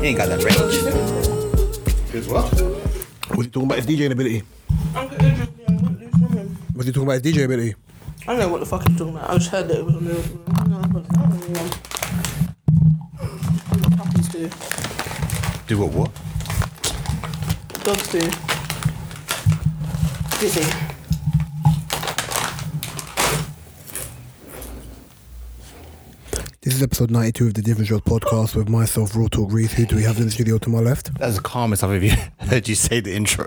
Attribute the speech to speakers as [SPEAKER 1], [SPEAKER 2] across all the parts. [SPEAKER 1] He ain't got that range.
[SPEAKER 2] Is what?
[SPEAKER 3] Was he talking about his DJing ability?
[SPEAKER 4] I'm confused. Yeah, what are you talking
[SPEAKER 3] Was he talking about his DJing ability?
[SPEAKER 4] about? I don't know what the fuck he's talking about. I just heard that it was on the. I don't know what the fuck Dogs do.
[SPEAKER 1] Do what? What?
[SPEAKER 4] Dogs do. Dizzy.
[SPEAKER 3] This is episode 92 of the Difference Road podcast with myself, Raw Talk Reese. Who do we have in the studio to my left?
[SPEAKER 1] That's the calmest I've ever heard you say the intro.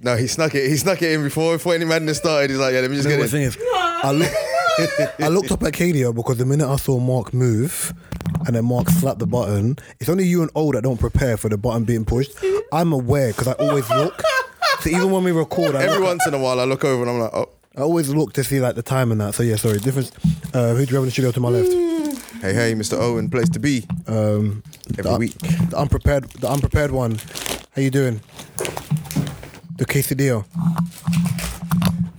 [SPEAKER 2] No, he snuck it. He snuck it in before before any madness started. He's like, yeah, let me just
[SPEAKER 3] No,
[SPEAKER 2] get
[SPEAKER 3] the
[SPEAKER 2] it.
[SPEAKER 3] thing is, I, look, I looked up at Kadia because the minute I saw Mark move and then Mark slapped the button, it's only you and O that don't prepare for the button being pushed. I'm aware because I always look. So even when we record, I,
[SPEAKER 2] Every
[SPEAKER 3] look,
[SPEAKER 2] once in a while, I look over and I'm like, oh,
[SPEAKER 3] I always look to see like the time and that. So yeah, sorry, difference. Uh, who do you have in the studio to my left?
[SPEAKER 2] hey, hey, Mr. Owen, place to be.
[SPEAKER 3] Um,
[SPEAKER 2] Every
[SPEAKER 3] the,
[SPEAKER 2] week.
[SPEAKER 3] the unprepared, the unprepared one. How you doing? The quesadilla.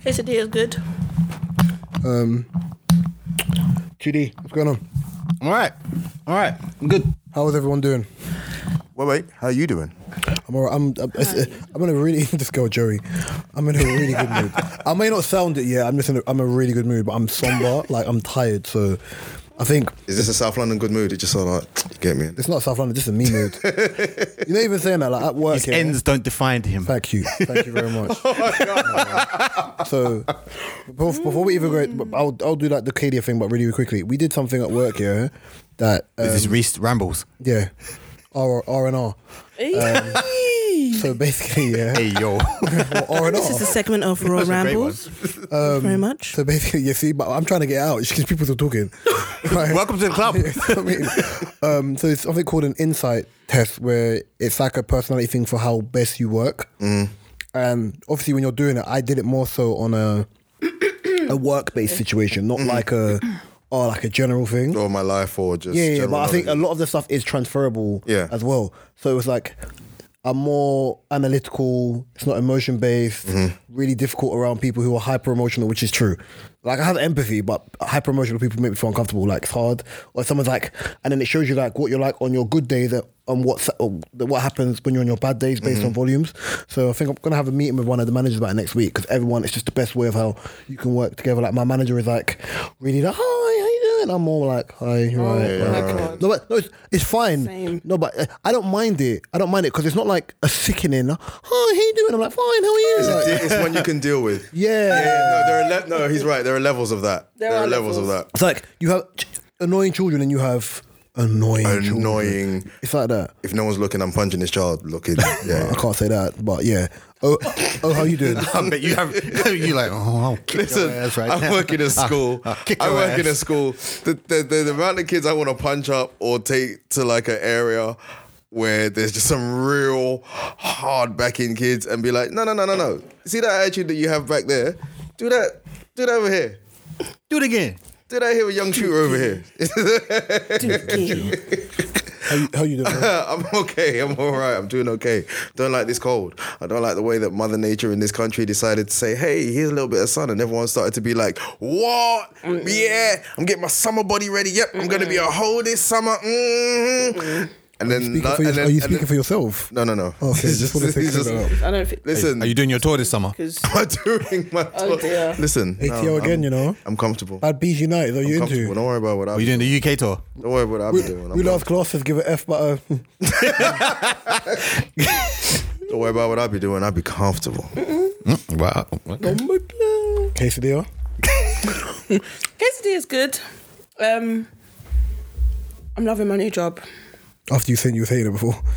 [SPEAKER 4] Quesadilla is good.
[SPEAKER 3] Um, GD, what's going on?
[SPEAKER 1] All right. All right. Good.
[SPEAKER 3] How is everyone doing?
[SPEAKER 2] Wait, wait, how you doing?
[SPEAKER 3] I'm all right. I'm, I'm, it's- I'm in a really just go Joey. I'm in a really good mood. I may not sound it yet. I'm just in a, I'm in a really good mood, but I'm somber. like I'm tired. So I think
[SPEAKER 2] Is this a South London good mood? It just sort of like, you get me.
[SPEAKER 3] it's not South London. This is me mood. You're not even saying that. Like at work,
[SPEAKER 1] His
[SPEAKER 3] yeah.
[SPEAKER 1] ends don't define him.
[SPEAKER 3] Thank you. Thank you very much. so before, before we even go, I'll I'll do like the Cadia thing, but really quickly. We did something at work, yeah. That um,
[SPEAKER 1] this is Reese rambles.
[SPEAKER 3] yeah. R R and R. So basically, yeah.
[SPEAKER 1] Hey yo.
[SPEAKER 3] R and
[SPEAKER 4] This is a
[SPEAKER 3] R.
[SPEAKER 4] segment of Raw Rambles. Thank you very much.
[SPEAKER 3] So basically, you see, but I'm trying to get out because people are still talking. Right?
[SPEAKER 1] Welcome to the club.
[SPEAKER 3] I mean, um, so it's something called an insight test where it's like a personality thing for how best you work. And obviously, when you're doing it, I did it more so on a a work based situation, not like a oh like a general thing.
[SPEAKER 2] All my life or just.
[SPEAKER 3] Yeah, yeah,
[SPEAKER 2] general
[SPEAKER 3] but I think a
[SPEAKER 2] knowledge?
[SPEAKER 3] lot of the stuff is transferable
[SPEAKER 2] Yeah.
[SPEAKER 3] as well. So it was like a more analytical, it's not emotion based, really difficult around people who are hyper emotional, which is true. Like I have empathy, but hyper emotional people make me feel uncomfortable. Like it's hard, or someone's like, and then it shows you like what you're like on your good days and and what's or what happens when you're on your bad days based on volumes. So I think I'm gonna have a meeting with one of the managers about it next week because everyone, it's just the best way of how you can work together. Like my manager is like really like, hi, how you doing? I'm more like, hi, right,
[SPEAKER 4] my
[SPEAKER 3] right.
[SPEAKER 4] God.
[SPEAKER 3] No, but no, it's, it's fine.
[SPEAKER 4] Same.
[SPEAKER 3] No, but uh, I don't mind it. I don't mind it because it's not like a sickening. Oh, how you doing? I'm like, fine. How are you?
[SPEAKER 2] It's,
[SPEAKER 3] Like,
[SPEAKER 2] a- it's one you can deal with.
[SPEAKER 3] yeah.
[SPEAKER 2] Yeah, no, there are le- no, he's right. There are levels of that.
[SPEAKER 4] There are levels.
[SPEAKER 2] of
[SPEAKER 3] It's like you have ch- annoying children and you have annoying.
[SPEAKER 2] that.
[SPEAKER 3] children.
[SPEAKER 2] Annoying.
[SPEAKER 3] It's like that.
[SPEAKER 2] If no one's looking, I'm punching this child. Looking.
[SPEAKER 3] I
[SPEAKER 2] Yeah.
[SPEAKER 3] can't say that, but yeah. Oh, oh, how you doing?
[SPEAKER 1] I bet you have. You like? Oh, I'll kick
[SPEAKER 2] Listen,
[SPEAKER 1] your ass right
[SPEAKER 2] I
[SPEAKER 1] now.
[SPEAKER 2] work in a school.
[SPEAKER 1] I'll kick
[SPEAKER 2] I
[SPEAKER 1] your
[SPEAKER 2] work
[SPEAKER 1] ass.
[SPEAKER 2] in a school. The, the, the, the amount of kids I want to punch up or take to like an area where there's just some real hard backing kids and be like, no, no, no, no, no. See that attitude that you have back there? Do that. Do that over here.
[SPEAKER 1] Do it again.
[SPEAKER 2] Do that here with young shooter over here.
[SPEAKER 3] How you, how you doing? bro?
[SPEAKER 2] I'm okay. I'm all right. I'm doing okay. Don't like this cold. I don't like the way that Mother Nature in this country decided to say, hey, here's a little bit of sun. And everyone started to be like, what? Yeah, I'm getting my summer body ready. Yep, I'm going to be a hoe this summer. hmm And then,
[SPEAKER 3] Speaking for
[SPEAKER 2] and
[SPEAKER 3] your-
[SPEAKER 2] then-
[SPEAKER 3] are you
[SPEAKER 2] and
[SPEAKER 3] speaking
[SPEAKER 2] then-
[SPEAKER 3] for yourself?
[SPEAKER 2] No, no, no.
[SPEAKER 3] Okay,
[SPEAKER 2] It's
[SPEAKER 3] just wanted to
[SPEAKER 2] it's
[SPEAKER 3] clear that up.
[SPEAKER 4] I don't think.
[SPEAKER 2] listen,
[SPEAKER 5] Are you doing your tour this summer?
[SPEAKER 4] Because
[SPEAKER 2] I'm doing my
[SPEAKER 4] Oh,
[SPEAKER 2] tour.
[SPEAKER 4] dear.
[SPEAKER 2] Listen. no,
[SPEAKER 3] ATL again,
[SPEAKER 2] I'm-
[SPEAKER 3] you know?
[SPEAKER 2] I'm comfortable.
[SPEAKER 3] Bad Bees United, are you
[SPEAKER 2] I'm comfortable.
[SPEAKER 3] into?
[SPEAKER 2] Don't worry about what
[SPEAKER 5] Are
[SPEAKER 2] I'm
[SPEAKER 5] you doing the UK tour?
[SPEAKER 2] Don't worry about what I'm
[SPEAKER 3] We,
[SPEAKER 2] doing. I'm
[SPEAKER 3] we last classes give it F, but uh,
[SPEAKER 2] Don't worry about what I'll be doing. I'll be comfortable.
[SPEAKER 5] Wow.
[SPEAKER 3] quesadilla.
[SPEAKER 4] Quesadilla is good. Um, I'm loving my new job.
[SPEAKER 3] After you said you were saying it before.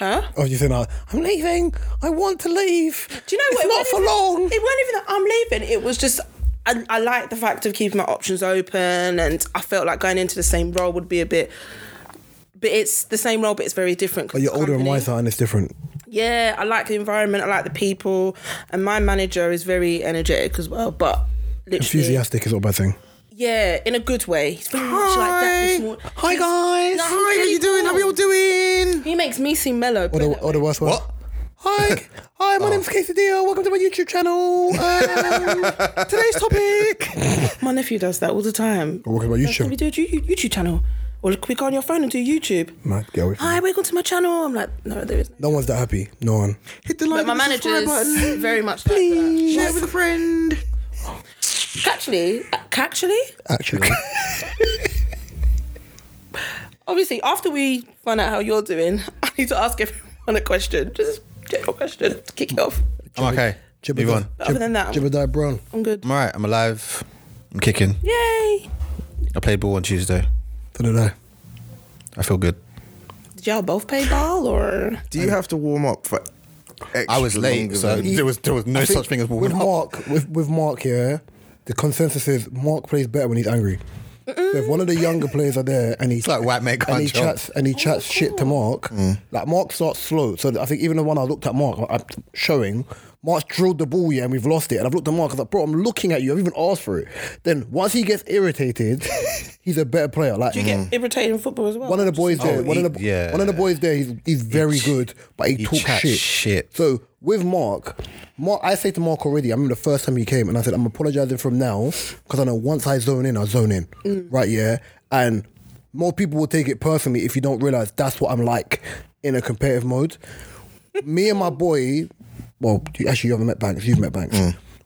[SPEAKER 4] Huh?
[SPEAKER 3] After you said, "I- I'm leaving, I want to leave.
[SPEAKER 4] Do you know
[SPEAKER 3] It's
[SPEAKER 4] what?
[SPEAKER 3] not
[SPEAKER 4] it
[SPEAKER 3] for
[SPEAKER 4] wasn't even-
[SPEAKER 3] long.
[SPEAKER 4] It wasn't even that I'm leaving. It was just I, I like the fact of keeping my options open, and I felt like going into the same role would be a bit. But it's the same role, but it's very different. 'cause
[SPEAKER 3] But you're
[SPEAKER 4] it's
[SPEAKER 3] older and
[SPEAKER 4] company.
[SPEAKER 3] wiser, and it's different.
[SPEAKER 4] Yeah, I like the environment. I like the people, and my manager is very energetic as well. But literally,
[SPEAKER 3] Enthusiastic is not a bad thing.
[SPEAKER 4] yeah, in a good way. He's very much like that this morning.
[SPEAKER 1] Hi guys.
[SPEAKER 4] No, Hi, how you doing? How we all
[SPEAKER 1] doing?
[SPEAKER 4] He makes me seem mellow.
[SPEAKER 3] Or
[SPEAKER 4] but
[SPEAKER 3] the, or the worst Oh. one.
[SPEAKER 1] What?
[SPEAKER 3] Hi, hi. My name's Quesadilla. Welcome to my YouTube channel. Um, today's topic.
[SPEAKER 4] My nephew does that all the time.
[SPEAKER 3] Welcome to my
[SPEAKER 4] Can
[SPEAKER 3] YouTube.
[SPEAKER 4] we do a Ju- YouTube channel? or click on your phone and do YouTube.
[SPEAKER 3] Man, get away from
[SPEAKER 4] Hi,
[SPEAKER 3] me.
[SPEAKER 4] welcome to my channel. I'm like, no, there isn't.
[SPEAKER 3] No one's that happy. No one.
[SPEAKER 2] Hit the
[SPEAKER 4] But
[SPEAKER 2] like.
[SPEAKER 4] my
[SPEAKER 2] and
[SPEAKER 4] manager
[SPEAKER 2] subscribe
[SPEAKER 4] is
[SPEAKER 2] button.
[SPEAKER 4] very much like that.
[SPEAKER 2] Please share with a friend.
[SPEAKER 4] Actually, uh, actually,
[SPEAKER 3] Actually,
[SPEAKER 4] obviously, after we find out how you're doing, I need to ask everyone a question. Just get your question, kick it off.
[SPEAKER 5] I'm okay. Move on.
[SPEAKER 4] Other than that, I'm-
[SPEAKER 3] Jebediah Brown.
[SPEAKER 4] I'm good.
[SPEAKER 5] I'm alright. I'm alive. I'm kicking.
[SPEAKER 4] Yay!
[SPEAKER 5] I played ball on Tuesday.
[SPEAKER 3] So did I.
[SPEAKER 5] I feel good.
[SPEAKER 4] Did y'all both play ball or?
[SPEAKER 2] Do you have to warm up for?
[SPEAKER 5] I was
[SPEAKER 2] extra
[SPEAKER 5] late,
[SPEAKER 2] longer
[SPEAKER 5] so
[SPEAKER 2] than-
[SPEAKER 5] there was there was no
[SPEAKER 3] I think
[SPEAKER 5] such thing as
[SPEAKER 3] with
[SPEAKER 5] warming up.
[SPEAKER 3] Mark. With, with Mark here, the consensus is Mark plays better when he's angry. So if one of the younger players are there and he
[SPEAKER 5] It's like white Mm. mate
[SPEAKER 3] and he
[SPEAKER 5] can't jump.
[SPEAKER 3] chats and he chats shit to Mark, like Mark starts slow. So I think even the one I looked at Mark, I'm showing Mark's drilled the ball yeah, and we've lost it. And I've looked at Mark. I was like, bro, I'm looking at you. I've even asked for it. Then once he gets irritated, he's a better player. Like
[SPEAKER 4] Do you get irritated in football as well?
[SPEAKER 3] Hmm. one of the boys there,
[SPEAKER 5] Oh,
[SPEAKER 3] one
[SPEAKER 5] he-
[SPEAKER 3] of the
[SPEAKER 5] yeah.
[SPEAKER 3] one of the boys there, he's he's very
[SPEAKER 5] ch-
[SPEAKER 3] good, but he,
[SPEAKER 5] he
[SPEAKER 3] talks
[SPEAKER 5] chats
[SPEAKER 3] shit.
[SPEAKER 5] shit.
[SPEAKER 3] So with Mark, Mark, I say to Mark already. I remember the first time he came, and I said, "I'm apologizing from now because I know once I zone in, I zone in, right? Yeah, and more people will take it personally if you don't realize that's what I'm like in a competitive mode. Me and my boy, well, you- actually, you haven't met Banks. You've met Banks.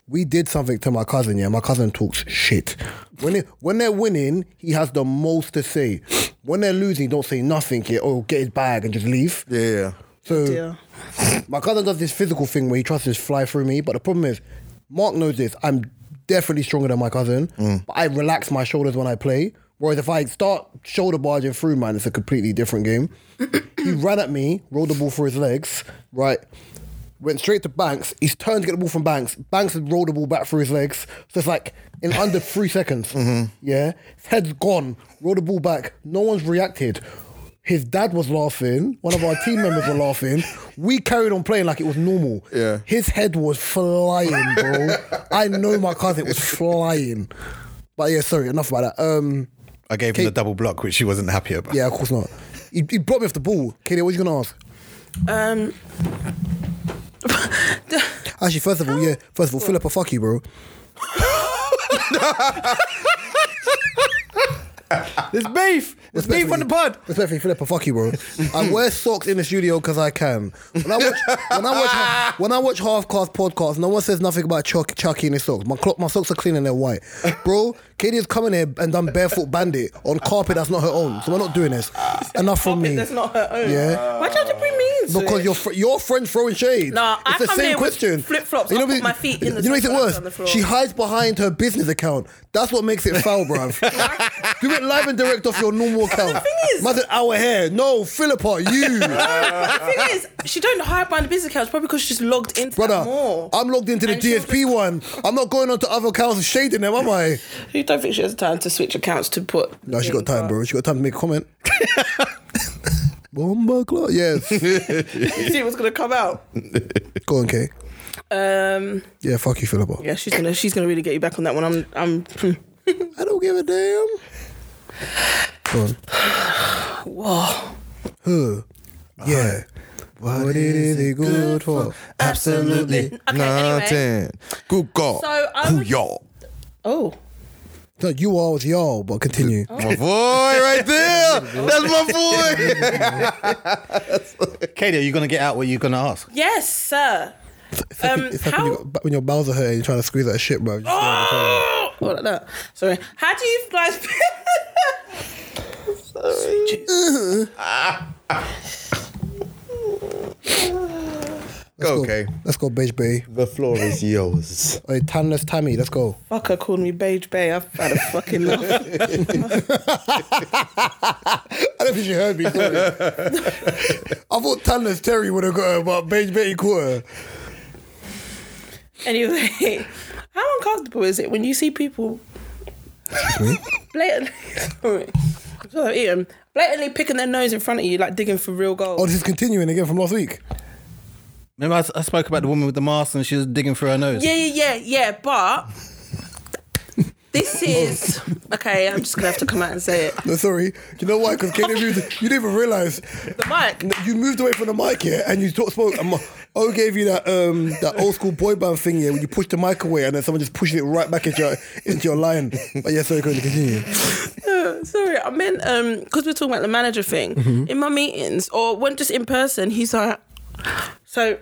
[SPEAKER 3] We did something to my cousin. Yeah, my cousin talks shit. When it, when they're winning, he has the most to say. When they're losing, he don't say nothing. Yeah, or get his bag and just leave.
[SPEAKER 2] Yeah, yeah.
[SPEAKER 3] So
[SPEAKER 4] Dear.
[SPEAKER 3] my cousin does this physical thing where he tries to just fly through me, but the problem is, Mark knows this. I'm definitely stronger than my cousin, but I relax my shoulders when I play. Whereas if I start shoulder barging through, man, it's a completely different game. he ran at me, rolled the ball through his legs, right? Went straight to Banks. He's turned to get the ball from Banks. Banks had rolled the ball back through his legs. So it's like in under three seconds. Yeah. His head's gone. Rolled the ball back. No one's reacted. His dad was laughing. One of our team members were laughing. We carried on playing like it was normal.
[SPEAKER 2] Yeah.
[SPEAKER 3] His head was flying, bro. I know my cousin was flying. But yeah, sorry, enough about that. Um,
[SPEAKER 5] I gave him the double block, which she wasn't happy about.
[SPEAKER 3] yeah, of course not. He, he brought me off the ball. Katie, what you gonna ask?
[SPEAKER 4] Um,
[SPEAKER 3] Actually, first of all, yeah, first of all, Philip, I fuck you, bro.
[SPEAKER 5] There's beef. There's beef on the pod.
[SPEAKER 3] Respectfully, Philip, I fuck you, bro. I wear socks in the studio because I can. When I watch, when I watch, when I watch half cast podcasts, no one says nothing about Chuck, Chucky in his socks. My clock, my socks are clean and they're white, bro. Katie has come in here and done barefoot bandit on carpet that's not her own, so we're not doing this. Enough from me.
[SPEAKER 4] that's not her own.
[SPEAKER 3] Yeah.
[SPEAKER 4] Why do you have to bring me into
[SPEAKER 3] Because
[SPEAKER 4] it?
[SPEAKER 3] your fr- your friend's throwing shade.
[SPEAKER 4] Nah, I
[SPEAKER 3] it's the
[SPEAKER 4] come
[SPEAKER 3] same
[SPEAKER 4] here with
[SPEAKER 3] question.
[SPEAKER 4] flip-flops. I
[SPEAKER 3] what
[SPEAKER 4] put my feet in the
[SPEAKER 3] You know what makes it
[SPEAKER 4] flip-flops
[SPEAKER 3] worse?
[SPEAKER 4] on the floor.
[SPEAKER 3] She hides behind her business account. That's what makes it foul, bruv. Do it live and direct off your normal account.
[SPEAKER 4] thing is-
[SPEAKER 3] Mother, our hair. No, Philippa, you.
[SPEAKER 4] But the thing is, she don't hide behind the business account. Probably because she's logged into that
[SPEAKER 3] Brother,
[SPEAKER 4] more.
[SPEAKER 3] I'm logged into the
[SPEAKER 4] And she'll
[SPEAKER 3] GSP one. I'm not going on to other accounts and shading them, am I?
[SPEAKER 4] You don't think she has time to switch accounts to put?
[SPEAKER 3] No, she got time, bro. She got time to make a comment. Bomba clock. Yes.
[SPEAKER 4] You see what's gonna come out.
[SPEAKER 3] Go on, Kay.
[SPEAKER 4] Um,
[SPEAKER 3] Yeah, fuck you, Philippa.
[SPEAKER 4] yeah, she's gonna she's gonna really get you back on that one. I'm I'm. hmm.
[SPEAKER 3] I don't give a damn. Go on.
[SPEAKER 4] Whoa.
[SPEAKER 3] Huh. Yeah. What is it good for?
[SPEAKER 2] Absolutely nothing. Good God.
[SPEAKER 4] So I
[SPEAKER 2] Who
[SPEAKER 4] would-
[SPEAKER 2] y'all?
[SPEAKER 4] Oh.
[SPEAKER 3] No, you are with y'all, but continue.
[SPEAKER 2] My boy, right there. That's my boy.
[SPEAKER 5] Katie, are you gonna get out what you're gonna ask?
[SPEAKER 4] Yes, sir.
[SPEAKER 3] It's like,
[SPEAKER 4] um,
[SPEAKER 3] it's like
[SPEAKER 4] how-
[SPEAKER 3] when, you got, when your bowels are hurting, you're trying to squeeze that shit, bro. Just-
[SPEAKER 4] Oh, like that. Sorry. How do you guys? Sorry.
[SPEAKER 2] Go,
[SPEAKER 3] go.
[SPEAKER 2] okay.
[SPEAKER 3] Let's go, Beige Bay.
[SPEAKER 2] The floor is yours.
[SPEAKER 3] Hey, Tanless Tammy, let's go.
[SPEAKER 4] Fucker called me Beige Bay. I've had a fucking laugh.
[SPEAKER 3] I don't think she heard me. Sorry. I thought Tanless Terry would have got her, but Beige Betty caught her.
[SPEAKER 4] Anyway, how uncomfortable is it when you see people blatantly sorry, sorry, Ian, blatantly picking their nose in front of you, like digging for real gold?
[SPEAKER 3] Oh, this is continuing again from last week.
[SPEAKER 5] Remember, I, s- I spoke about the woman with the mask and she was digging through her nose.
[SPEAKER 4] yeah, yeah, yeah, yeah. But this
[SPEAKER 3] Oh.
[SPEAKER 4] is okay. I'm just gonna have to come out and say it.
[SPEAKER 3] No, sorry. You know why? Because Katie, you didn't even realize
[SPEAKER 4] The mic.
[SPEAKER 3] you moved away from the mic here and you talk, spoke. And O gave you that um, that old school boy band thing here when you push the mic away and then someone just pushes it right back into your into your line. But yeah, sorry, going to continue.
[SPEAKER 4] Uh, Sorry, I meant um because we're talking about the manager thing in my meetings or when just in person. He's like, so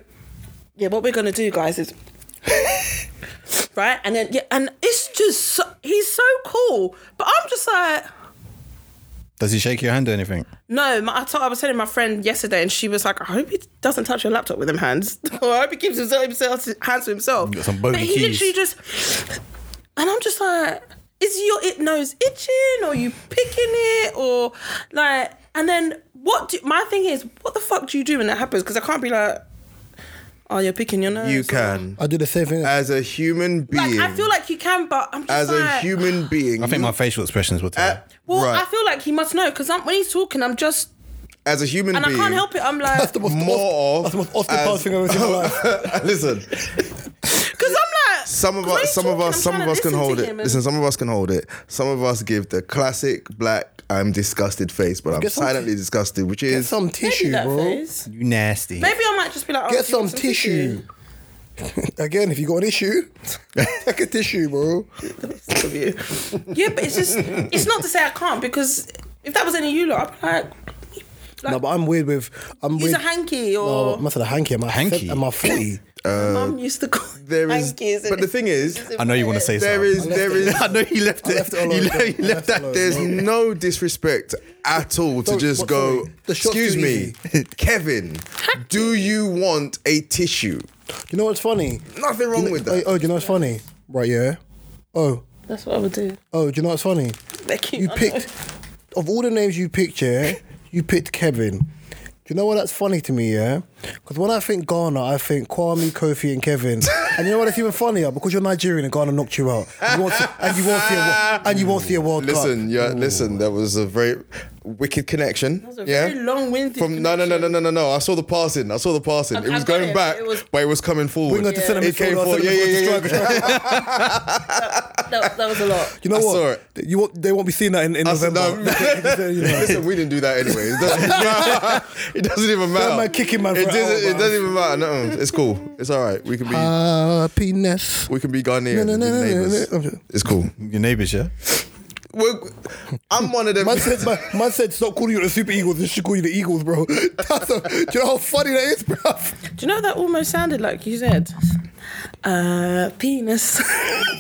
[SPEAKER 4] yeah, what we're gonna do, guys, is right, and then yeah, and it's just so, he's so cool, but I'm just like.
[SPEAKER 5] Does he shake your hand or anything?
[SPEAKER 4] No, my, I, told, I was telling my friend yesterday, and she was like, "I hope he doesn't touch your laptop with them hands. or I hope he keeps himself, himself hands to himself."
[SPEAKER 1] got some
[SPEAKER 4] but
[SPEAKER 1] bogey
[SPEAKER 4] he
[SPEAKER 1] keys.
[SPEAKER 4] literally just, and I'm just like, "Is your it nose itching, or you picking it, or like?" And then what? Do, my thing is, what the fuck do you do when that happens? Because I can't be like, "Oh, you're picking your nose."
[SPEAKER 2] You
[SPEAKER 4] or-
[SPEAKER 2] can.
[SPEAKER 3] I do the same thing.
[SPEAKER 2] As a human
[SPEAKER 4] Like
[SPEAKER 2] being.
[SPEAKER 4] I feel like you can, but I'm just
[SPEAKER 2] as
[SPEAKER 4] like,
[SPEAKER 2] a human being.
[SPEAKER 5] I think my facial expressions will
[SPEAKER 3] Uh,
[SPEAKER 5] tell.
[SPEAKER 4] Well,
[SPEAKER 2] right.
[SPEAKER 4] I feel like he must know because when he's talking, I'm just,
[SPEAKER 2] as a human
[SPEAKER 4] and I
[SPEAKER 2] being.
[SPEAKER 4] can't help it. I'm like.
[SPEAKER 3] that's the most
[SPEAKER 2] More
[SPEAKER 3] That's the most Austin
[SPEAKER 2] as-
[SPEAKER 3] Powers thing I've ever seen in my life.
[SPEAKER 2] Listen,
[SPEAKER 4] Because I'm like
[SPEAKER 2] some of
[SPEAKER 4] when
[SPEAKER 2] us,
[SPEAKER 4] he's
[SPEAKER 2] some of
[SPEAKER 4] talking,
[SPEAKER 2] us,
[SPEAKER 4] I'm
[SPEAKER 2] some
[SPEAKER 4] trying to
[SPEAKER 2] of us can
[SPEAKER 4] listen to
[SPEAKER 2] hold it.
[SPEAKER 4] him and-
[SPEAKER 2] Listen, some of us can hold it. Some of us give the classic black "I'm disgusted" face, but I'm
[SPEAKER 3] Get some-
[SPEAKER 2] silently disgusted, which
[SPEAKER 3] Get
[SPEAKER 2] is
[SPEAKER 3] some
[SPEAKER 4] Maybe
[SPEAKER 3] tissue,
[SPEAKER 4] that
[SPEAKER 3] bro.
[SPEAKER 4] phase.
[SPEAKER 5] You nasty.
[SPEAKER 4] Maybe I might just be like, oh,
[SPEAKER 3] Get
[SPEAKER 4] do you
[SPEAKER 3] some,
[SPEAKER 4] want
[SPEAKER 3] tissue. Again, if you got an issue, take a tissue, bro.
[SPEAKER 4] Sick of you. yeah, but it's just it's not to say I can't because if that was any of you lot, I'd be like, like
[SPEAKER 3] no, but I'm weird with. I'm
[SPEAKER 4] use
[SPEAKER 3] weird.
[SPEAKER 4] a hanky
[SPEAKER 3] Oh,
[SPEAKER 4] or
[SPEAKER 3] I must have a hanky. I'm a
[SPEAKER 5] Hanky?
[SPEAKER 3] hanky. I'm a forty.
[SPEAKER 4] my mum used to call
[SPEAKER 2] Uh, there is.
[SPEAKER 4] hankies. and
[SPEAKER 2] But the
[SPEAKER 4] it-
[SPEAKER 2] thing is,
[SPEAKER 5] I know you want to say
[SPEAKER 2] there
[SPEAKER 5] something.
[SPEAKER 2] is, there is.
[SPEAKER 5] I know you left
[SPEAKER 3] I
[SPEAKER 5] it.
[SPEAKER 3] left it
[SPEAKER 5] you
[SPEAKER 3] alone.
[SPEAKER 5] left, you
[SPEAKER 3] I
[SPEAKER 5] left
[SPEAKER 3] left
[SPEAKER 5] that
[SPEAKER 3] it alone.
[SPEAKER 5] there.
[SPEAKER 2] There's no disrespect at all to
[SPEAKER 3] Sorry,
[SPEAKER 2] just
[SPEAKER 3] what-
[SPEAKER 2] go,
[SPEAKER 3] sorry. The shot's
[SPEAKER 2] excuse
[SPEAKER 3] too
[SPEAKER 2] me, Kevin, do you want a tissue?
[SPEAKER 3] You know what's funny?
[SPEAKER 2] Nothing wrong with
[SPEAKER 3] Oh,
[SPEAKER 2] that.
[SPEAKER 3] oh, do you know what's funny? Right, yeah. Oh,
[SPEAKER 4] That's what I would do.
[SPEAKER 3] oh, do you know what's funny?
[SPEAKER 4] They're cute,
[SPEAKER 3] You
[SPEAKER 4] aren't
[SPEAKER 3] picked of all the names you picked, yeah. You picked Kevin. Do you know what that's funny to me, yeah? Because when I think Ghana, I think Kwame, Kofi, and Kevin. And you know what? It's even funnier because you're Nigerian and Ghana knocked you out, you won't see, and you won't see a wo- and you won't see a World
[SPEAKER 2] Ah. Listen,
[SPEAKER 3] Cup.
[SPEAKER 2] yeah, listen. That was a very wicked connection.
[SPEAKER 4] they? It's a
[SPEAKER 2] yeah,
[SPEAKER 4] very long-winded.
[SPEAKER 2] From no, no, no, no, no, no, no. I saw the passing. I saw the passing.
[SPEAKER 4] I've-
[SPEAKER 2] it was
[SPEAKER 4] I've got
[SPEAKER 2] going
[SPEAKER 4] it.
[SPEAKER 2] back,
[SPEAKER 4] It was-
[SPEAKER 2] but it was coming forward.
[SPEAKER 3] Winger to centre
[SPEAKER 2] It came
[SPEAKER 3] midfield,
[SPEAKER 2] forward. Yeah,
[SPEAKER 3] centre
[SPEAKER 2] yeah,
[SPEAKER 3] midfield to
[SPEAKER 2] yeah, yeah,
[SPEAKER 3] striker,
[SPEAKER 2] yeah.
[SPEAKER 4] That, that was a lot.
[SPEAKER 3] You know
[SPEAKER 2] I
[SPEAKER 3] what?
[SPEAKER 2] saw it.
[SPEAKER 3] You won't, they won't be seeing that in, in
[SPEAKER 2] said,
[SPEAKER 3] November.
[SPEAKER 2] no.
[SPEAKER 3] You know.
[SPEAKER 2] Listen, we didn't do that anyway. It doesn't, it doesn't even matter.
[SPEAKER 3] man kicking man
[SPEAKER 2] It
[SPEAKER 3] for an
[SPEAKER 2] doesn't.
[SPEAKER 3] hour,
[SPEAKER 2] it
[SPEAKER 3] man.
[SPEAKER 2] doesn't even matter. No, it's cool. It's all right. We can be.
[SPEAKER 3] Happiness.
[SPEAKER 2] we can be Ghanaian.
[SPEAKER 3] Uh, No, no, no,
[SPEAKER 2] We're
[SPEAKER 3] no, no,
[SPEAKER 2] neighbours.
[SPEAKER 3] no, no.
[SPEAKER 2] It's cool.
[SPEAKER 5] Your neighbours, yeah.
[SPEAKER 2] We're, I'm one of them.
[SPEAKER 3] Man said, man, man said, stop calling you the Super Eagles. They should call you the Eagles, bro. That's a, do you know how funny that is, bro?
[SPEAKER 4] Do you know that almost sounded like you said? Uh, penis.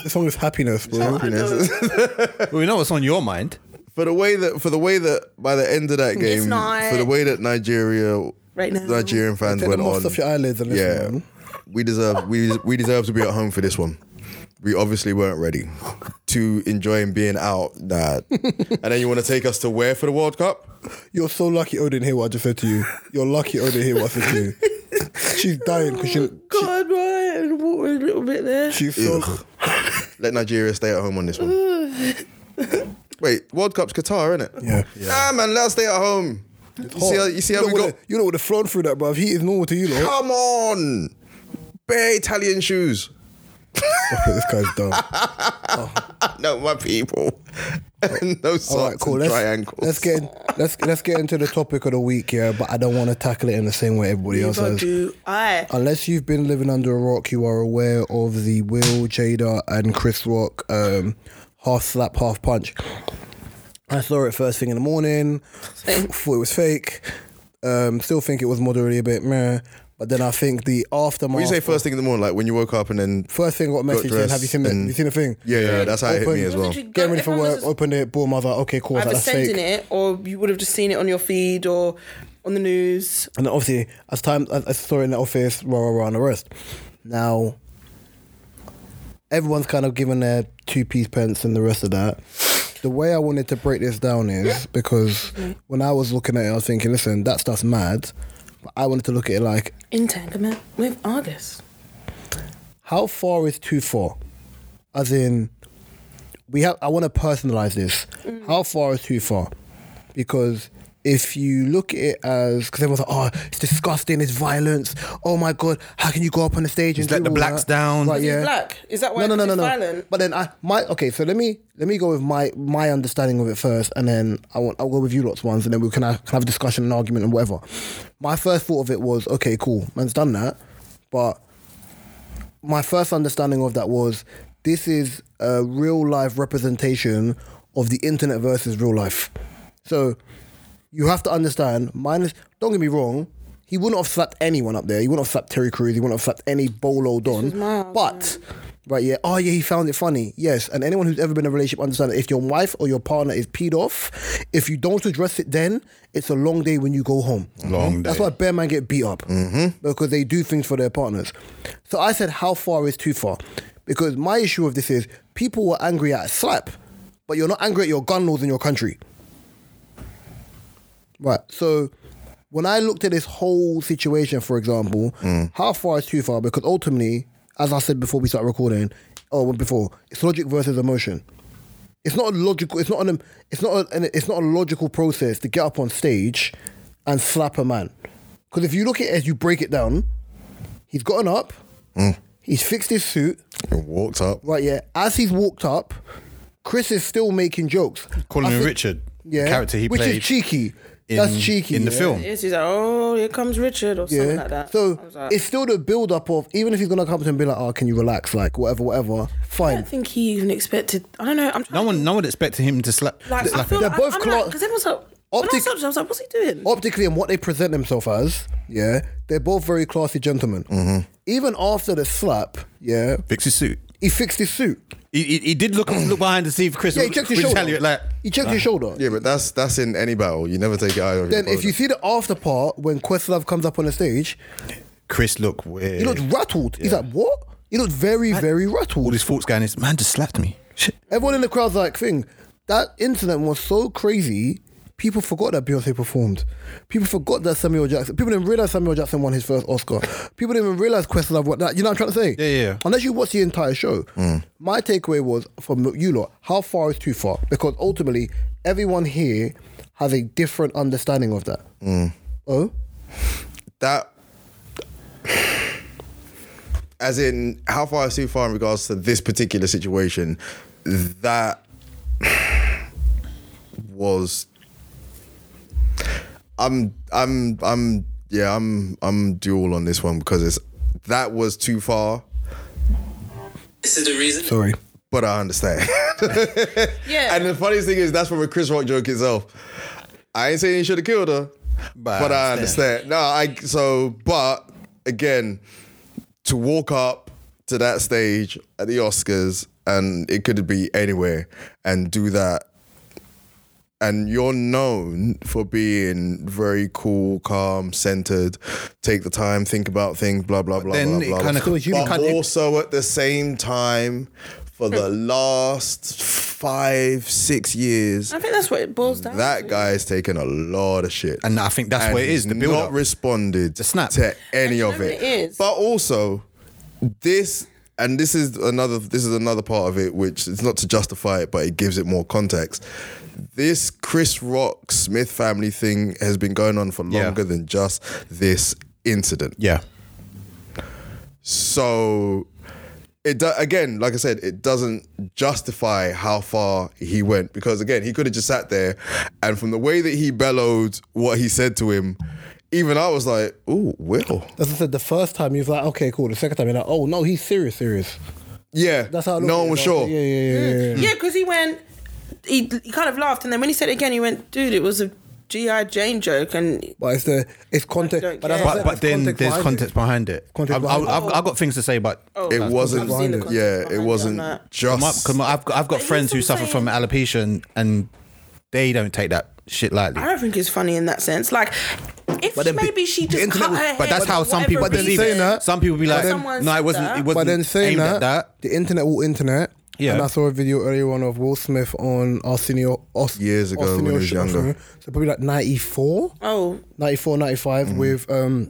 [SPEAKER 3] The song is Happiness, bro.
[SPEAKER 5] Well, we know what's on your mind.
[SPEAKER 2] for the way that for the way that by the end of that game,
[SPEAKER 4] not.
[SPEAKER 2] for the way that Nigeria,
[SPEAKER 4] Right now.
[SPEAKER 2] Nigerian fans
[SPEAKER 3] Take the
[SPEAKER 2] went
[SPEAKER 3] moths
[SPEAKER 2] on.
[SPEAKER 3] off your eyelids and listen,
[SPEAKER 2] yeah,
[SPEAKER 3] man.
[SPEAKER 2] we deserve we we deserve to be at home for this one. We obviously weren't ready to enjoying being out. Nah, and then you want to take us to where for the World Cup?
[SPEAKER 3] You're so lucky Odin hear what I just said to you. You're lucky Odin hear what I said to you. She's dying because she, she,
[SPEAKER 4] Oh, God, right, water a little bit there.
[SPEAKER 3] she's so.
[SPEAKER 2] Let Nigeria stay at home on this one. Wait, World Cup's Qatar, isn't it?
[SPEAKER 3] Yeah.
[SPEAKER 2] Nah, man, let's stay at home. You see how you see how
[SPEAKER 3] know
[SPEAKER 2] we
[SPEAKER 3] would've-
[SPEAKER 2] got.
[SPEAKER 3] You know would have flown through that, bro. He is normal to you, lot.
[SPEAKER 2] Come on, bare Italian shoes.
[SPEAKER 3] Okay, this guy's dumb.
[SPEAKER 2] No, my people. no socks
[SPEAKER 3] All right, cool.
[SPEAKER 2] and
[SPEAKER 3] Let's,
[SPEAKER 2] dry ankles.
[SPEAKER 3] let's get in- let's let's get into the topic of the week, yeah. But I don't want to tackle it in the same way everybody else
[SPEAKER 4] Neither
[SPEAKER 3] has.
[SPEAKER 4] do I.
[SPEAKER 3] Unless you've been living under a rock, you are aware of the Will Jada and Chris Rock um, half slap, half punch. I saw it first thing in the morning.
[SPEAKER 4] Same.
[SPEAKER 3] Thought it was fake. Um, still think it was moderately a bit meh. But then I think the aftermath.
[SPEAKER 2] When you say
[SPEAKER 3] of-
[SPEAKER 2] first thing in the morning, like when you woke up and then
[SPEAKER 3] First thing I got messaged saying,
[SPEAKER 2] dressed
[SPEAKER 3] "Have you seen the
[SPEAKER 2] and-
[SPEAKER 3] Have you seen the thing?"
[SPEAKER 2] yeah, yeah, that's how it hit
[SPEAKER 3] Open-
[SPEAKER 2] me as well.
[SPEAKER 4] Literally,
[SPEAKER 3] Getting ready for
[SPEAKER 4] everyone was
[SPEAKER 3] work,
[SPEAKER 4] just-
[SPEAKER 3] opened it, boom. I was like, "Okay, cool." I was
[SPEAKER 4] either
[SPEAKER 3] like, that's
[SPEAKER 4] sending
[SPEAKER 3] fake.
[SPEAKER 4] it or you would have just seen it on your feed or on the news.
[SPEAKER 3] And then obviously, as time as I saw it in the office, rah rah rah, and the rest. Now, everyone's kind of given their two piece pence and the rest of that. The way I wanted to break this down is because when I was looking at it, I was thinking, listen, that stuff's mad. But I wanted to look at it like,
[SPEAKER 4] Entanglement with Argus.
[SPEAKER 3] how far is too far? As in, we have. I want to personalize this. How far is too far? Because if you look at it as, because everyone's like, oh, it's disgusting, it's violence. Oh my god, how can you go up on the stage and
[SPEAKER 5] let
[SPEAKER 3] do
[SPEAKER 5] the
[SPEAKER 3] all
[SPEAKER 5] blacks
[SPEAKER 3] that?"
[SPEAKER 5] down.
[SPEAKER 3] Right,
[SPEAKER 5] Is he
[SPEAKER 3] yeah.
[SPEAKER 4] He's black. Is that why
[SPEAKER 3] no, no, no,
[SPEAKER 4] he's
[SPEAKER 3] no, no.
[SPEAKER 4] violent?
[SPEAKER 3] But then I my okay. So let me let me go with my my understanding of it first, and then I want I'll go with you lots ones, and then we can have, can have a discussion, and argument, and whatever. My first thought of it was okay, cool, man's done that, but my first understanding of that was this is a real life representation of the internet versus real life. So you have to understand, minus, don't get me wrong, he wouldn't have slapped anyone up there. He wouldn't have slapped Terry Crews. He wouldn't have slapped any Bolo Don.
[SPEAKER 4] mild,
[SPEAKER 3] But, right, yeah, oh yeah, he found it funny. Yes. And anyone who's ever been in a relationship understands that if your wife or your partner is peed off, if you don't address it then, it's a long day when you go home. Mm-hmm.
[SPEAKER 1] Long
[SPEAKER 3] That's
[SPEAKER 1] day. Mm-hmm.
[SPEAKER 3] why bear men get beat up because they do things for their partners. So I said, how far is too far? Because my issue with this is people were angry at a slap, but you're not angry at your gun laws in your country. Right. So when I looked at this whole situation, for example, how far is too far? Because ultimately, as I said before we start recording, or well, before, it's logic versus emotion. It's not a logical. It's not an. It's not an. It's not a logical process to get up on stage and slap a man. Because if you look at it as you break it down, he's gotten up, he's fixed his suit,
[SPEAKER 2] Walked up.
[SPEAKER 3] right? Yeah. As he's walked up, Chris is still making jokes.
[SPEAKER 1] Calling
[SPEAKER 3] I
[SPEAKER 1] him
[SPEAKER 3] thi-
[SPEAKER 1] Richard.
[SPEAKER 3] yeah,
[SPEAKER 1] The character he
[SPEAKER 3] which
[SPEAKER 1] played
[SPEAKER 3] is cheeky.
[SPEAKER 1] in,
[SPEAKER 3] That's cheeky
[SPEAKER 1] in the
[SPEAKER 3] yeah.
[SPEAKER 1] film.
[SPEAKER 4] Yes, he's like, oh, here comes Richard or something like that.
[SPEAKER 3] So
[SPEAKER 4] I was like,
[SPEAKER 3] it's still the build up of even if he's gonna come to him and be like, "Oh, can you relax?" Like whatever, whatever.
[SPEAKER 4] I
[SPEAKER 3] Fine.
[SPEAKER 4] don't think he even expected. I don't know. I'm trying.
[SPEAKER 5] No one, no one expected him to slap.
[SPEAKER 4] Like, I
[SPEAKER 5] slap
[SPEAKER 4] feel,
[SPEAKER 3] They're
[SPEAKER 4] I,
[SPEAKER 3] both
[SPEAKER 4] I'm
[SPEAKER 3] clo-
[SPEAKER 4] like, because everyone's like, when I
[SPEAKER 3] Optic-
[SPEAKER 4] saw this, I was like, what's he doing?
[SPEAKER 3] Optically and what they present themselves as, yeah, they're both very classy gentlemen.
[SPEAKER 1] Mm-hmm.
[SPEAKER 3] Even after the slap, yeah,
[SPEAKER 5] Fix his suit.
[SPEAKER 3] he fixed his suit.
[SPEAKER 5] He, he, he did look look behind to see if Chris.
[SPEAKER 3] Yeah, he
[SPEAKER 5] would-
[SPEAKER 3] checked his
[SPEAKER 5] would
[SPEAKER 3] shoulder.
[SPEAKER 5] tell you, like,
[SPEAKER 3] he checked his shoulder.
[SPEAKER 2] Yeah, but that's that's in any battle. You never take your eye off
[SPEAKER 3] Then
[SPEAKER 2] your
[SPEAKER 3] if you see the after part when Questlove comes up on the stage,
[SPEAKER 5] Chris looked weird.
[SPEAKER 3] he looked rattled. He's like, "What?" He looked very, very rattled.
[SPEAKER 5] all his thoughts going. His man just slapped me. Shit.
[SPEAKER 3] Everyone in the crowd's like, thing, that incident was so crazy. People forgot that Beyonce performed. People forgot that Samuel Jackson. People didn't realize Samuel Jackson won his first Oscar. People didn't even realize Questlove won that. You know what I'm trying to say?
[SPEAKER 5] Yeah, yeah. Mm.
[SPEAKER 3] Unless you watch the entire show. My takeaway was from you lot, how far is too far? Because ultimately, everyone here has a different understanding of that.
[SPEAKER 5] Mm.
[SPEAKER 3] Oh?
[SPEAKER 2] that as in how far is too far in regards to this particular situation that was i'm i'm i'm yeah i'm i'm dual on this one because it's that was too far
[SPEAKER 6] This is the reason.
[SPEAKER 3] Sorry.
[SPEAKER 2] but i understand
[SPEAKER 4] yeah.
[SPEAKER 2] and the funniest thing is that's from a chris rock joke itself i ain't saying he should have killed her
[SPEAKER 5] But,
[SPEAKER 2] but I understand. No, I so but again, to walk up to that stage at the Oscars and it could be anywhere and do that. And you're known for being very cool, calm, centered, take the time, think about things, blah blah blah.
[SPEAKER 5] then
[SPEAKER 2] blah,
[SPEAKER 5] it
[SPEAKER 2] blah,
[SPEAKER 5] kinda-
[SPEAKER 2] blah.
[SPEAKER 5] it kinda-
[SPEAKER 2] But
[SPEAKER 5] it-
[SPEAKER 2] also at the same time, for the last five, six years,
[SPEAKER 4] I think that's what it boils down to.
[SPEAKER 2] that guy's taken a lot of shit.
[SPEAKER 5] And I think that's what it is,
[SPEAKER 2] he's
[SPEAKER 5] the build
[SPEAKER 2] not
[SPEAKER 5] up.
[SPEAKER 2] responded
[SPEAKER 5] The snap.
[SPEAKER 2] to any
[SPEAKER 4] And
[SPEAKER 2] of
[SPEAKER 4] you know
[SPEAKER 2] it.
[SPEAKER 4] what it is?
[SPEAKER 2] But also, this and this is another this is another part of it, which is not to justify it, but it gives it more context. This Chris Rock Smith family thing has been going on for
[SPEAKER 5] Yeah.
[SPEAKER 2] longer than just this incident.
[SPEAKER 5] Yeah.
[SPEAKER 2] So it do- again, like I said, it doesn't justify how far he went because again, he could have just sat there, and from the way that he bellowed what he said to him, even I was like, "Ooh, Will."
[SPEAKER 3] As I said, the first time he was like, okay, cool. The second time you're like, oh no, he's serious, serious.
[SPEAKER 2] Yeah,
[SPEAKER 3] That's how I looked
[SPEAKER 2] no
[SPEAKER 3] at
[SPEAKER 2] one
[SPEAKER 3] it.
[SPEAKER 2] was
[SPEAKER 3] I
[SPEAKER 2] sure.
[SPEAKER 3] like, yeah, yeah, yeah. yeah, yeah.
[SPEAKER 4] Yeah, because he went, he, he kind of laughed, and then when he said it again, he went, dude, it was a G.I. Jane joke, and
[SPEAKER 3] But it's the it's context.
[SPEAKER 4] don't
[SPEAKER 3] But, that's
[SPEAKER 4] care.
[SPEAKER 3] what I
[SPEAKER 5] But,
[SPEAKER 3] said,
[SPEAKER 5] but then
[SPEAKER 3] context
[SPEAKER 5] there's
[SPEAKER 3] behind
[SPEAKER 5] context behind it.
[SPEAKER 3] Context
[SPEAKER 5] I've,
[SPEAKER 3] behind
[SPEAKER 5] I've, I've, I've got things to say, but
[SPEAKER 4] Oh.
[SPEAKER 2] It wasn't.
[SPEAKER 4] I've seen the
[SPEAKER 2] yeah,
[SPEAKER 4] context
[SPEAKER 2] it
[SPEAKER 4] behind
[SPEAKER 2] wasn't
[SPEAKER 4] it on that.
[SPEAKER 2] just.
[SPEAKER 5] my, 'cause my- I've got, I've got
[SPEAKER 4] here's
[SPEAKER 5] friends
[SPEAKER 4] what
[SPEAKER 5] who
[SPEAKER 4] I'm
[SPEAKER 5] suffer
[SPEAKER 4] saying.
[SPEAKER 5] from alopecia and, and they don't take that shit lightly.
[SPEAKER 4] I don't think it's funny in that sense. Like, if
[SPEAKER 5] then be-
[SPEAKER 4] maybe she just
[SPEAKER 5] internet
[SPEAKER 4] cut
[SPEAKER 5] was-
[SPEAKER 4] her hair
[SPEAKER 5] But that's
[SPEAKER 4] for
[SPEAKER 5] how some
[SPEAKER 4] whatever
[SPEAKER 5] people
[SPEAKER 3] But then
[SPEAKER 4] reason.
[SPEAKER 3] saying that-
[SPEAKER 5] Some people be like,
[SPEAKER 4] Someone
[SPEAKER 5] no,
[SPEAKER 4] said
[SPEAKER 5] it wasn't.
[SPEAKER 4] that.
[SPEAKER 5] It
[SPEAKER 4] But
[SPEAKER 5] wasn't
[SPEAKER 3] But then saying
[SPEAKER 5] aimed
[SPEAKER 3] that,
[SPEAKER 5] at that.
[SPEAKER 3] the internet will internet.
[SPEAKER 5] Yeah.
[SPEAKER 3] And I saw a video earlier on of Will Smith on Arsenio Os-
[SPEAKER 2] Years ago when he was
[SPEAKER 3] Sh-
[SPEAKER 2] younger.
[SPEAKER 3] Arsenio. So probably like 94,
[SPEAKER 4] Oh,
[SPEAKER 3] 94, 95
[SPEAKER 5] Mm.
[SPEAKER 3] with um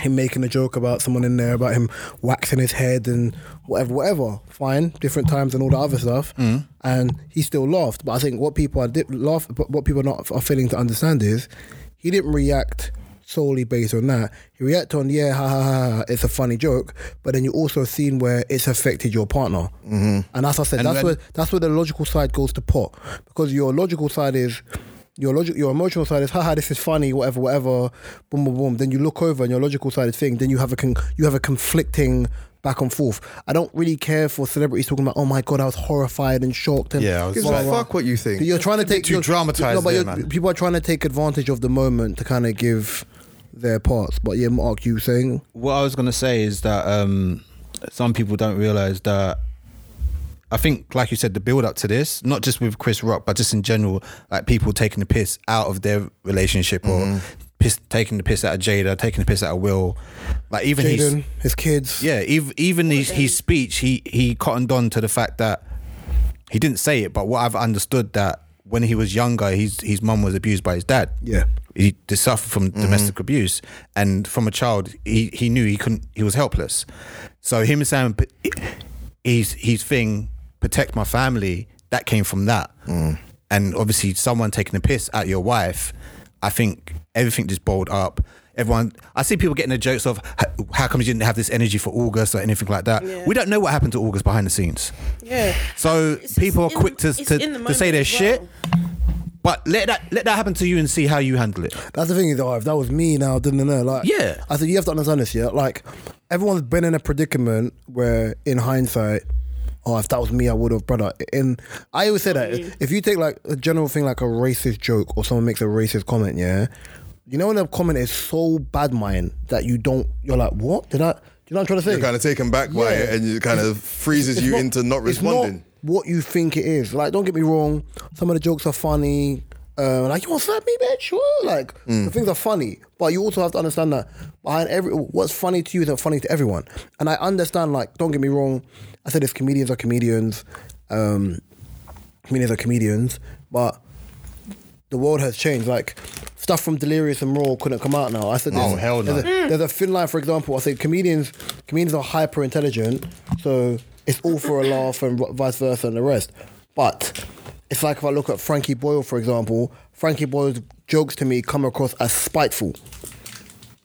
[SPEAKER 3] him making a joke about someone in there about him waxing his head and whatever, whatever. Fine, different times and all the other stuff.
[SPEAKER 5] Mm.
[SPEAKER 3] And he still laughed. But I think what people are di- laugh, but what people are not are failing to understand is he didn't react solely based on that. You react on, yeah, ha ha ha, ha, it's a funny joke, but then you also seen where it's affected your partner. Mm-hmm. And as I said,
[SPEAKER 5] And
[SPEAKER 3] that's
[SPEAKER 5] when-
[SPEAKER 3] where that's where the logical side goes to pot because your logical side is. Your logic, your emotional side is, haha, this is funny, whatever, whatever, boom, boom, boom. Then you look over, and your logical side is thing. Then you have a con- you have a conflicting back and forth. I don't really care for celebrities talking about, oh my god, I was horrified and shocked. And
[SPEAKER 1] Yeah, I was-
[SPEAKER 2] Gives a
[SPEAKER 1] Well,
[SPEAKER 2] fuck what you think.
[SPEAKER 3] You're trying to take
[SPEAKER 1] too
[SPEAKER 3] you're-
[SPEAKER 1] dramatized
[SPEAKER 3] No, but
[SPEAKER 1] there,
[SPEAKER 3] you're-
[SPEAKER 1] man.
[SPEAKER 3] people are trying to take advantage of the moment to kind of give their parts. But yeah, Mark, you saying
[SPEAKER 5] what I was gonna say is that um, some people don't realize that. I think, like you said, the build up to this, not just with Chris Rock, but just in general, like people taking the piss out of their relationship or piss, taking the piss out of Jada, taking the piss out of Will, like even he's
[SPEAKER 3] Jaden, his kids.
[SPEAKER 5] yeah, even, even his, his speech, he he cottoned on to the fact that he didn't say it, but what I've understood that when he was younger, his his mum was abused by his dad.
[SPEAKER 3] Yeah.
[SPEAKER 5] he did suffer from domestic abuse, and from a child, he he knew he couldn't, he was helpless. So him saying, p- "He's his thing, protect my family." That came from that, and obviously someone taking a piss at your wife. I think everything just balled up. Everyone, I see people getting the jokes of "H- how come you didn't have this energy for August or anything like that.
[SPEAKER 4] Yeah.
[SPEAKER 5] We don't know what happened to August behind the scenes.
[SPEAKER 4] Yeah.
[SPEAKER 5] So
[SPEAKER 4] It's-
[SPEAKER 5] people are
[SPEAKER 4] it's in
[SPEAKER 5] quick
[SPEAKER 4] the-
[SPEAKER 5] to,
[SPEAKER 4] it's
[SPEAKER 5] to,
[SPEAKER 4] in the
[SPEAKER 5] to say
[SPEAKER 4] moment
[SPEAKER 5] their
[SPEAKER 4] as
[SPEAKER 5] shit,
[SPEAKER 4] well.
[SPEAKER 5] but let that let that happen to you and see how you handle it.
[SPEAKER 3] That's the thing though. If that was me now, didn't know. Like,
[SPEAKER 5] Yeah.
[SPEAKER 3] I think you have to understand this. Yeah, like everyone's been in a predicament where, in hindsight, oh, if that was me, I would have, brother. And I always say that if you take like a general thing, like a racist joke, or someone makes a racist comment, yeah, you know when the comment is so bad, mind that you don't, you're like, what did I? Do you know what I'm trying to say?
[SPEAKER 2] You're kind of taken back by
[SPEAKER 3] Yeah.
[SPEAKER 2] it, and it kind of freezes
[SPEAKER 3] It's
[SPEAKER 2] you into not
[SPEAKER 3] it's not
[SPEAKER 2] responding.
[SPEAKER 3] what you think it is. Like, don't get me wrong. Some of the jokes are funny. Uh, like you want to slap me, bitch? Sure. Like
[SPEAKER 2] Mm.
[SPEAKER 3] the things are funny, but you also have to understand that behind every what's funny to you isn't funny to everyone. And I understand. Like, don't get me wrong. I said this: comedians are comedians. Um, comedians are comedians, but the world has changed. Like stuff from Delirious and Raw couldn't come out now. I said,
[SPEAKER 5] Oh,
[SPEAKER 3] there's-
[SPEAKER 5] hell no.
[SPEAKER 3] There's a, there's a thin line, for example. I said comedians, comedians are hyper intelligent, so it's all for a laugh and vice versa and the rest. But it's like if I look at Frankie Boyle, for example, Frankie Boyle's jokes to me come across as spiteful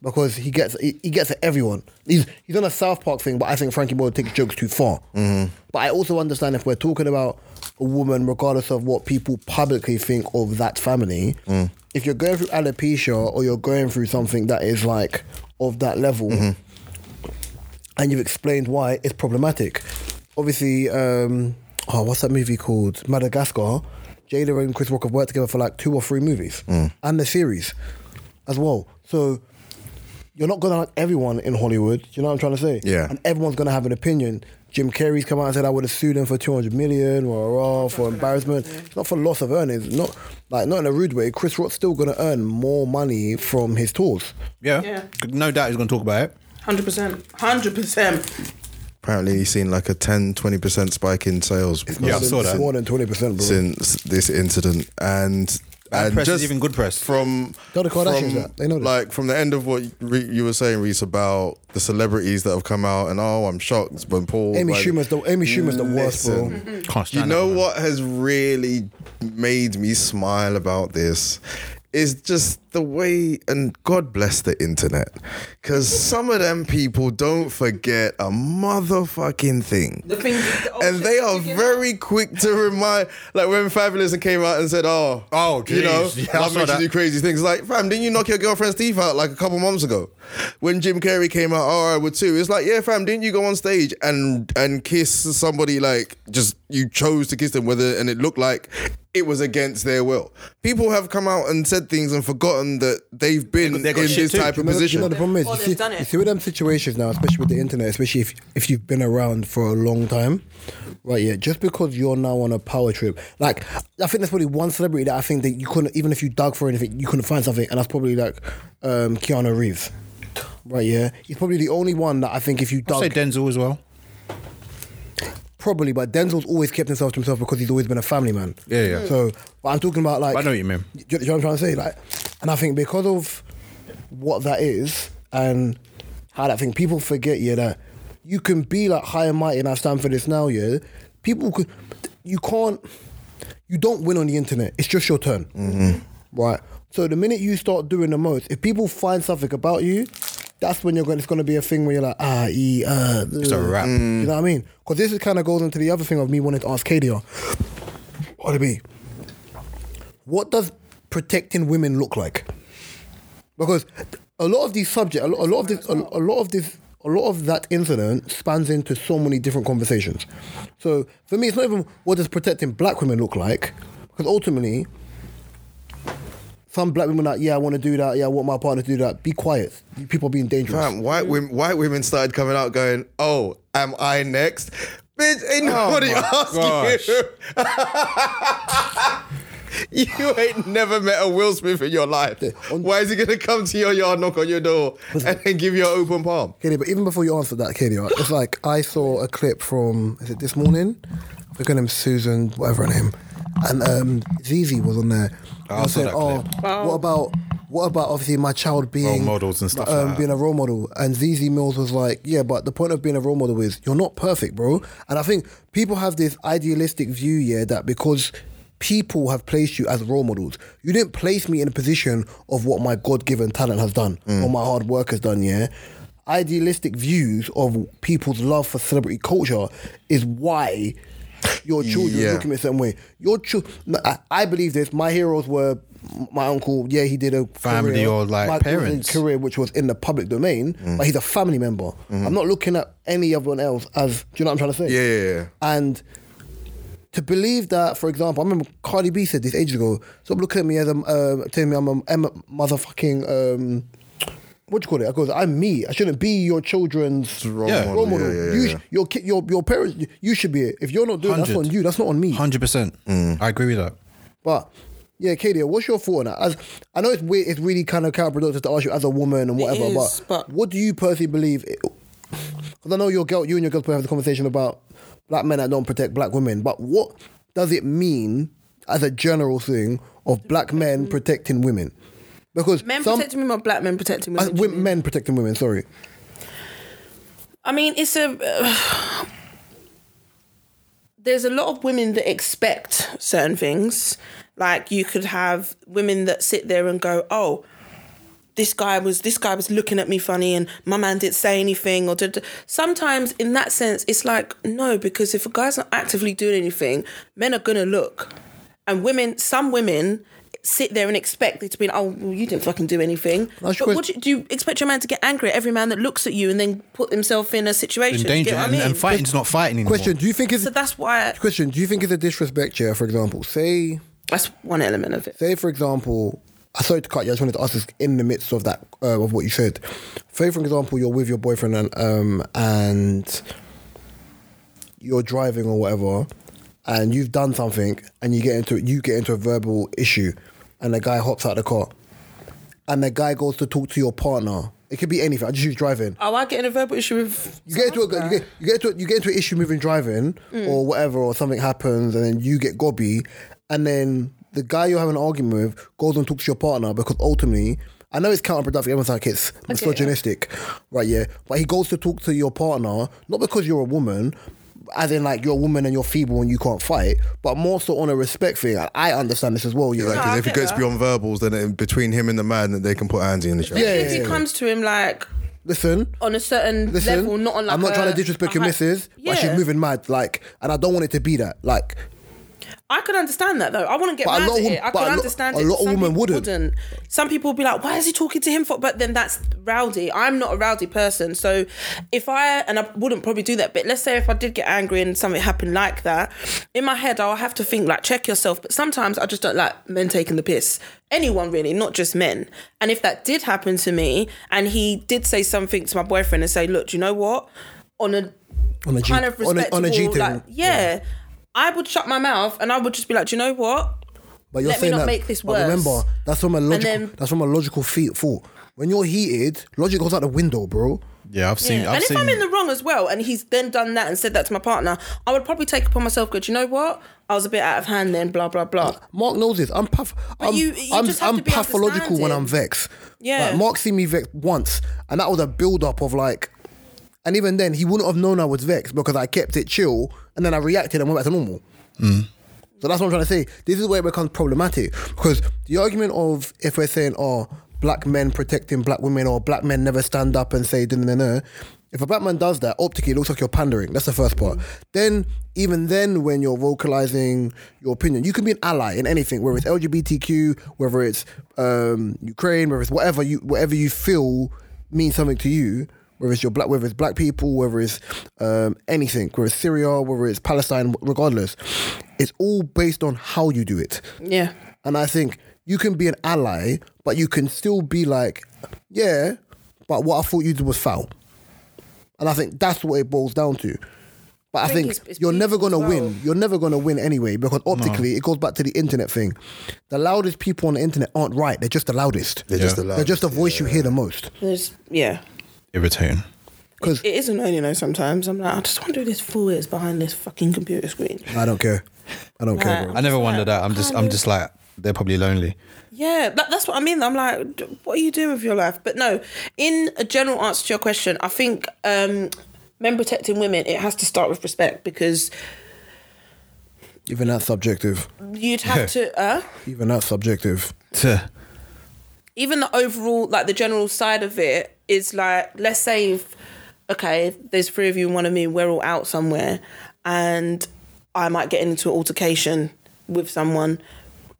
[SPEAKER 3] because he gets he, he gets at everyone. He's he's on a South Park thing, but I think Frankie Boyle takes jokes too far. But I also understand if we're talking about a woman, regardless of what people publicly think of that family, if you're going through alopecia or you're going through something that is like of that level, and you've explained why it's problematic. Obviously, um, oh, what's that movie called? Madagascar. Jada and Chris Rock have worked together for like two or three movies
[SPEAKER 5] Mm.
[SPEAKER 3] and the series as well. So you're not gonna like everyone in Hollywood. Do you know what I'm trying to say?
[SPEAKER 2] Yeah.
[SPEAKER 3] And everyone's gonna have an opinion. Jim Carrey's come out and said I would have sued him for 200 million or rah, for embarrassment. It's not for loss of earnings. Not like not in a rude way. Chris Rock's still gonna earn more money from his tours.
[SPEAKER 5] Yeah,
[SPEAKER 4] Yeah.
[SPEAKER 5] no doubt he's going to talk about it.
[SPEAKER 4] Hundred percent. Hundred percent.
[SPEAKER 2] Apparently, he's seen like a 10 20% spike in sales
[SPEAKER 5] Yeah, I
[SPEAKER 3] It's
[SPEAKER 5] saw that.
[SPEAKER 3] More than 20, percent bro.
[SPEAKER 2] since this incident. And,
[SPEAKER 5] Bad
[SPEAKER 2] and
[SPEAKER 5] press is even good press.
[SPEAKER 2] From,
[SPEAKER 3] Tell the Kardashians
[SPEAKER 2] from,
[SPEAKER 3] that. They know this.
[SPEAKER 2] Like, from the end of what Re- you were saying, Reese, about the celebrities that have come out, and oh, I'm shocked when Paul.
[SPEAKER 3] Amy
[SPEAKER 2] like,
[SPEAKER 3] Schumer's the Amy Schumer's the worst, bro.
[SPEAKER 2] listen.
[SPEAKER 4] Mm.
[SPEAKER 5] Can't
[SPEAKER 2] You
[SPEAKER 5] stand that
[SPEAKER 2] know
[SPEAKER 5] woman.
[SPEAKER 2] what has really made me smile about this is just the way, and God bless the internet, because some of them people don't forget a motherfucking thing.
[SPEAKER 4] The thing. the
[SPEAKER 2] And they
[SPEAKER 4] object
[SPEAKER 2] are
[SPEAKER 4] sticking
[SPEAKER 2] very quick to remind, like when Fabulous came out and said, "Oh,
[SPEAKER 5] Oh,
[SPEAKER 2] you know,
[SPEAKER 5] geez. Yeah, I
[SPEAKER 2] love
[SPEAKER 5] saw
[SPEAKER 2] makes you
[SPEAKER 5] that.
[SPEAKER 2] do crazy things." Like, fam, didn't you knock your girlfriend's teeth out like a couple months ago? When Jim Carrey came out, "All right, with two, it's like, yeah, fam, didn't you go on stage and and kiss somebody like just you chose to kiss them, whether and it looked like it was against their will. People have come out and said things and forgotten that they've been
[SPEAKER 5] They got- they got
[SPEAKER 2] in
[SPEAKER 5] shit
[SPEAKER 2] this
[SPEAKER 5] too.
[SPEAKER 2] type of
[SPEAKER 3] You know, the-
[SPEAKER 2] position.
[SPEAKER 3] You know, the problem is,
[SPEAKER 4] Or
[SPEAKER 3] you
[SPEAKER 4] they've
[SPEAKER 3] see,
[SPEAKER 4] done it.
[SPEAKER 3] you see with them situations now, especially with the internet, especially if, if you've been around for a long time, right? Yeah, just because you're now on a power trip, like I think there's probably one celebrity that I think that you couldn't, even if you dug for anything, you couldn't find something, and that's probably like um, Keanu Reeves, right? Yeah, he's probably the only one that I think if you
[SPEAKER 5] I'd
[SPEAKER 3] dug,
[SPEAKER 5] say Denzel as well.
[SPEAKER 3] probably, but Denzel's always kept himself to himself because he's always been a family man.
[SPEAKER 5] Yeah, yeah.
[SPEAKER 3] So, but I'm talking about like
[SPEAKER 5] I know what you mean.
[SPEAKER 3] Do you, do you know what I'm trying to say? Like, and I think because of what that is and how that thing, people forget, yeah, that you can be like high and mighty, and I stand for this now, yeah. People could, you can't, you don't win on the internet. It's just your turn, right? So the minute you start doing the most, if people find something about you, that's when you're going. It's going to be a thing where you're like, ah, e, uh, it's
[SPEAKER 5] a wrap.
[SPEAKER 3] You know what I mean? Because this is kind of goes into the other thing of me wanting to ask Kadia, or to be what does protecting women look like? Because a lot of these subject, a lot, a lot of this, a, a lot of this, a lot of that incident spans into so many different conversations. So for me, it's not even what does protecting black women look like, because ultimately, some black women are like, yeah, I want to do that. Yeah, I want my partner to do that. Be quiet. You people are being dangerous.
[SPEAKER 2] Fam, white women, white women started coming out going, "Oh, am I next?" Bitch, ain't nobody asked you. you ain't never met a Will Smith in your life. Why is he gonna come to your yard, knock on your door, and then give you an open palm?
[SPEAKER 3] Katie, but even before you answered that, Katie, right, it's like I saw a clip from is it this morning? We're going Susan, whatever her name, and um, Zizi was on there. I
[SPEAKER 5] saw that
[SPEAKER 3] "Oh,
[SPEAKER 5] clip.
[SPEAKER 3] what about what about obviously my child being
[SPEAKER 5] models and stuff
[SPEAKER 3] um,
[SPEAKER 5] like that.
[SPEAKER 3] being a role model?" And Zizi Mills was like, "Yeah, but the point of being a role model is you're not perfect, bro." And I think people have this idealistic view, yeah, that because people have placed you as role models. You didn't place me in a position of what my God-given talent has done
[SPEAKER 5] Mm.
[SPEAKER 3] or my hard work has done, yeah idealistic views of people's love for celebrity culture is why your children
[SPEAKER 2] Yeah.
[SPEAKER 3] look at me a certain way. Your chil- No, I, I believe this. My heroes were my uncle. Yeah, he did a
[SPEAKER 5] Family
[SPEAKER 3] career.
[SPEAKER 5] or, like,
[SPEAKER 3] my cousin's
[SPEAKER 5] parents.
[SPEAKER 3] career, which was in the public domain,
[SPEAKER 2] Mm.
[SPEAKER 3] but he's a family member. I'm not looking at any everyone else as. Do you know what I'm trying to say?
[SPEAKER 2] Mm-hmm. Yeah, yeah, yeah.
[SPEAKER 3] And to believe that, for example, I remember Cardi B said this ages ago. Stop looking at me as a um, telling me I'm a, I'm a motherfucking. Um, what do you call it? I goes, I'm me. I shouldn't be your children's role
[SPEAKER 2] Yeah. model. Yeah, yeah, yeah,
[SPEAKER 3] You
[SPEAKER 2] yeah.
[SPEAKER 3] sh- your, ki- your your parents. You should be it. If you're not doing, it, that's
[SPEAKER 5] 100.
[SPEAKER 3] on you. That's not on me.
[SPEAKER 5] Hundred percent. I agree with that.
[SPEAKER 3] But yeah, Katie, what's your thought on that? As I know it's weird, it's really kind of counterproductive to ask you as a woman and whatever.
[SPEAKER 4] is,
[SPEAKER 3] but,
[SPEAKER 4] but-
[SPEAKER 3] what do you personally believe? Because I know your girl, you and your girlfriend have the conversation about black men that don't protect black women. But what does it mean as a general thing of black men protecting women? Because
[SPEAKER 4] Men
[SPEAKER 3] some
[SPEAKER 4] protecting women or black men protecting
[SPEAKER 3] uh,
[SPEAKER 4] women?
[SPEAKER 3] wi- men protecting women. Sorry,
[SPEAKER 4] I mean, it's a. uh, there's a lot of women that expect certain things. Like you could have women that sit there and go, "Oh, this guy was this guy was looking at me funny, and my man didn't say anything." Or did sometimes in that sense, it's like no, because if a guy's not actively doing anything, men are gonna look, and women, some women. Sit there and expect it to be, oh, well, you didn't fucking do anything.
[SPEAKER 3] That's
[SPEAKER 4] but
[SPEAKER 3] good.
[SPEAKER 4] what do you, do you expect your man to get angry at every man that looks at you and then put himself in a situation?
[SPEAKER 5] In
[SPEAKER 4] Do you
[SPEAKER 5] danger
[SPEAKER 4] get what I
[SPEAKER 5] and, and
[SPEAKER 4] mean?
[SPEAKER 5] fighting's not fighting anymore.
[SPEAKER 3] question. Do you think is
[SPEAKER 4] So that's why
[SPEAKER 3] question? Do you think it's a disrespect? Yeah, for example, say
[SPEAKER 4] that's one element of it.
[SPEAKER 3] say for example i sorry to cut you i just wanted to ask this in the midst of that uh, of what you said say for example you're with your boyfriend and um and you're driving or whatever and you've done something and you get into you get into a verbal issue and the guy hops out the car and the guy goes to talk to your partner it could be anything i just use driving
[SPEAKER 4] Oh, I get in a verbal issue with.
[SPEAKER 3] you get into a, you get you get into a, you get into an issue moving driving
[SPEAKER 4] Mm.
[SPEAKER 3] or whatever or something happens and then you get gobby and then the guy you're having an argument with goes and talks to your partner because ultimately I know it's counterproductive. Everyone's like it's misogynistic, right? Yeah, but he goes to talk to your partner not because you're a woman, as in like you're a woman and you're feeble and you can't fight, but more so on a respect thing. And I understand this as well. Yeah,
[SPEAKER 2] Like, 'cause
[SPEAKER 4] I
[SPEAKER 2] if it
[SPEAKER 4] get
[SPEAKER 2] gets
[SPEAKER 4] that.
[SPEAKER 2] beyond verbals, then it, between him and the man, then they can put hands in each other.
[SPEAKER 3] Yeah,
[SPEAKER 4] if he comes to him like
[SPEAKER 3] listen,
[SPEAKER 4] on a certain
[SPEAKER 3] Listen,
[SPEAKER 4] level, not on like
[SPEAKER 3] I'm not
[SPEAKER 4] a-
[SPEAKER 3] trying to disrespect
[SPEAKER 4] a
[SPEAKER 3] your
[SPEAKER 4] high-
[SPEAKER 3] missus,
[SPEAKER 4] Yeah.
[SPEAKER 3] but she's moving mad. Like, and I don't want it to be that. Like,
[SPEAKER 4] I can understand that though. I wouldn't get
[SPEAKER 3] But a
[SPEAKER 4] mad
[SPEAKER 3] lot
[SPEAKER 4] at
[SPEAKER 3] of
[SPEAKER 4] it.
[SPEAKER 3] wom-
[SPEAKER 4] I
[SPEAKER 3] but a
[SPEAKER 4] can
[SPEAKER 3] lot-
[SPEAKER 4] understand
[SPEAKER 3] a
[SPEAKER 4] it.
[SPEAKER 3] lot of
[SPEAKER 4] Some
[SPEAKER 3] women
[SPEAKER 4] people
[SPEAKER 3] wouldn't.
[SPEAKER 4] Some people would be like, "Why is he talking to him for?" But then that's rowdy. I'm not a rowdy person, so if I and I wouldn't probably do that. But let's say if I did get angry and something happened like that, in my head I'll have to think like, check yourself. But sometimes I just don't like men taking the piss. Anyone really, not just men. And if that did happen to me, and he did say something to my boyfriend and say, "Look, do you know what?" On a
[SPEAKER 3] on a G-
[SPEAKER 4] kind of
[SPEAKER 3] on a,
[SPEAKER 4] respectable,
[SPEAKER 3] on a G thing.
[SPEAKER 4] like yeah, I would shut my mouth and I would just be like, do you know what?
[SPEAKER 3] But you're
[SPEAKER 4] Let me
[SPEAKER 3] saying
[SPEAKER 4] not
[SPEAKER 3] that.
[SPEAKER 4] make this
[SPEAKER 3] but remember,
[SPEAKER 4] worse.
[SPEAKER 3] that's from a logical.
[SPEAKER 4] then-
[SPEAKER 3] that's from a logical feat fall. When you're heated, logic goes out the window, bro.
[SPEAKER 5] Yeah, I've seen. I've
[SPEAKER 4] and if
[SPEAKER 5] seen,
[SPEAKER 4] I'm in the wrong as well, and he's then done that and said that to my partner, I would probably take upon myself. Go, do you know what? I was a bit out of hand then. Blah blah blah.
[SPEAKER 3] Mark knows this. I'm path. I'm,
[SPEAKER 4] you- you
[SPEAKER 3] I'm,
[SPEAKER 4] just have
[SPEAKER 3] I'm
[SPEAKER 4] to be
[SPEAKER 3] pathological when I'm
[SPEAKER 4] understanding.
[SPEAKER 3] vexed.
[SPEAKER 4] Yeah.
[SPEAKER 3] Like, Mark seen me vexed once, and that was a build up of like. And even then, he wouldn't have known I was vexed because I kept it chill, and then I reacted and went back to normal. So that's what I'm trying to say. This is where it becomes problematic because the argument of if we're saying, oh, black men protecting black women or black men never stand up and say, no, no, no. If a black man does that, optically, it looks like you're pandering. That's the first part. Then, even then, when you're vocalizing your opinion, you can be an ally in anything, whether it's LGBTQ, whether it's um, Ukraine, whether it's whatever you whatever you feel means something to you. whether it's your black, whether it's black people, whether it's um, anything, whether it's Syria, whether it's Palestine, regardless, it's all based on how you do it.
[SPEAKER 4] Yeah.
[SPEAKER 3] And I think you can be an ally, but you can still be like, yeah, but what I thought you did was foul. And I think that's what it boils down to. But I,
[SPEAKER 4] think
[SPEAKER 3] think,
[SPEAKER 4] it's- it's
[SPEAKER 3] you're never
[SPEAKER 4] people
[SPEAKER 3] going to
[SPEAKER 4] as well.
[SPEAKER 3] win. You're never going to win anyway because optically it goes back to the internet thing. The loudest people on the internet aren't right. They're just the loudest.
[SPEAKER 2] They're just the
[SPEAKER 3] They're just the
[SPEAKER 2] loudest,
[SPEAKER 3] voice you hear the most.
[SPEAKER 4] There's yeah.
[SPEAKER 5] Irritating.
[SPEAKER 3] Because
[SPEAKER 4] It is annoying, you know, sometimes. I'm like, I just wonder who this fool is behind this fucking computer screen.
[SPEAKER 3] I don't care. I don't care.
[SPEAKER 4] Uh,
[SPEAKER 3] Bro.
[SPEAKER 5] I never wondered that. I'm just I'm just like they're probably lonely.
[SPEAKER 4] Yeah, that, that's what I mean. I'm like, d- what are you doing with your life? But no, in a general answer to your question, I think um, men protecting women, it has to start with respect because
[SPEAKER 3] Even that's subjective.
[SPEAKER 4] you'd have to, uh,
[SPEAKER 3] Even that's subjective.
[SPEAKER 5] Tuh.
[SPEAKER 4] even the overall, like the general side of it is like, let's say, if, okay, if there's three of you and one of me, we're all out somewhere, and I might get into an altercation with someone.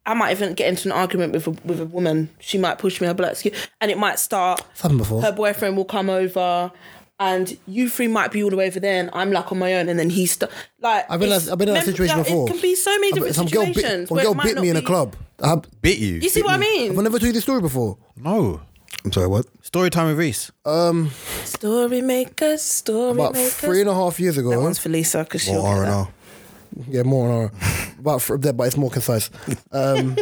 [SPEAKER 4] I might even get into an argument with a, with a woman. She might push me, I'll be like, "Excuse-" and it might start.
[SPEAKER 3] It's happened before.
[SPEAKER 4] her boyfriend will come over and you three might be all the way over there and I'm like on my own and then he's st- like
[SPEAKER 3] I've been in that,
[SPEAKER 4] it's-
[SPEAKER 3] I've been in that
[SPEAKER 4] mem-
[SPEAKER 3] situation
[SPEAKER 4] yeah,
[SPEAKER 3] before.
[SPEAKER 4] It can be so many
[SPEAKER 3] I've been-
[SPEAKER 4] different
[SPEAKER 3] some girl bit-
[SPEAKER 4] situations.
[SPEAKER 3] One
[SPEAKER 4] where it
[SPEAKER 3] girl
[SPEAKER 4] might
[SPEAKER 3] bit
[SPEAKER 4] not
[SPEAKER 3] me in a
[SPEAKER 4] be-
[SPEAKER 3] club. I,
[SPEAKER 5] Bit you.
[SPEAKER 4] You see what I mean?
[SPEAKER 3] I've never told you this story before.
[SPEAKER 5] No.
[SPEAKER 3] I'm sorry, what?
[SPEAKER 5] Story time with Reese.
[SPEAKER 4] Story maker, story
[SPEAKER 3] About
[SPEAKER 4] makers.
[SPEAKER 3] three and a half years ago.
[SPEAKER 4] That one's for Lisa because she'll
[SPEAKER 2] More
[SPEAKER 4] get
[SPEAKER 2] R and
[SPEAKER 4] that.
[SPEAKER 2] R.
[SPEAKER 3] Yeah, more on our about fr- yeah, but it's more concise. Um,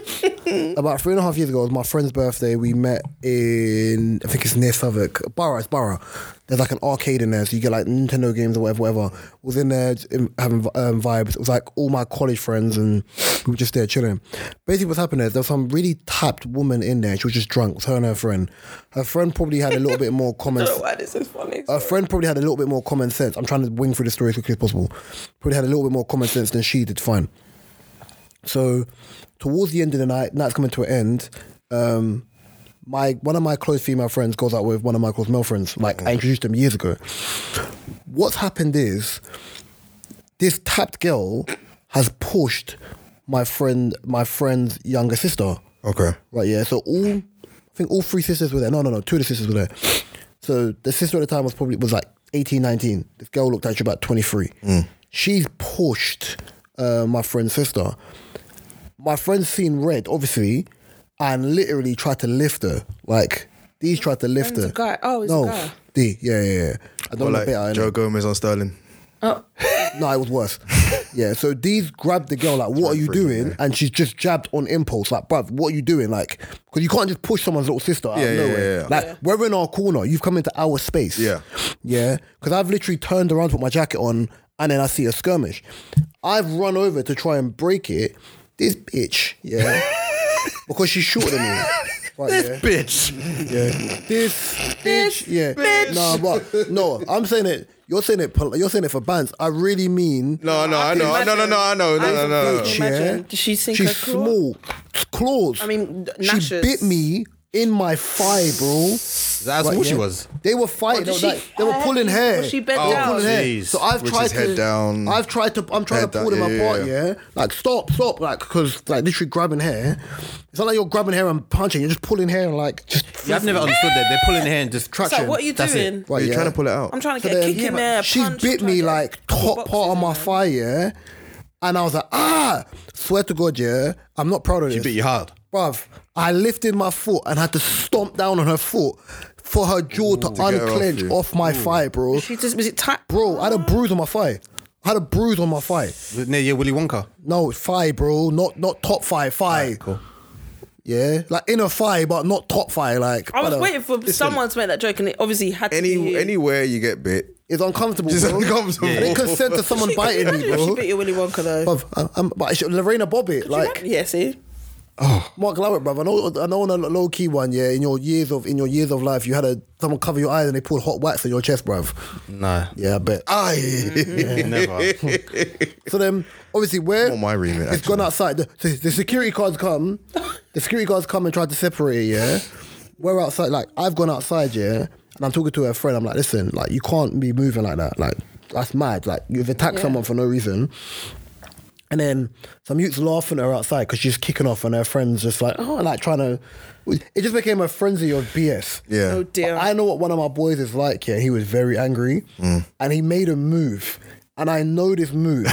[SPEAKER 3] about three and a half years ago, it was my friend's birthday. We met in I think it's near Southwark, Borough. It's Borough. There's like an arcade in there, so you get like Nintendo games or whatever. Whatever. Was in there just, um, having um, vibes. It was like all my college friends and we were just there chilling. Basically, what's happening is there was some really tapped woman in there. She was just drunk. It was her and her friend. Her friend probably had a little bit more
[SPEAKER 4] I
[SPEAKER 3] common
[SPEAKER 4] don't know why this is funny.
[SPEAKER 3] a friend probably had a little bit more common sense. I'm trying to wing through the story as quickly as possible. Probably had a little bit more common sense than she did. Fine. So, towards the end of the night, night's coming to an end. Um, my one of my close female friends goes out with one of my close male friends. Like I introduced them years ago. What's happened is this tapped girl has pushed my friend, my friend's younger sister.
[SPEAKER 2] Okay.
[SPEAKER 3] Right, yeah. So all I think all three sisters were there. No, no, no, two of the sisters were there. So the sister at the time was probably was like 18, 19. This girl looked actually about 23.
[SPEAKER 2] Mm.
[SPEAKER 3] She's pushed uh, my friend's sister. My friend's seen red, obviously, and literally tried to lift her. Like these tried to lift
[SPEAKER 4] Friend's
[SPEAKER 3] her.
[SPEAKER 4] a guy. Oh, it's a
[SPEAKER 3] no,
[SPEAKER 4] guy.
[SPEAKER 3] D, yeah, yeah, yeah. I
[SPEAKER 2] Or
[SPEAKER 3] don't know
[SPEAKER 2] like
[SPEAKER 3] bit I
[SPEAKER 2] Joe Gomez on Sterling.
[SPEAKER 3] no, it was worse. Yeah, so Dee's grabbed the girl, like, what are you
[SPEAKER 2] Brilliant,
[SPEAKER 3] doing?
[SPEAKER 2] yeah.
[SPEAKER 3] And she's just jabbed on impulse, like, bruv, what are you doing? Like, because you can't just push someone's little sister out
[SPEAKER 2] Yeah,
[SPEAKER 3] of
[SPEAKER 2] yeah,
[SPEAKER 3] nowhere.
[SPEAKER 2] yeah, yeah.
[SPEAKER 3] Like, we're in our corner. You've come into our space.
[SPEAKER 2] Yeah.
[SPEAKER 3] Yeah. Because I've literally turned around to put my jacket on and then I see a skirmish. I've run over to try and break it. This bitch, yeah. because she's shorter than me. Right, yeah.
[SPEAKER 5] Bitch.
[SPEAKER 3] Yeah. This bitch. Yeah. No, but no, I'm saying it. You're saying it. pol- You're saying it for bands. I really mean.
[SPEAKER 2] Oh, No, no, I
[SPEAKER 4] can
[SPEAKER 2] know, I- no, no, no, I know, no,
[SPEAKER 4] imagine.
[SPEAKER 2] no, no,
[SPEAKER 4] I
[SPEAKER 2] no.
[SPEAKER 4] can
[SPEAKER 3] Bitch,
[SPEAKER 4] Imagine.
[SPEAKER 3] yeah.
[SPEAKER 4] Did she sink
[SPEAKER 3] She's
[SPEAKER 4] her claw?
[SPEAKER 3] small. Claws.
[SPEAKER 4] I mean, d-
[SPEAKER 3] she
[SPEAKER 4] gnashes.
[SPEAKER 3] bit me in my thigh, bro.
[SPEAKER 5] That's
[SPEAKER 3] Right,
[SPEAKER 5] what she
[SPEAKER 3] yeah.
[SPEAKER 5] was.
[SPEAKER 3] They were
[SPEAKER 4] What,
[SPEAKER 3] fighting.
[SPEAKER 4] did
[SPEAKER 3] they,
[SPEAKER 4] she-
[SPEAKER 3] were, like, they were pulling hair.
[SPEAKER 4] Was she bent
[SPEAKER 3] They were
[SPEAKER 4] down?
[SPEAKER 3] pulling hair.
[SPEAKER 5] Jeez.
[SPEAKER 3] So I've
[SPEAKER 2] Which
[SPEAKER 3] tried
[SPEAKER 2] is
[SPEAKER 3] to.
[SPEAKER 2] head down.
[SPEAKER 3] I've tried to. I'm trying to
[SPEAKER 2] Head
[SPEAKER 3] pull
[SPEAKER 2] down,
[SPEAKER 3] them
[SPEAKER 2] yeah, yeah,
[SPEAKER 3] apart.
[SPEAKER 2] yeah.
[SPEAKER 3] Yeah, Like stop, stop. Like because like literally grabbing hair. It's not like you're grabbing hair and punching. You're just pulling hair and like just.
[SPEAKER 5] Yeah, I've never understood that. They're pulling hair and just
[SPEAKER 4] So what are you
[SPEAKER 5] That's it.
[SPEAKER 4] doing?
[SPEAKER 3] Right,
[SPEAKER 2] You're
[SPEAKER 3] yeah.
[SPEAKER 2] trying to pull it out.
[SPEAKER 4] I'm trying to
[SPEAKER 3] So
[SPEAKER 4] get a
[SPEAKER 3] then-
[SPEAKER 4] kick in there. a
[SPEAKER 3] She
[SPEAKER 4] punch,
[SPEAKER 3] bit
[SPEAKER 4] try
[SPEAKER 3] me
[SPEAKER 4] to get
[SPEAKER 3] like top
[SPEAKER 4] boxes
[SPEAKER 3] part of
[SPEAKER 4] in
[SPEAKER 3] my
[SPEAKER 4] there.
[SPEAKER 3] thigh, yeah. And I was like, ah, swear to God, yeah, I'm not proud of
[SPEAKER 5] She
[SPEAKER 3] this.
[SPEAKER 5] bit you hard.
[SPEAKER 3] Bruv, I lifted my foot and had to stomp down on her foot for her jaw to,
[SPEAKER 2] her off
[SPEAKER 3] unclench
[SPEAKER 2] you.
[SPEAKER 3] off, my thigh, bro.
[SPEAKER 4] She just was it tight?
[SPEAKER 3] Bro, I had a bruise on my thigh. I had a bruise on my thigh.
[SPEAKER 5] Near your Willy Wonka.
[SPEAKER 3] No, thigh, bro. Not not top thigh, thigh.
[SPEAKER 5] cool.
[SPEAKER 3] Yeah, like inner thigh, but not top thigh. Like
[SPEAKER 4] I was
[SPEAKER 3] brother,
[SPEAKER 4] waiting for someone to make that joke, and it obviously had to be
[SPEAKER 2] Any
[SPEAKER 4] you.
[SPEAKER 2] anywhere you get bit,
[SPEAKER 3] It's uncomfortable.
[SPEAKER 2] It's
[SPEAKER 3] bro.
[SPEAKER 2] uncomfortable.
[SPEAKER 3] I didn't consent to someone biting me,
[SPEAKER 4] Imagine if She
[SPEAKER 3] bro.
[SPEAKER 4] bit you Willy Wonka though.
[SPEAKER 3] Bruv, I'm, I'm, but it's Lorena Bobbitt, like
[SPEAKER 4] yeah, see,
[SPEAKER 3] Mark Lowett, bruv. I know, I know, on a low key one, yeah. In your years of, in your years of life, you had a someone cover your eyes and they poured hot wax on your chest, bruv.
[SPEAKER 5] No.
[SPEAKER 3] Yeah, I bet. Aye.
[SPEAKER 5] Never.
[SPEAKER 3] So then, obviously, where
[SPEAKER 2] Not my remit,
[SPEAKER 3] It's gone
[SPEAKER 2] actually.
[SPEAKER 3] outside. The, so the security guards come. The security guards come and try to separate it. Yeah, we're outside. Like I've gone outside. Yeah, and I'm talking to a friend. I'm like, listen, like you can't be moving like that. Like that's mad. Like you've attacked someone for no reason. And then some youths laughing at her outside because she's kicking off, and her friends just like, oh, like trying to. It just became a frenzy of BS.
[SPEAKER 2] Yeah.
[SPEAKER 4] Oh dear.
[SPEAKER 3] I know what one of my boys is like here. He was very angry and he made a move. And I know this move.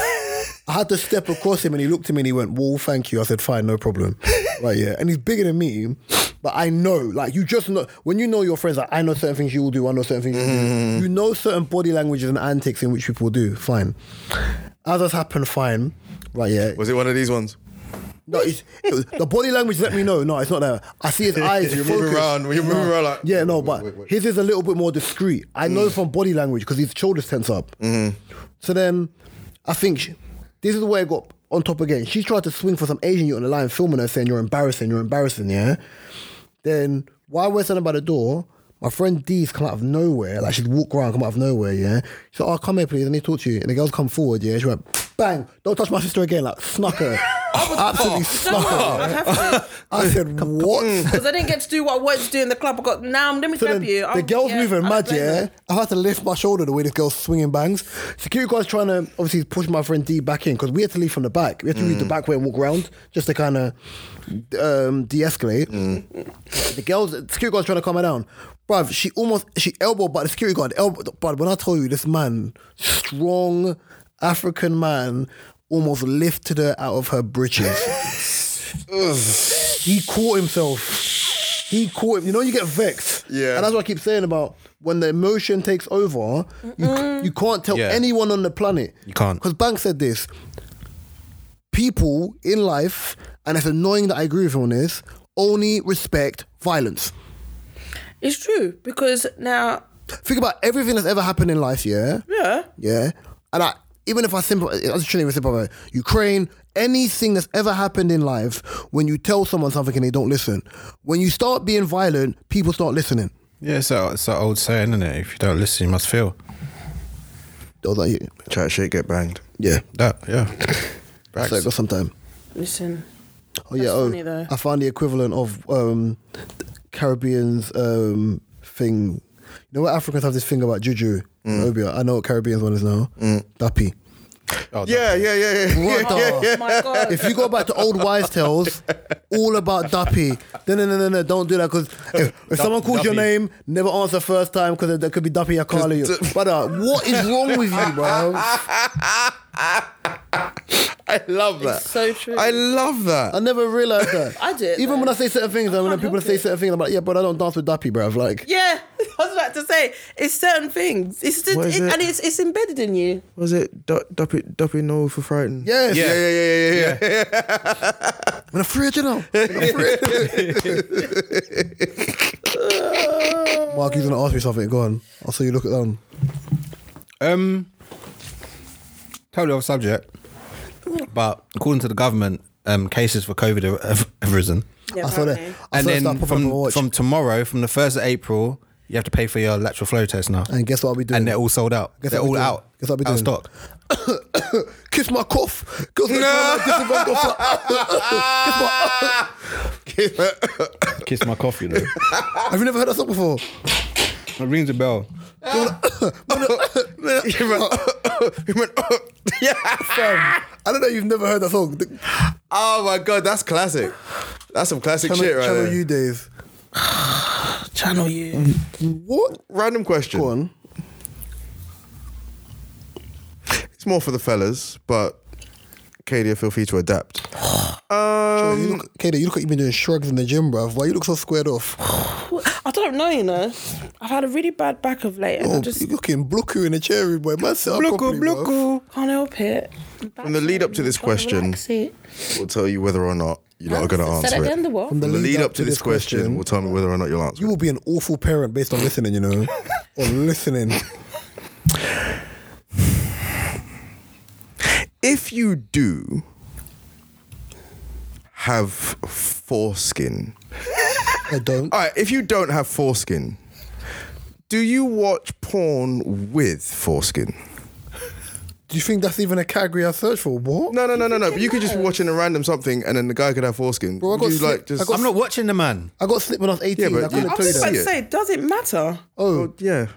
[SPEAKER 3] I had to step across him and he looked at me and he went, Well, thank you. I said, Fine, no problem. right, yeah. And he's bigger than me. But I know, like, you just know, when you know your friends, like, I know certain things you will do, I know certain things you will do. You know certain body languages and antics in which people do, fine. Others happen, fine. Right, yeah.
[SPEAKER 2] Was it one of these ones?
[SPEAKER 3] No, it's, it was, the body language let me know. No, it's not that. I see his eyes.
[SPEAKER 2] You're
[SPEAKER 3] focused.
[SPEAKER 2] moving around, you're moving
[SPEAKER 3] No.
[SPEAKER 2] around like-
[SPEAKER 3] yeah, no,
[SPEAKER 2] Wait,
[SPEAKER 3] but
[SPEAKER 2] wait, Mm. wait.
[SPEAKER 3] his is a little bit more discreet. I know from body language because his shoulders tense up.
[SPEAKER 2] Mm-hmm.
[SPEAKER 3] So then, I think she, this is where it got on top again. She tried to swing for some Asian you on the line, filming her, saying you're embarrassing, you're embarrassing, yeah. Then while we're standing by the door, my friend D's come out of nowhere. Like she'd walk around, come out of nowhere, yeah. She said, Oh, come here, please, I need to talk to you. And the girls come forward, yeah. She went, bang, don't touch my sister again. Like snuck her. Absolutely
[SPEAKER 4] Don't
[SPEAKER 3] snuck
[SPEAKER 4] worry,
[SPEAKER 3] her.
[SPEAKER 4] I'd have to Mm.
[SPEAKER 3] I said, what?
[SPEAKER 4] because I didn't get to do what I wanted to do in the club. I got now. let me
[SPEAKER 3] So
[SPEAKER 4] grab
[SPEAKER 3] then
[SPEAKER 4] you.
[SPEAKER 3] the
[SPEAKER 4] I'm-
[SPEAKER 3] girl's
[SPEAKER 4] yeah,
[SPEAKER 3] moving
[SPEAKER 4] I don't
[SPEAKER 3] mad,
[SPEAKER 4] blame
[SPEAKER 3] yeah.
[SPEAKER 4] her.
[SPEAKER 3] I had to lift my shoulder the way this girl's swinging bangs. Security guard's trying to obviously push my friend D back in because we had to leave from the back. We had to read the back way and walk around just to kind of um, de-escalate. The girl's security guard's trying to calm her down. Bruv, she almost she elbowed by the security guard. Elbow, but when I tell you this man, strong African man, almost lifted her out of her britches. he caught himself. He caught him. You know, you get vexed.
[SPEAKER 2] Yeah.
[SPEAKER 3] And that's what I keep saying about when the emotion takes over, you, c- you can't tell
[SPEAKER 5] Yeah.
[SPEAKER 3] anyone on the planet.
[SPEAKER 5] You can't.
[SPEAKER 3] Because Bank said this people in life, and it's annoying that I agree with him on this, only respect violence.
[SPEAKER 4] It's true because now,
[SPEAKER 3] Think about everything that's ever happened in life, yeah?
[SPEAKER 4] yeah,
[SPEAKER 3] Yeah. And I, even if I sympathize, I was trying to sympathize, Ukraine, anything that's ever happened in life, when you tell someone something and they don't listen, when you start being violent, people start listening.
[SPEAKER 5] Yeah, so it's that old saying, isn't it? If you don't listen, you must feel.
[SPEAKER 3] That was like you.
[SPEAKER 2] Try to shake, get banged.
[SPEAKER 3] Yeah.
[SPEAKER 5] That, yeah.
[SPEAKER 3] So I got some time.
[SPEAKER 4] listen.
[SPEAKER 3] Oh, yeah.
[SPEAKER 4] That's
[SPEAKER 3] Oh,
[SPEAKER 4] funny, though.
[SPEAKER 3] I found the equivalent of um, Caribbean's um, thing. You know what Africans have this thing about juju? Obia. I know what Caribbean's one is now. Dappy.
[SPEAKER 5] Oh, that-
[SPEAKER 2] Yeah, yeah, yeah, yeah. yeah.
[SPEAKER 3] Mm. What the-
[SPEAKER 4] Oh my god!
[SPEAKER 3] if you go back to old wives tales, all about Duppy. No, no, no, no, no, don't do that because if, if someone calls your
[SPEAKER 5] Duppy.
[SPEAKER 3] name, never answer first time because there could be Duppy Akali. Brother, what is wrong with you, bro?
[SPEAKER 2] I love that.
[SPEAKER 4] It's so true.
[SPEAKER 2] I love that.
[SPEAKER 3] I never realized that.
[SPEAKER 4] I do it,
[SPEAKER 3] Even when
[SPEAKER 4] though.
[SPEAKER 3] I say certain things, and when
[SPEAKER 4] can't
[SPEAKER 3] people
[SPEAKER 4] help
[SPEAKER 3] say
[SPEAKER 4] it.
[SPEAKER 3] certain things, I'm like, yeah, but I don't dance with Duppy, bro. Like,
[SPEAKER 4] yeah, I was about to say it's certain things. It's just,
[SPEAKER 2] What is
[SPEAKER 4] it,
[SPEAKER 2] it?
[SPEAKER 4] and it's it's embedded in you.
[SPEAKER 2] Was it du- Duppy, Duppy No for Frightened?
[SPEAKER 3] yes,
[SPEAKER 2] Yeah, yeah, yeah, yeah, yeah. yeah.
[SPEAKER 3] I'm free, you know. Mark, you're gonna ask me something. Go on. I'll see you look at them.
[SPEAKER 5] Um, totally off subject, but according to the government, um, cases for COVID have, have- have risen.
[SPEAKER 4] Yeah,
[SPEAKER 3] I saw that.
[SPEAKER 4] apparently.
[SPEAKER 3] I
[SPEAKER 5] and
[SPEAKER 3] saw that
[SPEAKER 5] then
[SPEAKER 3] start popping up on my
[SPEAKER 5] from
[SPEAKER 3] watch.
[SPEAKER 5] from tomorrow, from the first of April, you have to pay for your lateral flow test now.
[SPEAKER 3] And guess what I'll be doing?
[SPEAKER 5] And they're all sold out.
[SPEAKER 3] Guess
[SPEAKER 5] they're
[SPEAKER 3] what I'll
[SPEAKER 5] all
[SPEAKER 3] be doing?
[SPEAKER 5] out.
[SPEAKER 3] Guess what I'll be
[SPEAKER 5] out of
[SPEAKER 3] doing?
[SPEAKER 5] stock.
[SPEAKER 3] kiss my cough. Girls like, "Oh, my disadvantage cough."
[SPEAKER 2] Ah!
[SPEAKER 5] Kiss my coffee though.
[SPEAKER 3] Have you never heard that song before?
[SPEAKER 5] it rings a bell.
[SPEAKER 3] Fam, I don't know. You've never heard that song. The,
[SPEAKER 2] Oh my god, that's classic. That's some classic
[SPEAKER 3] channel
[SPEAKER 2] shit right
[SPEAKER 3] channel
[SPEAKER 2] there.
[SPEAKER 3] U days.
[SPEAKER 4] Channel
[SPEAKER 2] Mm.
[SPEAKER 4] you.
[SPEAKER 2] what? Random question.
[SPEAKER 3] Go on.
[SPEAKER 2] It's more for the fellas, but Katie, feel free to adapt. Um,
[SPEAKER 3] you look, Kato, you look like you've been doing shrugs in the gym, bruv. Why you look so squared off?
[SPEAKER 4] I don't know, you know. I've had a really bad back of late, and I
[SPEAKER 3] Oh,
[SPEAKER 4] just
[SPEAKER 3] you looking blocku in the cherry, boy. Man, sit up
[SPEAKER 5] Blocko,
[SPEAKER 3] properly, bruv.
[SPEAKER 5] blocko.
[SPEAKER 4] can't help it.
[SPEAKER 2] From the lead up to this question, We'll tell you whether or not you're not going to
[SPEAKER 4] Said
[SPEAKER 2] answer
[SPEAKER 4] again,
[SPEAKER 2] it.
[SPEAKER 4] the what?
[SPEAKER 3] From
[SPEAKER 2] The lead up to this question, will tell me whether or not you'll answer
[SPEAKER 3] you
[SPEAKER 2] it.
[SPEAKER 3] will be an awful parent based on listening, you know, or listening.
[SPEAKER 2] If you do have foreskin,
[SPEAKER 3] I don't.
[SPEAKER 2] all right, if you don't have foreskin, do you watch porn with foreskin?
[SPEAKER 3] Do you think that's even a category I search for? What?
[SPEAKER 2] No, no, no, no, no. But you could just be watching a random something, and then the guy could have foreskin.
[SPEAKER 3] Bro, I
[SPEAKER 2] Would
[SPEAKER 3] got
[SPEAKER 2] you,
[SPEAKER 3] slick-
[SPEAKER 2] like just?
[SPEAKER 3] I got
[SPEAKER 5] I'm not watching the man.
[SPEAKER 3] I got snipped when I was 18.
[SPEAKER 2] Yeah, but
[SPEAKER 3] I couldn't
[SPEAKER 2] you-
[SPEAKER 4] I
[SPEAKER 3] tell
[SPEAKER 4] was
[SPEAKER 3] you that.
[SPEAKER 4] about
[SPEAKER 2] See
[SPEAKER 4] to
[SPEAKER 2] it.
[SPEAKER 4] say, does it matter?
[SPEAKER 2] Oh, yeah.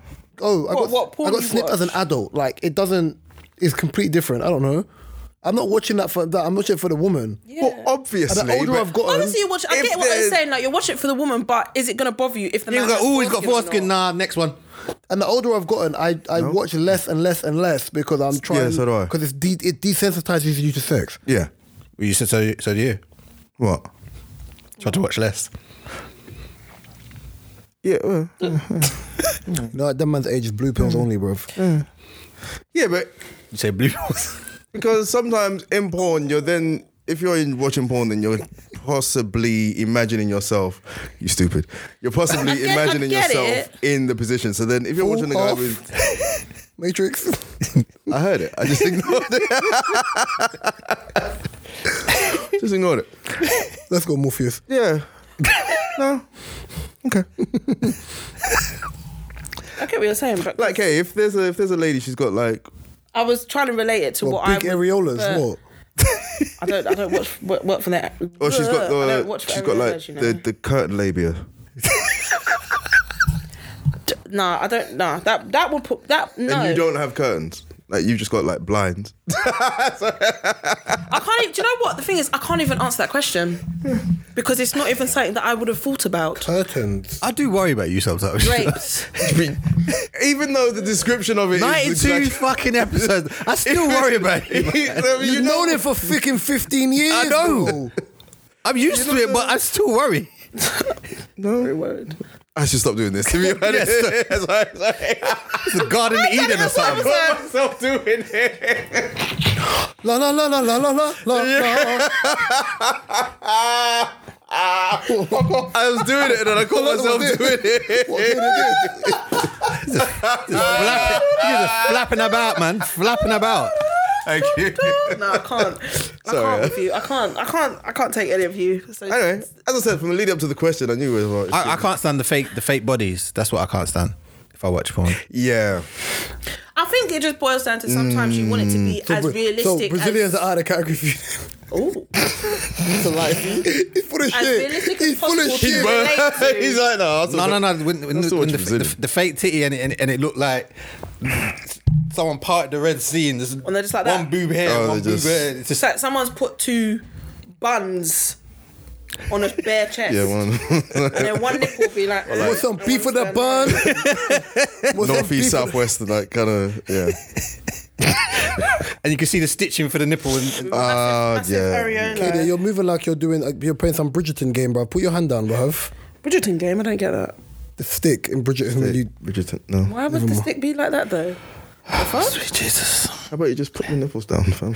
[SPEAKER 3] Oh, I
[SPEAKER 4] What-
[SPEAKER 3] got
[SPEAKER 4] what porn
[SPEAKER 3] I got
[SPEAKER 4] you
[SPEAKER 3] snipped as an
[SPEAKER 4] watch?
[SPEAKER 3] adult. Like it doesn't. It's completely different. I don't know. I'm not watching that for that. I'm watching it for the woman.
[SPEAKER 2] Well, obviously.
[SPEAKER 3] And the older
[SPEAKER 2] but-
[SPEAKER 3] I've gotten,
[SPEAKER 4] Obviously, you watch. I
[SPEAKER 2] If
[SPEAKER 4] get what they're
[SPEAKER 2] there's-
[SPEAKER 4] saying. Like you're watching it for the woman, but is it gonna bother you if the man?
[SPEAKER 5] He's got,
[SPEAKER 4] has
[SPEAKER 5] oh, he's got
[SPEAKER 4] foreskin or
[SPEAKER 5] foreskin.
[SPEAKER 4] not?
[SPEAKER 5] Nah, next one.
[SPEAKER 3] and the older I've gotten, I, I watch less and less and less because I'm trying.
[SPEAKER 2] so do I.
[SPEAKER 3] Because it's de- it desensitizes you to sex.
[SPEAKER 2] Yeah.
[SPEAKER 5] Well, you said so. So do you.
[SPEAKER 2] What?
[SPEAKER 5] Try to watch less.
[SPEAKER 2] Yeah. well,
[SPEAKER 3] No, that man's age is blue
[SPEAKER 2] Mm.
[SPEAKER 3] pills only, bruv.
[SPEAKER 2] yeah, but
[SPEAKER 5] You say blue pills.
[SPEAKER 2] Because sometimes in porn, you're then if you're in watching porn, then you're possibly imagining yourself. You stupid. You're possibly
[SPEAKER 4] I get- I
[SPEAKER 2] imagining
[SPEAKER 4] get
[SPEAKER 2] yourself
[SPEAKER 4] it.
[SPEAKER 2] in the position. So then, if you're watching the guy
[SPEAKER 3] off.
[SPEAKER 2] with,
[SPEAKER 3] Matrix.
[SPEAKER 2] I heard it. I just ignored it. just ignored it.
[SPEAKER 3] Let's go, Morpheus.
[SPEAKER 2] Yeah.
[SPEAKER 4] I get what you're saying, but
[SPEAKER 2] Like, hey, if there's a if there's a lady, she's got like
[SPEAKER 4] I was trying to relate it to
[SPEAKER 3] What,
[SPEAKER 4] what I
[SPEAKER 3] big
[SPEAKER 4] would-
[SPEAKER 3] areolas.
[SPEAKER 4] but
[SPEAKER 3] What?
[SPEAKER 4] I don't. I don't watch work, work for that.
[SPEAKER 2] or Oh, she's got
[SPEAKER 4] I don't
[SPEAKER 2] the
[SPEAKER 4] watch for
[SPEAKER 2] she's got like
[SPEAKER 4] areolas, you know.
[SPEAKER 2] the the curtain labia.
[SPEAKER 4] Nah, I don't. Nah, that that would put that. No,
[SPEAKER 2] And you don't have curtains. Like you've just got like blinds.
[SPEAKER 4] I can't. Even, do you know what the thing is? I can't even answer that question because it's not even something that I would have thought about.
[SPEAKER 3] Curtains.
[SPEAKER 5] I do worry about you sometimes.
[SPEAKER 4] Rapes.
[SPEAKER 2] Even though the description of it is
[SPEAKER 5] 92
[SPEAKER 2] exactly-
[SPEAKER 5] fucking episodes. I still worry about you. man.
[SPEAKER 2] I mean,
[SPEAKER 3] You've
[SPEAKER 2] you know
[SPEAKER 3] known it for freaking 15 years.
[SPEAKER 5] I know.
[SPEAKER 3] bro.
[SPEAKER 5] I'm used to it, but I still worry.
[SPEAKER 2] I should stop doing this. To be honest,
[SPEAKER 5] Yes.
[SPEAKER 2] Sorry, sorry.
[SPEAKER 5] It's a Garden of Eden or something.
[SPEAKER 2] What am I still doing here?
[SPEAKER 3] La la la la la la la la. la.
[SPEAKER 2] I was doing it and then I caught myself doing it.
[SPEAKER 5] Flapping- You're just flapping about, man. Flapping about.
[SPEAKER 2] Thank you.
[SPEAKER 4] no, I can't. I
[SPEAKER 2] Sorry.
[SPEAKER 4] can't with you. I can't. I can't. I can't take any of you. So
[SPEAKER 2] Anyway, as I said, from the lead up to the question, I knew it was. Like,
[SPEAKER 5] I, I can't stand the fake the fake bodies. That's what I can't stand. If I watch porn,
[SPEAKER 2] Yeah.
[SPEAKER 4] I think it just boils down to sometimes you want it to be as
[SPEAKER 3] so
[SPEAKER 4] realistic.
[SPEAKER 3] Brazilians
[SPEAKER 4] as,
[SPEAKER 3] are out of category for you.
[SPEAKER 4] Ooh.
[SPEAKER 3] It's a lie for you. He's full of
[SPEAKER 4] As
[SPEAKER 3] shit.
[SPEAKER 4] realistic
[SPEAKER 3] He's
[SPEAKER 4] as
[SPEAKER 3] full of
[SPEAKER 4] possible.
[SPEAKER 3] shit.
[SPEAKER 4] Bro. relate to-
[SPEAKER 2] He's like, no, I'll
[SPEAKER 5] no,
[SPEAKER 2] stop-
[SPEAKER 5] no, no. When, when,
[SPEAKER 2] I'll
[SPEAKER 5] the,
[SPEAKER 2] stop
[SPEAKER 5] when the,
[SPEAKER 2] watching
[SPEAKER 5] the,
[SPEAKER 2] Brazilian.
[SPEAKER 5] the fake titty and, it- and, and it looked like someone parted the Red Sea and there's
[SPEAKER 4] they're just like
[SPEAKER 5] one
[SPEAKER 4] that.
[SPEAKER 5] boob here, one
[SPEAKER 2] Oh, they're
[SPEAKER 5] boob
[SPEAKER 2] just-
[SPEAKER 5] there. It's just
[SPEAKER 4] It's like someone's put two buns on a bare chest.
[SPEAKER 2] Yeah, one.
[SPEAKER 4] And then one nipple will be like,
[SPEAKER 3] What's some beef with the bun? What's some
[SPEAKER 2] Northeast,
[SPEAKER 3] beef with-
[SPEAKER 2] southwest, and like kind of, yeah.
[SPEAKER 5] and you can see the stitching for the nipple. And, and
[SPEAKER 2] Ah, yeah.
[SPEAKER 3] Okay, then you're moving like you're doing. Like you're playing some Bridgerton game, bro. Put your hand down, bro.
[SPEAKER 4] Bridgerton game, I don't get that.
[SPEAKER 3] The stick in Bridgerton. when You,
[SPEAKER 2] Bridgerton, no.
[SPEAKER 4] Why would the stick be like that though?
[SPEAKER 2] Oh,
[SPEAKER 5] Jesus,
[SPEAKER 2] How about you just put the nipples down, fam?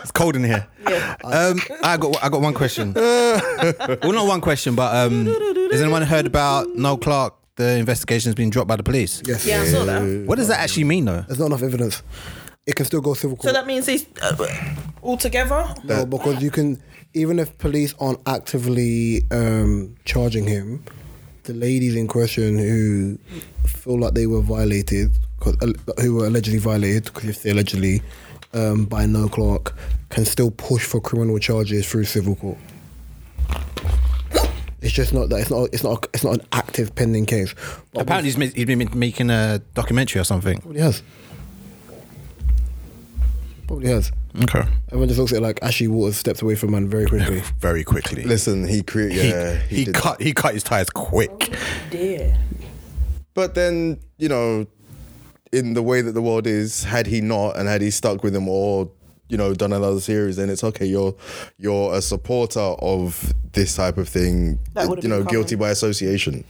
[SPEAKER 5] it's cold in here.
[SPEAKER 4] Yeah.
[SPEAKER 5] Um, I got I got one question. well, not one question, but um, has anyone heard about Noel Clark? The investigation's been dropped by the police.
[SPEAKER 3] yes.
[SPEAKER 4] Yeah, I saw that.
[SPEAKER 5] What does that actually mean, though?
[SPEAKER 3] There's not enough evidence. It can still go civil court.
[SPEAKER 4] So that means he's uh, all together?
[SPEAKER 3] no, because you can, even if police aren't actively um, charging him, the ladies in question who feel like they were violated, 'cause- uh, who were allegedly violated, because if they allegedly um, by no clock, can still push for criminal charges through civil court. It's just not that it's not it's not it's not an active pending case. But
[SPEAKER 5] Apparently, he's, ma- he's been making a documentary or something.
[SPEAKER 3] probably has. Probably has.
[SPEAKER 5] Okay.
[SPEAKER 3] Everyone just looks at it like Ashley Waters stepped away from man very quickly.
[SPEAKER 5] Very quickly.
[SPEAKER 2] Listen, he created. Yeah,
[SPEAKER 5] he, he
[SPEAKER 2] did that.
[SPEAKER 5] cut he cut his tires quick.
[SPEAKER 4] Dear.
[SPEAKER 2] But then, you know, in the way that the world is, had he not and had he stuck with him or, you know, done another series, then it's okay, you're you're a supporter of this type of thing.
[SPEAKER 4] That would've
[SPEAKER 2] you know,
[SPEAKER 4] been common.
[SPEAKER 2] guilty by association.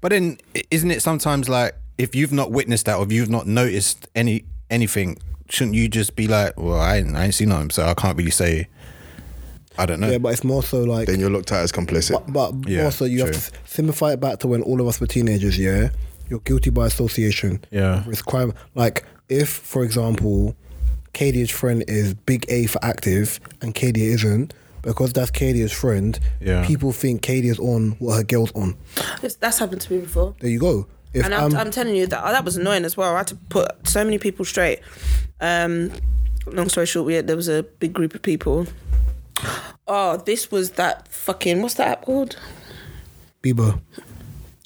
[SPEAKER 5] But then, i- isn't it sometimes like if you've not witnessed that or if you've not noticed any anything, shouldn't you just be like, well, I ain't, I ain't seen him, so I can't really say. I don't know.
[SPEAKER 3] Yeah, but it's more so like,
[SPEAKER 2] Then you're looked at as complicit.
[SPEAKER 3] but
[SPEAKER 5] Yeah,
[SPEAKER 3] more so you have
[SPEAKER 5] true.
[SPEAKER 3] to simplify it back to when all of us were teenagers. Yeah, you're guilty by association.
[SPEAKER 5] Yeah.
[SPEAKER 3] it's crime. Like if, for example, Kadia's friend is big A for active and Kadia isn't. Because that's Kadia's friend,
[SPEAKER 5] Yeah.
[SPEAKER 3] people think Kadia's on what her girl's on.
[SPEAKER 4] This- That's happened to me before.
[SPEAKER 3] There you go. If
[SPEAKER 4] and I'm, I'm telling you that oh, that was annoying as well. I had to put so many people straight. Um, long story short, we had, there was a big group of people. Oh, this was that fucking what's that app called?
[SPEAKER 3] Bieber,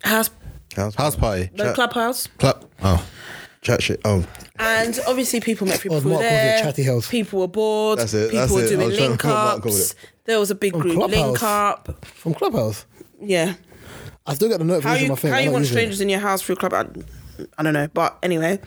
[SPEAKER 4] House
[SPEAKER 5] House party.
[SPEAKER 4] no, Clubhouse.
[SPEAKER 5] Club. Oh.
[SPEAKER 2] chat shit. Um,
[SPEAKER 4] And obviously, people met people
[SPEAKER 3] Oh,
[SPEAKER 4] through
[SPEAKER 3] Mark calls it
[SPEAKER 4] there.
[SPEAKER 3] chatty health.
[SPEAKER 4] People were bored.
[SPEAKER 2] That's it,
[SPEAKER 4] People
[SPEAKER 2] that's
[SPEAKER 4] were
[SPEAKER 2] it. I
[SPEAKER 4] doing
[SPEAKER 2] was trying to
[SPEAKER 4] link
[SPEAKER 2] call Mark, called
[SPEAKER 4] ups.
[SPEAKER 2] it.
[SPEAKER 4] There was a big group
[SPEAKER 3] Clubhouse.
[SPEAKER 4] link up.
[SPEAKER 3] from Clubhouse.
[SPEAKER 4] Yeah.
[SPEAKER 3] I still get the
[SPEAKER 4] How
[SPEAKER 3] notification on
[SPEAKER 4] you
[SPEAKER 3] my phone.
[SPEAKER 4] how
[SPEAKER 3] I
[SPEAKER 4] you
[SPEAKER 3] don't
[SPEAKER 4] want
[SPEAKER 3] use it.
[SPEAKER 4] strangers in your house through club? I, I don't know, but anyway,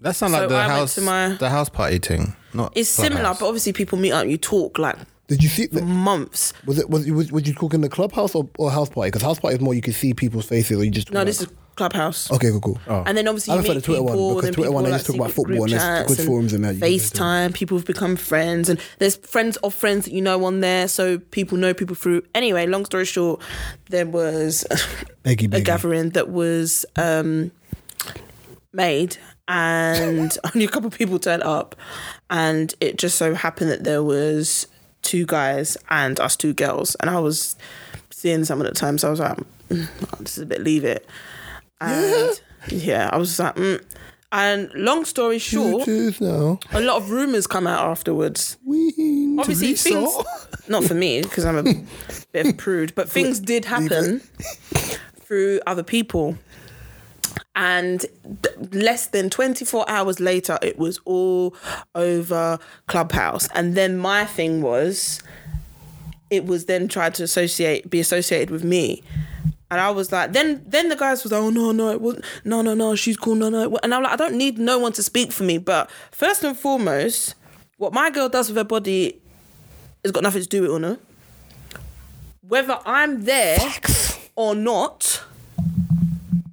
[SPEAKER 5] That sounds
[SPEAKER 4] So
[SPEAKER 5] like the
[SPEAKER 4] I went
[SPEAKER 5] house
[SPEAKER 4] to my-
[SPEAKER 5] the house party thing. Not
[SPEAKER 4] it's similar.
[SPEAKER 5] Clubhouse.
[SPEAKER 4] But obviously, people meet up. You talk like
[SPEAKER 3] Did you see? The,
[SPEAKER 4] months.
[SPEAKER 3] was it was, was, was you talking the Clubhouse or, or house party? Because house party is more you can see people's faces or you just.
[SPEAKER 4] No, this is clubhouse.
[SPEAKER 3] Okay, cool, cool.
[SPEAKER 4] And then
[SPEAKER 3] Oh.
[SPEAKER 4] obviously
[SPEAKER 3] I
[SPEAKER 4] you
[SPEAKER 3] prefer
[SPEAKER 4] meet
[SPEAKER 3] the Twitter one,
[SPEAKER 4] people,
[SPEAKER 3] because
[SPEAKER 4] then
[SPEAKER 3] Twitter
[SPEAKER 4] people
[SPEAKER 3] one, they
[SPEAKER 4] like
[SPEAKER 3] just talk about
[SPEAKER 4] secret
[SPEAKER 3] football
[SPEAKER 4] group
[SPEAKER 3] and there's
[SPEAKER 4] chats
[SPEAKER 3] good
[SPEAKER 4] and
[SPEAKER 3] forums in there. You can just do it.
[SPEAKER 4] FaceTime, people have become friends, and there's friends of friends that you know on there, so people know people through. Anyway, long story short, there was
[SPEAKER 3] Beggy,
[SPEAKER 4] a
[SPEAKER 3] beggy.
[SPEAKER 4] gathering that was um, made, and only a couple of people turned up, and it just so happened that there was two guys and us two girls, and I was seeing someone at the time, so I was like, "Mm, this is a bit leave it. And yeah, I was just like, mm. and long story short,
[SPEAKER 3] Pictures now.
[SPEAKER 4] a lot of rumors come out afterwards.
[SPEAKER 3] Wee.
[SPEAKER 4] Obviously, things not for me because I'm a bit of a prude, but things did happen through other people. And th- less than 24 hours later, it was all over Clubhouse. And then my thing was, it was then tried to associate, be associated with me. And I was like, then then the guys was like, oh no no it was no no no she's cool no no and I'm like I don't need no one to speak for me but first and foremost what my girl does with her body has got nothing to do with it or no whether I'm there or not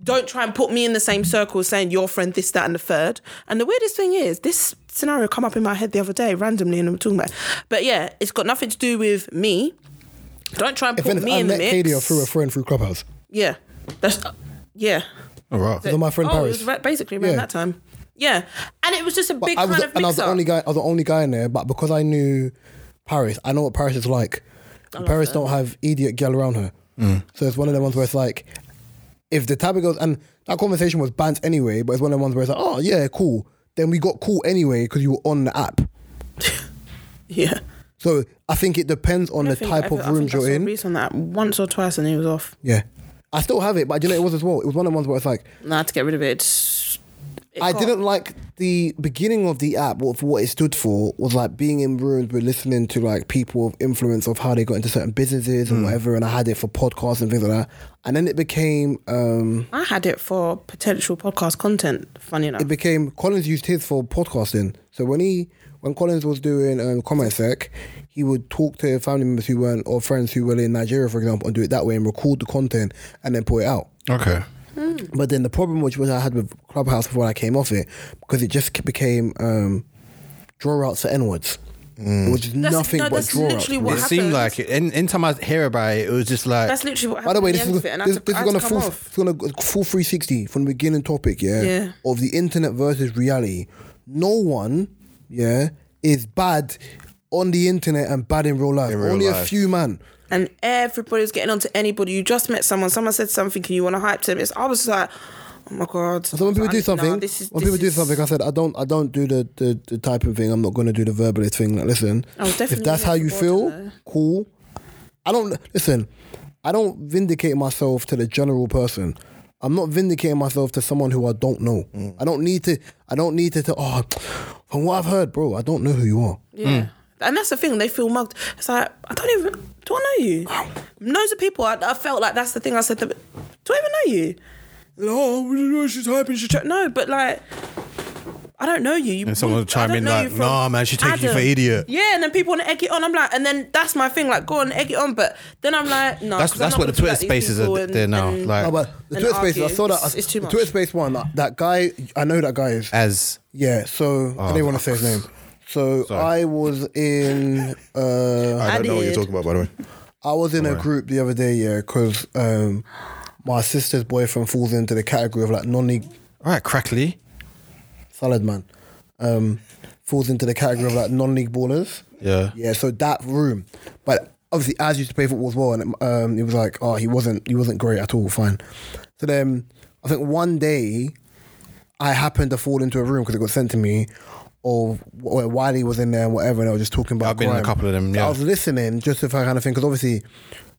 [SPEAKER 4] don't try and put me in the same circle as saying your friend this that and the third and the weirdest thing is this scenario come up in my head the other day randomly and I'm talking about it. but yeah it's got nothing to do with me don't try and
[SPEAKER 3] If
[SPEAKER 4] put
[SPEAKER 3] anything,
[SPEAKER 4] me
[SPEAKER 3] I
[SPEAKER 4] in
[SPEAKER 3] met
[SPEAKER 4] the mix
[SPEAKER 3] Katie through a friend through Clubhouse.
[SPEAKER 4] yeah, that's uh, yeah.
[SPEAKER 5] All right.
[SPEAKER 3] So my friend
[SPEAKER 4] oh,
[SPEAKER 3] Paris.
[SPEAKER 4] it was ra- basically around
[SPEAKER 3] Yeah.
[SPEAKER 4] that time. Yeah, and it was just a big
[SPEAKER 3] I was,
[SPEAKER 4] kind of
[SPEAKER 3] and I was
[SPEAKER 4] mix
[SPEAKER 3] the
[SPEAKER 4] up.
[SPEAKER 3] only guy. I was the only guy in there, but because I knew Paris, I know what Paris is like. And Paris don't have idiot gal around her, so it's one of the ones where it's like, if the topic goes, and that conversation was banned anyway, but it's one of the ones where it's like, oh yeah, cool. Then we got cool anyway because you were on the app.
[SPEAKER 4] yeah,
[SPEAKER 3] So I think it depends on
[SPEAKER 4] I
[SPEAKER 3] the
[SPEAKER 4] think- I
[SPEAKER 3] type
[SPEAKER 4] think-
[SPEAKER 3] of
[SPEAKER 4] I
[SPEAKER 3] rooms
[SPEAKER 4] think
[SPEAKER 3] you're
[SPEAKER 4] I saw
[SPEAKER 3] in.
[SPEAKER 4] Reece on that once or twice, and he was off.
[SPEAKER 3] Yeah, I still have it, but do you know it was as well. It was one of the ones where it's like,
[SPEAKER 4] No, I had to get rid of it. It's- it
[SPEAKER 3] I
[SPEAKER 4] got-
[SPEAKER 3] didn't like the beginning of the app. What what it stood for was like being in rooms, we're listening to like people of influence of how they got into certain businesses and whatever. And I had it for podcasts and things like that. And then it became um,
[SPEAKER 4] I had it for potential podcast content. Funny enough,
[SPEAKER 3] it became Collins used his for podcasting. So when he when Collins was doing um, comment sec, he would talk to family members who weren't or friends who were in Nigeria, for example, and do it that way and record the content and then put it out.
[SPEAKER 5] Okay.
[SPEAKER 3] But then the problem which was I had with Clubhouse before I came off it because it just became um, draw outs for N words,
[SPEAKER 2] Mm.
[SPEAKER 3] which is
[SPEAKER 4] That's-
[SPEAKER 3] nothing
[SPEAKER 4] no,
[SPEAKER 3] but
[SPEAKER 4] that's
[SPEAKER 3] draw outs.
[SPEAKER 4] literally what
[SPEAKER 5] it seemed
[SPEAKER 4] happened.
[SPEAKER 5] like it. And anytime I hear about it, it was just like
[SPEAKER 4] that's literally what
[SPEAKER 3] By
[SPEAKER 4] happened.
[SPEAKER 3] the way,
[SPEAKER 4] at
[SPEAKER 3] this
[SPEAKER 4] end
[SPEAKER 3] is
[SPEAKER 4] of it, and I
[SPEAKER 3] this,
[SPEAKER 4] had to-
[SPEAKER 3] this
[SPEAKER 4] I
[SPEAKER 3] is
[SPEAKER 4] had to
[SPEAKER 3] gonna
[SPEAKER 4] come
[SPEAKER 3] full
[SPEAKER 4] off.
[SPEAKER 3] it's gonna go full 360 from the beginning topic, yeah,
[SPEAKER 4] Yeah.
[SPEAKER 3] of the internet versus reality. No one, yeah, is bad on the internet and bad in real life.
[SPEAKER 2] real
[SPEAKER 3] Only a
[SPEAKER 2] life.
[SPEAKER 3] few man.
[SPEAKER 4] and everybody's getting onto anybody. You just met someone, someone said something, and you want to hype them. It's I was like, oh my god.
[SPEAKER 3] So when people
[SPEAKER 4] I-
[SPEAKER 3] do
[SPEAKER 4] no,
[SPEAKER 3] something,
[SPEAKER 4] this is-
[SPEAKER 3] when
[SPEAKER 4] this
[SPEAKER 3] people do
[SPEAKER 4] is-
[SPEAKER 3] something, I said I don't, I don't do the the, the typing thing. I'm not going to do the verbalist thing. Like, listen,
[SPEAKER 4] I was
[SPEAKER 3] if
[SPEAKER 4] Oh, definitely
[SPEAKER 3] that's
[SPEAKER 4] here
[SPEAKER 3] how
[SPEAKER 4] for
[SPEAKER 3] you
[SPEAKER 4] boredom,
[SPEAKER 3] feel,
[SPEAKER 4] though.
[SPEAKER 3] cool. I don't listen. I don't vindicate myself to the general person. I'm not vindicating myself to someone who I don't know. I don't need to. I don't need to. to oh, from what I've heard, bro, I don't know who you are.
[SPEAKER 4] Yeah.
[SPEAKER 5] Mm.
[SPEAKER 4] And that's the thing, they feel mugged. It's like, I don't even, do I know you? Loads of people, I, I felt like that's the thing I said to them, do I even know you? Oh, she's hyping, she's tra-" No, but like, I don't know you. you
[SPEAKER 5] And someone
[SPEAKER 4] I
[SPEAKER 5] chime
[SPEAKER 4] don't
[SPEAKER 5] in
[SPEAKER 4] know
[SPEAKER 5] like,
[SPEAKER 4] you from
[SPEAKER 5] "Nah, man, she taking you for idiot."
[SPEAKER 4] Yeah, and then people want to egg it on. I'm like, and then that's my thing, like, go on, egg it on. But then I'm like, no.
[SPEAKER 5] that's that's what the Twitter spaces are there now. like
[SPEAKER 3] No, but the
[SPEAKER 4] And
[SPEAKER 3] Twitter space, I
[SPEAKER 4] argue.
[SPEAKER 3] saw that.
[SPEAKER 4] It's- it's too
[SPEAKER 3] the
[SPEAKER 4] much.
[SPEAKER 3] Twitter space one. That, that guy, I know who that guy is.
[SPEAKER 5] as
[SPEAKER 3] Yeah, so I didn't want to say his name. So I was in uh,
[SPEAKER 2] I don't know what you're
[SPEAKER 4] Added.
[SPEAKER 2] talking about, by the way.
[SPEAKER 3] I was in a group the other day, yeah, because um, my sister's boyfriend falls into the category of like non
[SPEAKER 5] all right, crackly.
[SPEAKER 3] salad man. Um, falls into the category of like non-league ballers.
[SPEAKER 5] Yeah.
[SPEAKER 3] Yeah. So that room, but obviously, as used to play football as well, and um, it was like, oh, he wasn't, he wasn't great at all. Fine. So then, I think one day, I happened to fall into a room because it got sent to me, of where Wiley was in there and whatever, and I was just talking about.
[SPEAKER 5] I've been in a
[SPEAKER 3] crime.
[SPEAKER 5] couple of them,
[SPEAKER 3] So I
[SPEAKER 5] yeah.
[SPEAKER 3] was listening just if I kind of thing because obviously.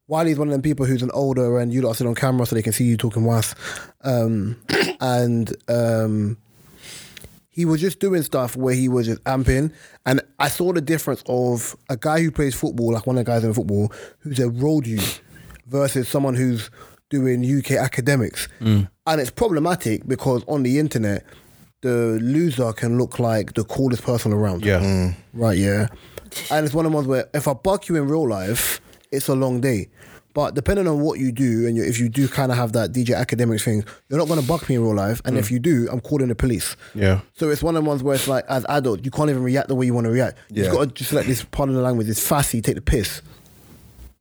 [SPEAKER 3] Wiley's one of them people who's an older and you lot are still on camera so they can see you talking whilst. Um, and um, he was just doing stuff where he was just amping, and I saw the difference of a guy who plays football, like one of the guys in football, who's a road youth, versus someone who's doing UK academics,
[SPEAKER 5] Mm.
[SPEAKER 3] and it's problematic because on the internet, the loser can look like the coolest person around. Mm.
[SPEAKER 5] Yeah.
[SPEAKER 3] Right, yeah. And it's one of the ones where if I buck you in real life, it's a long day. But depending on what you do, and you- if you do kind of have that DJ academics thing, you're not going to buck me in real life. And if you do, I'm calling the police.
[SPEAKER 5] Mm. Yeah.
[SPEAKER 3] So it's one of the ones where it's like, as adult, you can't even react the way you want to react.
[SPEAKER 2] Yeah.
[SPEAKER 3] You've got to just let this part of the language, this fussy, take the piss.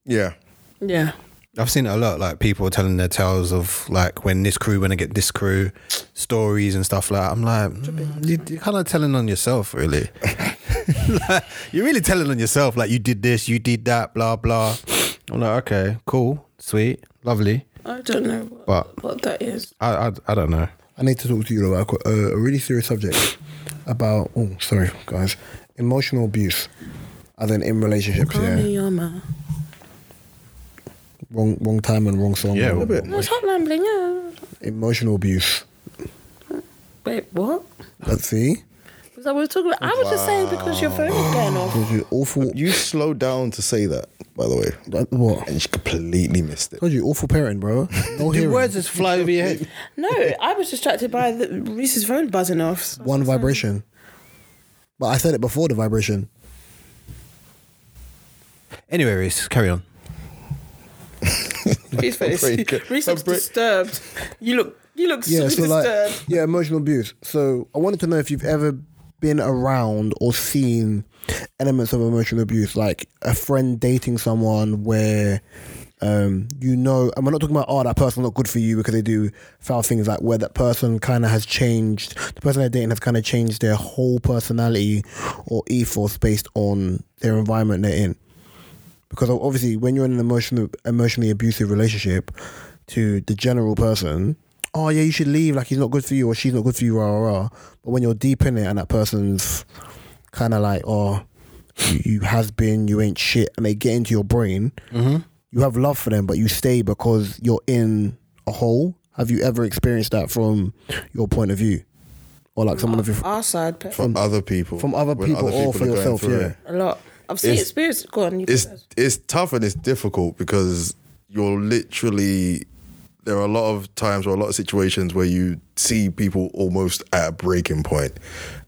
[SPEAKER 2] Yeah.
[SPEAKER 4] Yeah.
[SPEAKER 5] I've seen it a lot, like people telling their tales of like when this crew, when I get this crew, stories and stuff like. that. I'm like, mm, you, you're kind of telling on yourself, really. Like, you're really telling on yourself, like you did this, you did that, blah blah. I'm like, okay, cool, sweet, lovely,
[SPEAKER 4] I don't know what,
[SPEAKER 5] but
[SPEAKER 4] what that is.
[SPEAKER 5] I I, I don't know.
[SPEAKER 3] I need to talk to you though about a, a really serious subject about, oh, sorry, guys, emotional abuse, as in in relationships, yeah.
[SPEAKER 4] Pranayama.
[SPEAKER 3] Wrong, wrong time and wrong song.
[SPEAKER 5] Yeah,
[SPEAKER 3] Wrong-
[SPEAKER 4] No, it's hot rambling. Yeah.
[SPEAKER 3] Emotional abuse.
[SPEAKER 4] Wait, what?
[SPEAKER 3] Let's see.
[SPEAKER 4] Because I was talking about, I was just saying because your phone is going off.
[SPEAKER 3] Told you awful.
[SPEAKER 2] You slowed down to say that, by the way.
[SPEAKER 3] That- what?
[SPEAKER 2] And she completely missed it.
[SPEAKER 3] Told you awful parenting, bro. No hearing.
[SPEAKER 5] just fly over your head.
[SPEAKER 4] No, I was distracted by the, Reese's phone buzzing off. So-
[SPEAKER 3] One vibration. But I said it before the vibration.
[SPEAKER 5] Anyway, Reese, carry on.
[SPEAKER 4] Reese's face.
[SPEAKER 2] brain ca-
[SPEAKER 4] Reese
[SPEAKER 2] my
[SPEAKER 4] looks
[SPEAKER 2] brain-
[SPEAKER 4] disturbed. You look, you look
[SPEAKER 3] Yeah,
[SPEAKER 4] so
[SPEAKER 3] so
[SPEAKER 4] disturbed.
[SPEAKER 3] like, yeah, emotional abuse. So I wanted to know if you've ever been around or seen elements of emotional abuse, like a friend dating someone where um, you know, and we're not talking about, oh, that person's not good for you because they do foul things, like where that person kind of has changed, the person they're dating has kind of changed their whole personality or ethos based on their environment they're in. because obviously when you're in an emotional emotionally abusive relationship to the general person oh yeah you should leave like he's not good for you or she's not good for you rah rah rah but when you're deep in it and that person's kind of like oh you- you has been you ain't shit and they get into your brain you have love for them but you stay because you're in a hole have you ever experienced that from your point of view or like someone of your
[SPEAKER 4] Our side, pe-
[SPEAKER 2] From other people.
[SPEAKER 3] from other
[SPEAKER 2] When
[SPEAKER 3] people, or
[SPEAKER 2] are
[SPEAKER 3] for
[SPEAKER 2] going
[SPEAKER 3] yourself
[SPEAKER 2] through
[SPEAKER 3] yeah
[SPEAKER 2] it.
[SPEAKER 4] a lot. I've seen
[SPEAKER 2] It's-
[SPEAKER 4] experience. Go on. You
[SPEAKER 2] It's
[SPEAKER 4] go first.
[SPEAKER 2] it's tough and it's difficult because you're literally there are a lot of times or a lot of situations where you see people almost at a breaking point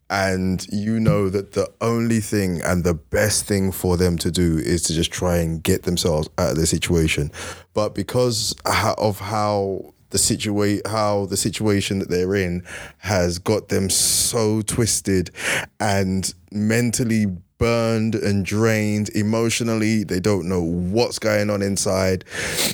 [SPEAKER 2] and you know that the only thing and the best thing for them to do is to just try and get themselves out of the situation but because ho- of how the situate how the situation that they're in has got them so twisted and mentally burned and drained emotionally they don't know what's going on inside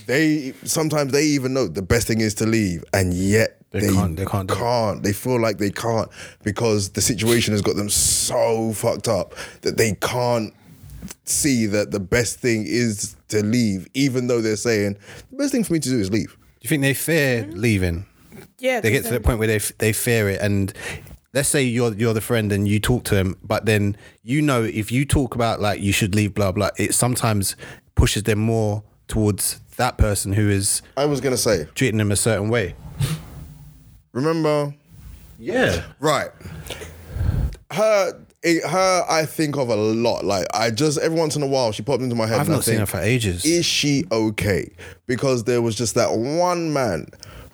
[SPEAKER 2] they sometimes they even know the best thing is to leave and yet they,
[SPEAKER 5] can't- they can't do it.
[SPEAKER 2] can't. They feel like they can't because the situation has got them so fucked up that they can't see that the best thing is to leave, even though they're saying the best thing for me to do is leave.
[SPEAKER 5] Do you think they fear leaving?
[SPEAKER 4] yeah,
[SPEAKER 5] they get to the point where they f- they fear it and let's say you're you're the friend and you talk to them but then you know if you talk about like you should leave blah blah it sometimes pushes them more towards that person who is
[SPEAKER 2] I was gonna say,
[SPEAKER 5] treating them a certain way
[SPEAKER 2] remember,
[SPEAKER 5] yeah
[SPEAKER 2] right? Her, it, her, I think of a lot. Like I just every once in a while she popped into my head.
[SPEAKER 5] i've
[SPEAKER 2] and I
[SPEAKER 5] not seen her
[SPEAKER 2] think,
[SPEAKER 5] for ages
[SPEAKER 2] is she okay? Because there was just that one man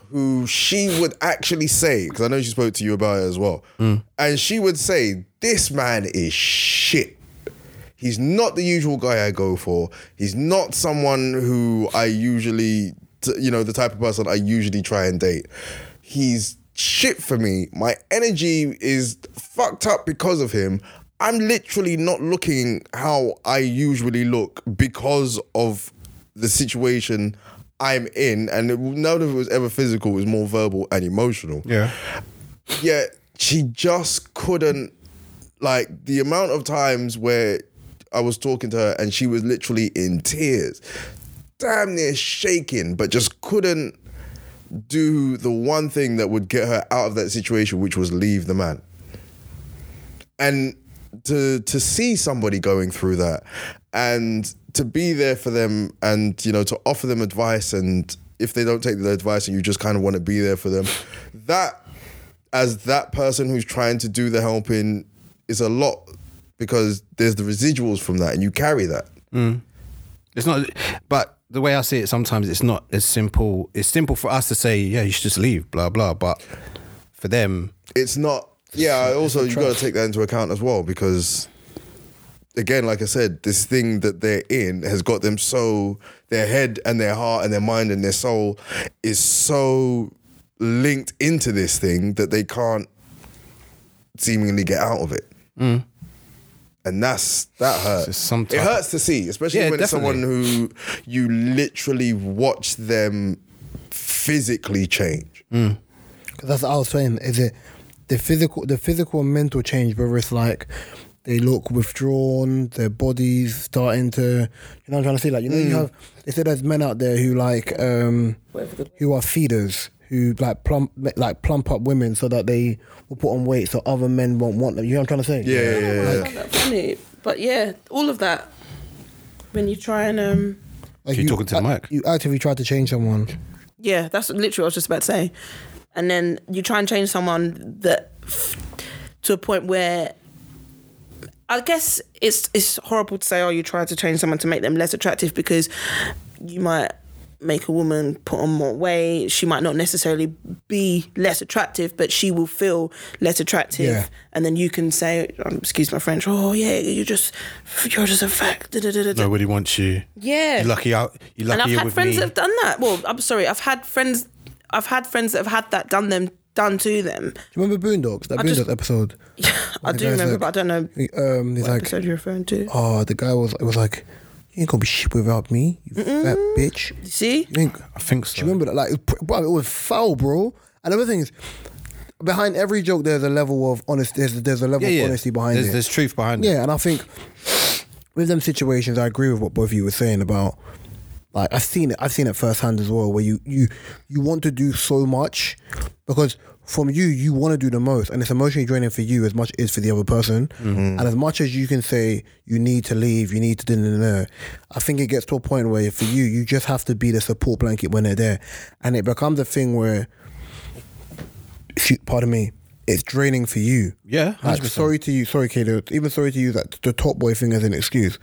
[SPEAKER 2] who she would actually say, because I know she spoke to you about it as well, and she would say, This man is shit. He's not the usual guy I go for. He's not someone who I usually, t- you know, the type of person I usually try and date. He's shit for me. My energy is fucked up because of him. I'm literally not looking how I usually look because of the situation I'm in. And it, none of it was ever physical, it was more verbal and emotional
[SPEAKER 5] yeah
[SPEAKER 2] yet she just couldn't like the amount of times where I was talking to her and she was literally in tears, damn near shaking, but just couldn't do the one thing that would get her out of that situation, which was leave the man. And to to see somebody going through that and to be there for them and you know to offer them advice and if they don't take the advice and you just kind of want to be there for them, that as that person who's trying to do the helping is a lot because there's the residuals from that, and you carry that.
[SPEAKER 5] It's not, but the way I see it, sometimes it's not as simple. It's simple for us to say, yeah, you should just leave, blah blah. But for them,
[SPEAKER 2] it's not. Yeah, I also you got to take that into account as well because, again, like I said, this thing that they're in has got them so their head and their heart and their mind and their soul is so linked into this thing that they can't seemingly get out of it. And that's that hurts.
[SPEAKER 5] Mm. It's some
[SPEAKER 2] it
[SPEAKER 5] type of-
[SPEAKER 2] hurts to see, especially
[SPEAKER 5] Yeah,
[SPEAKER 2] when it's
[SPEAKER 5] definitely.
[SPEAKER 2] someone who you literally watch them physically change.
[SPEAKER 5] Mm.
[SPEAKER 3] Because that's what I was saying. Is it the physical, the physical and mental change? Whether it's like they look withdrawn, their bodies starting to, you know, what I'm trying to say like you know,
[SPEAKER 4] Mm.
[SPEAKER 3] you have. They said there's men out there who like, um, who are feeders. Who like plump like plump up women so that they will put on weight so other men won't want them. You know what I'm trying to say?
[SPEAKER 2] Yeah, yeah, yeah.
[SPEAKER 4] I found that funny. But yeah, all of that. When you try and um
[SPEAKER 3] Like
[SPEAKER 5] Keep talking to the
[SPEAKER 3] ac-
[SPEAKER 5] mic.
[SPEAKER 3] You actively try to change someone.
[SPEAKER 4] yeah, that's literally what I was just about to say. And then you try and change someone that to a point where I guess it's it's horrible to say, oh, you try to change someone to make them less attractive because you might make a woman put on more weight. She might not necessarily be less attractive, but she will feel less attractive.
[SPEAKER 3] Yeah.
[SPEAKER 4] And then you can say, um, excuse my French, oh yeah, you're just you're just a fact. da, da, da, da, da."
[SPEAKER 5] nobody wants you.
[SPEAKER 4] Yeah.
[SPEAKER 5] You're lucky out. You're lucky
[SPEAKER 4] and I've
[SPEAKER 5] you're
[SPEAKER 4] had
[SPEAKER 5] with
[SPEAKER 4] friends
[SPEAKER 5] me.
[SPEAKER 4] that have done that. Well, I'm sorry, I've had friends, I've had friends that have had that done them done to them.
[SPEAKER 3] Do you remember Boondocks? That
[SPEAKER 4] I
[SPEAKER 3] Boondocks
[SPEAKER 4] just-
[SPEAKER 3] episode.
[SPEAKER 4] I
[SPEAKER 3] the
[SPEAKER 4] do
[SPEAKER 3] guys
[SPEAKER 4] remember,
[SPEAKER 3] that-
[SPEAKER 4] but I don't know
[SPEAKER 3] He, Um, he's
[SPEAKER 4] what
[SPEAKER 3] like,
[SPEAKER 4] episode you're referring to.
[SPEAKER 3] oh, the guy was. It was like, you ain't gonna be shit without me, you fat bitch.
[SPEAKER 4] See,
[SPEAKER 3] You ain't,
[SPEAKER 5] I think so.
[SPEAKER 3] Do you remember that? Like, it was pr- bro, it was foul, bro. And other things, behind every joke, there's a level of honesty. There's, there's a level
[SPEAKER 5] yeah, yeah.
[SPEAKER 3] of honesty behind
[SPEAKER 5] there's,
[SPEAKER 3] it.
[SPEAKER 5] There's truth behind it.
[SPEAKER 3] yeah, and I think with them situations, I agree with what both of you were saying about. Like I've seen it, I've seen it firsthand as well. Where you you you want to do so much because from you you want to do the most, and it's emotionally draining for you as much as for the other person.
[SPEAKER 5] Mm-hmm.
[SPEAKER 3] And as much as you can say you need to leave, you need to da, da, da, da, I think it gets to a point where for you you just have to be the support blanket when they're there, and it becomes a thing where, shoot, pardon me, it's draining for you.
[SPEAKER 5] Yeah,
[SPEAKER 3] Like,
[SPEAKER 5] 100%.
[SPEAKER 3] sorry to you, sorry, Kato. Even sorry to you that the top boy thing as an excuse.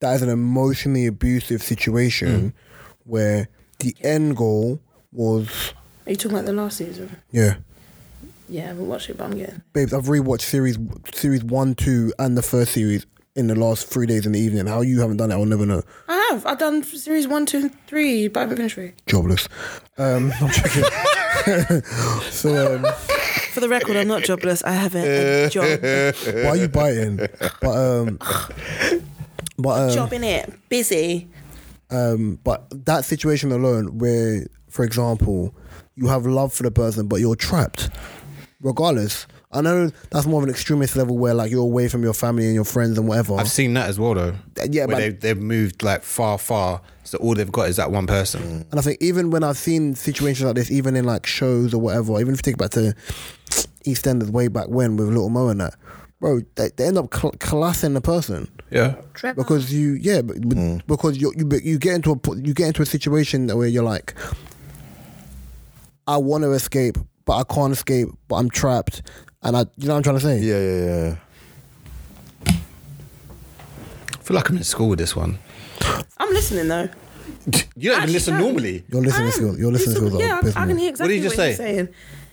[SPEAKER 3] That is an emotionally abusive situation where the end goal was,
[SPEAKER 4] are you talking about the last season?
[SPEAKER 3] yeah,
[SPEAKER 4] Yeah, I haven't watched it, but I'm getting.
[SPEAKER 3] babes. I've rewatched series series one, two, and the first series in the last three days in the evening. How you haven't done it, I'll never know.
[SPEAKER 4] I have. I've done series one, two, and three, but I haven't finished three.
[SPEAKER 3] Jobless. Um, I'm joking. so, um,
[SPEAKER 4] For the record, I'm not jobless. I haven't a job.
[SPEAKER 3] why are you biting? But um, but um,
[SPEAKER 4] job in it. Busy.
[SPEAKER 3] Um, but that situation alone, where, for example, you have love for the person, but you're trapped, regardless. I know that's more of an extremist level where, like, you're away from your family and your friends and whatever.
[SPEAKER 5] I've seen that as well, Uh, though.
[SPEAKER 3] yeah,
[SPEAKER 5] where
[SPEAKER 3] but-
[SPEAKER 5] they've, they've moved like far, far. So all they've got is that one person.
[SPEAKER 3] and I think even when I've seen situations like this, even in like shows or whatever, even if you take it back to EastEnders way back when with Little Mo and that, bro, they, they end up cl- classing the person.
[SPEAKER 5] Yeah,
[SPEAKER 3] because you yeah but, but-
[SPEAKER 2] Mm.
[SPEAKER 3] because you, you but you get into a po- you get into a situation that where you're like I want to escape but I can't escape but I'm trapped and I you know what I'm trying to say
[SPEAKER 2] Yeah, yeah, yeah.
[SPEAKER 5] I feel like I'm in school with this one.
[SPEAKER 4] I'm listening though.
[SPEAKER 5] You don't
[SPEAKER 4] Actually,
[SPEAKER 5] even listen
[SPEAKER 4] no.
[SPEAKER 5] normally.
[SPEAKER 3] your listening
[SPEAKER 4] I am.
[SPEAKER 3] skills your
[SPEAKER 4] He's
[SPEAKER 3] listening
[SPEAKER 4] talking-
[SPEAKER 3] skills are
[SPEAKER 4] Yeah,
[SPEAKER 3] abysmal.
[SPEAKER 4] I, I can hear exactly
[SPEAKER 5] did you
[SPEAKER 4] what
[SPEAKER 5] say?
[SPEAKER 4] he's saying.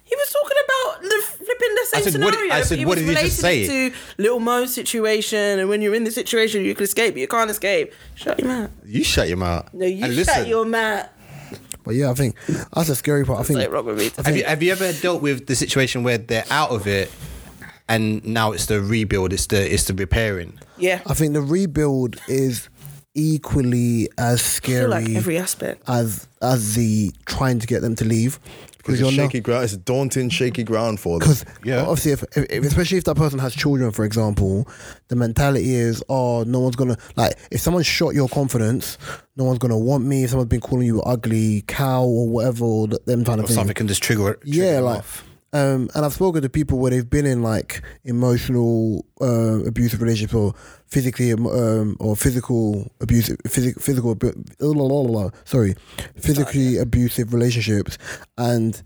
[SPEAKER 4] He was talking about the flipping the same
[SPEAKER 5] I said, what did-
[SPEAKER 4] scenario.
[SPEAKER 5] I
[SPEAKER 4] but
[SPEAKER 5] said,
[SPEAKER 4] he
[SPEAKER 5] what
[SPEAKER 4] was
[SPEAKER 5] did you just
[SPEAKER 4] relating
[SPEAKER 5] say?
[SPEAKER 4] it To little Mo's situation, and when you're in the situation, you can escape, but you can't escape. Shut your mouth.
[SPEAKER 5] You shut your mouth.
[SPEAKER 4] No, you
[SPEAKER 5] and
[SPEAKER 4] shut
[SPEAKER 5] listen.
[SPEAKER 4] your mouth.
[SPEAKER 3] but yeah I think that's the scary part I
[SPEAKER 4] Something
[SPEAKER 3] think
[SPEAKER 4] wrong with me.
[SPEAKER 5] Have you have you ever dealt with the situation where they're out of it, and now it's the rebuild, it's the it's the repairing?
[SPEAKER 4] Yeah,
[SPEAKER 3] I
[SPEAKER 4] I
[SPEAKER 3] think the rebuild is equally as scary
[SPEAKER 4] feel like every aspect.
[SPEAKER 3] as as the trying to get them to leave
[SPEAKER 2] Because
[SPEAKER 3] because
[SPEAKER 2] it's
[SPEAKER 3] you're not
[SPEAKER 2] shaky ground. It's daunting, shaky ground for them.
[SPEAKER 3] Because obviously, if, if, if- especially if that person has children, for example, the mentality is, oh, no one's gonna like. If someone shot your confidence, no one's gonna want me. If someone's been calling you an ugly cow or whatever, or th- them kind of
[SPEAKER 5] Or
[SPEAKER 3] thing.
[SPEAKER 5] something can just trigger it. trigger
[SPEAKER 3] yeah,
[SPEAKER 5] them
[SPEAKER 3] like.
[SPEAKER 5] off.
[SPEAKER 3] Um, and I've spoken to people where they've been in like emotional uh, abusive relationships or physically em- um, or physical abusive physic, physical abu- la, la, la, la, sorry physically abusive relationships and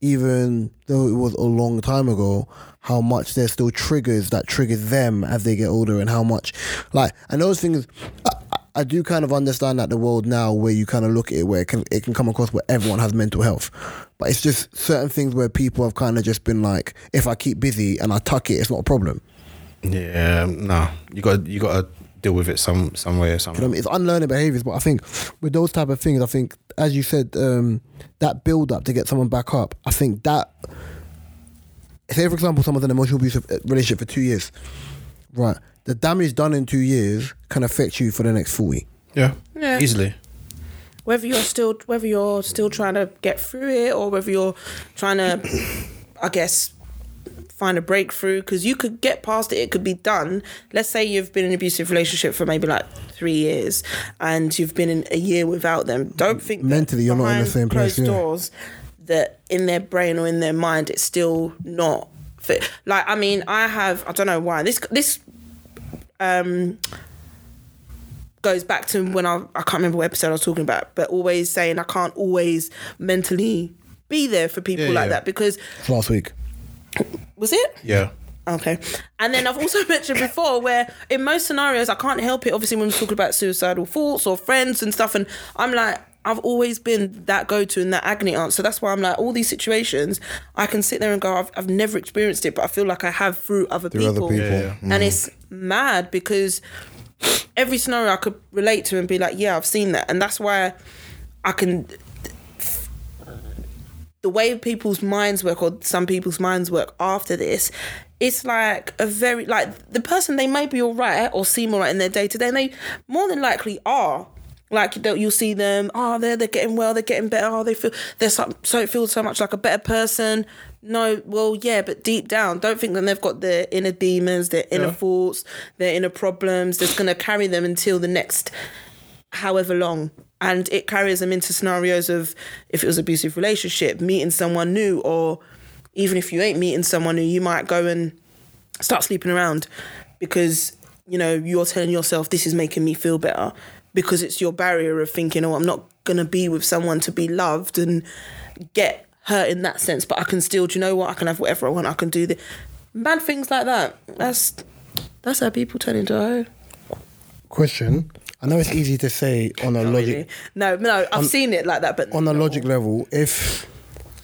[SPEAKER 3] even though it was a long time ago, how much there's still triggers that triggers them as they get older, and how much, like, and those things. I, I- I do kind of understand that the world now, where you kind of look at it, where it can it can come across where everyone has mental health, but it's just certain things where people have kind of just been like, if I keep busy and I tuck it, it's not a problem.
[SPEAKER 5] Yeah, no. You got you got to deal with it some some way or
[SPEAKER 3] You know
[SPEAKER 5] something.
[SPEAKER 3] what I mean? It's unlearning behaviors, but I think with those type of things, I think as you said, um, that build up to get someone back up. I think that say for example, someone's in an emotional abusive uh, relationship for two years, right? The damage done in two years can affect you for the next forty.
[SPEAKER 5] Yeah.
[SPEAKER 4] Yeah.
[SPEAKER 5] Easily.
[SPEAKER 4] whether you're still whether you're still trying to get through it or whether you're trying to i guess find a breakthrough because you could get past it it could be done let's say you've been in an abusive relationship for maybe like three years and you've been in a year without them don't think that
[SPEAKER 3] Mentally, you're not in the
[SPEAKER 4] behind
[SPEAKER 3] same place,
[SPEAKER 4] closed
[SPEAKER 3] yeah.
[SPEAKER 4] doors that in their brain or in their mind it's still not fit like i mean i have i don't know why this this um goes back to when I I can't remember what episode I was talking about, but always saying I can't always mentally be there for people
[SPEAKER 5] Yeah,
[SPEAKER 4] like
[SPEAKER 5] yeah.
[SPEAKER 4] that because
[SPEAKER 3] Last week,
[SPEAKER 4] was it?
[SPEAKER 5] Yeah.
[SPEAKER 4] Okay. And then I've also mentioned before where in most scenarios I can't help it. Obviously, when we talk about suicidal thoughts or friends and stuff, and I'm like, I've always been that go to and that agony aunt. So that's why I'm like, all these situations, I can sit there and go, I've, I've never experienced it, but I feel like I have through other
[SPEAKER 2] other
[SPEAKER 4] people. Mm.
[SPEAKER 2] people. Yeah,
[SPEAKER 4] And it's mad because every scenario I could relate to and be like, yeah, I've seen that. And that's why I can the way people's minds work or some people's minds work after this it's like a very like the person they may be all right or seem all right in their day to day and they more than likely are like they'll- you'll see them oh they're, they're getting well they're getting better oh they feel they're so, so it feels so much like a better person no well yeah but deep down don't think that they've got their inner demons their inner thoughts their inner problems that's going to carry them until the next however long and it carries them into scenarios of if it was abusive relationship meeting someone new or even if you ain't meeting someone new you might go and start sleeping around because you know you're telling yourself this is making me feel better because it's your barrier of thinking oh i'm not going to be with someone to be loved and get hurt in that sense but i can still do you know what i can have whatever i want i can do the bad things like that that's that's how people turn into oh
[SPEAKER 3] question. I know it's easy to say on a logic
[SPEAKER 4] no no i've seen it like that but
[SPEAKER 3] on a
[SPEAKER 4] no.
[SPEAKER 3] logic level. If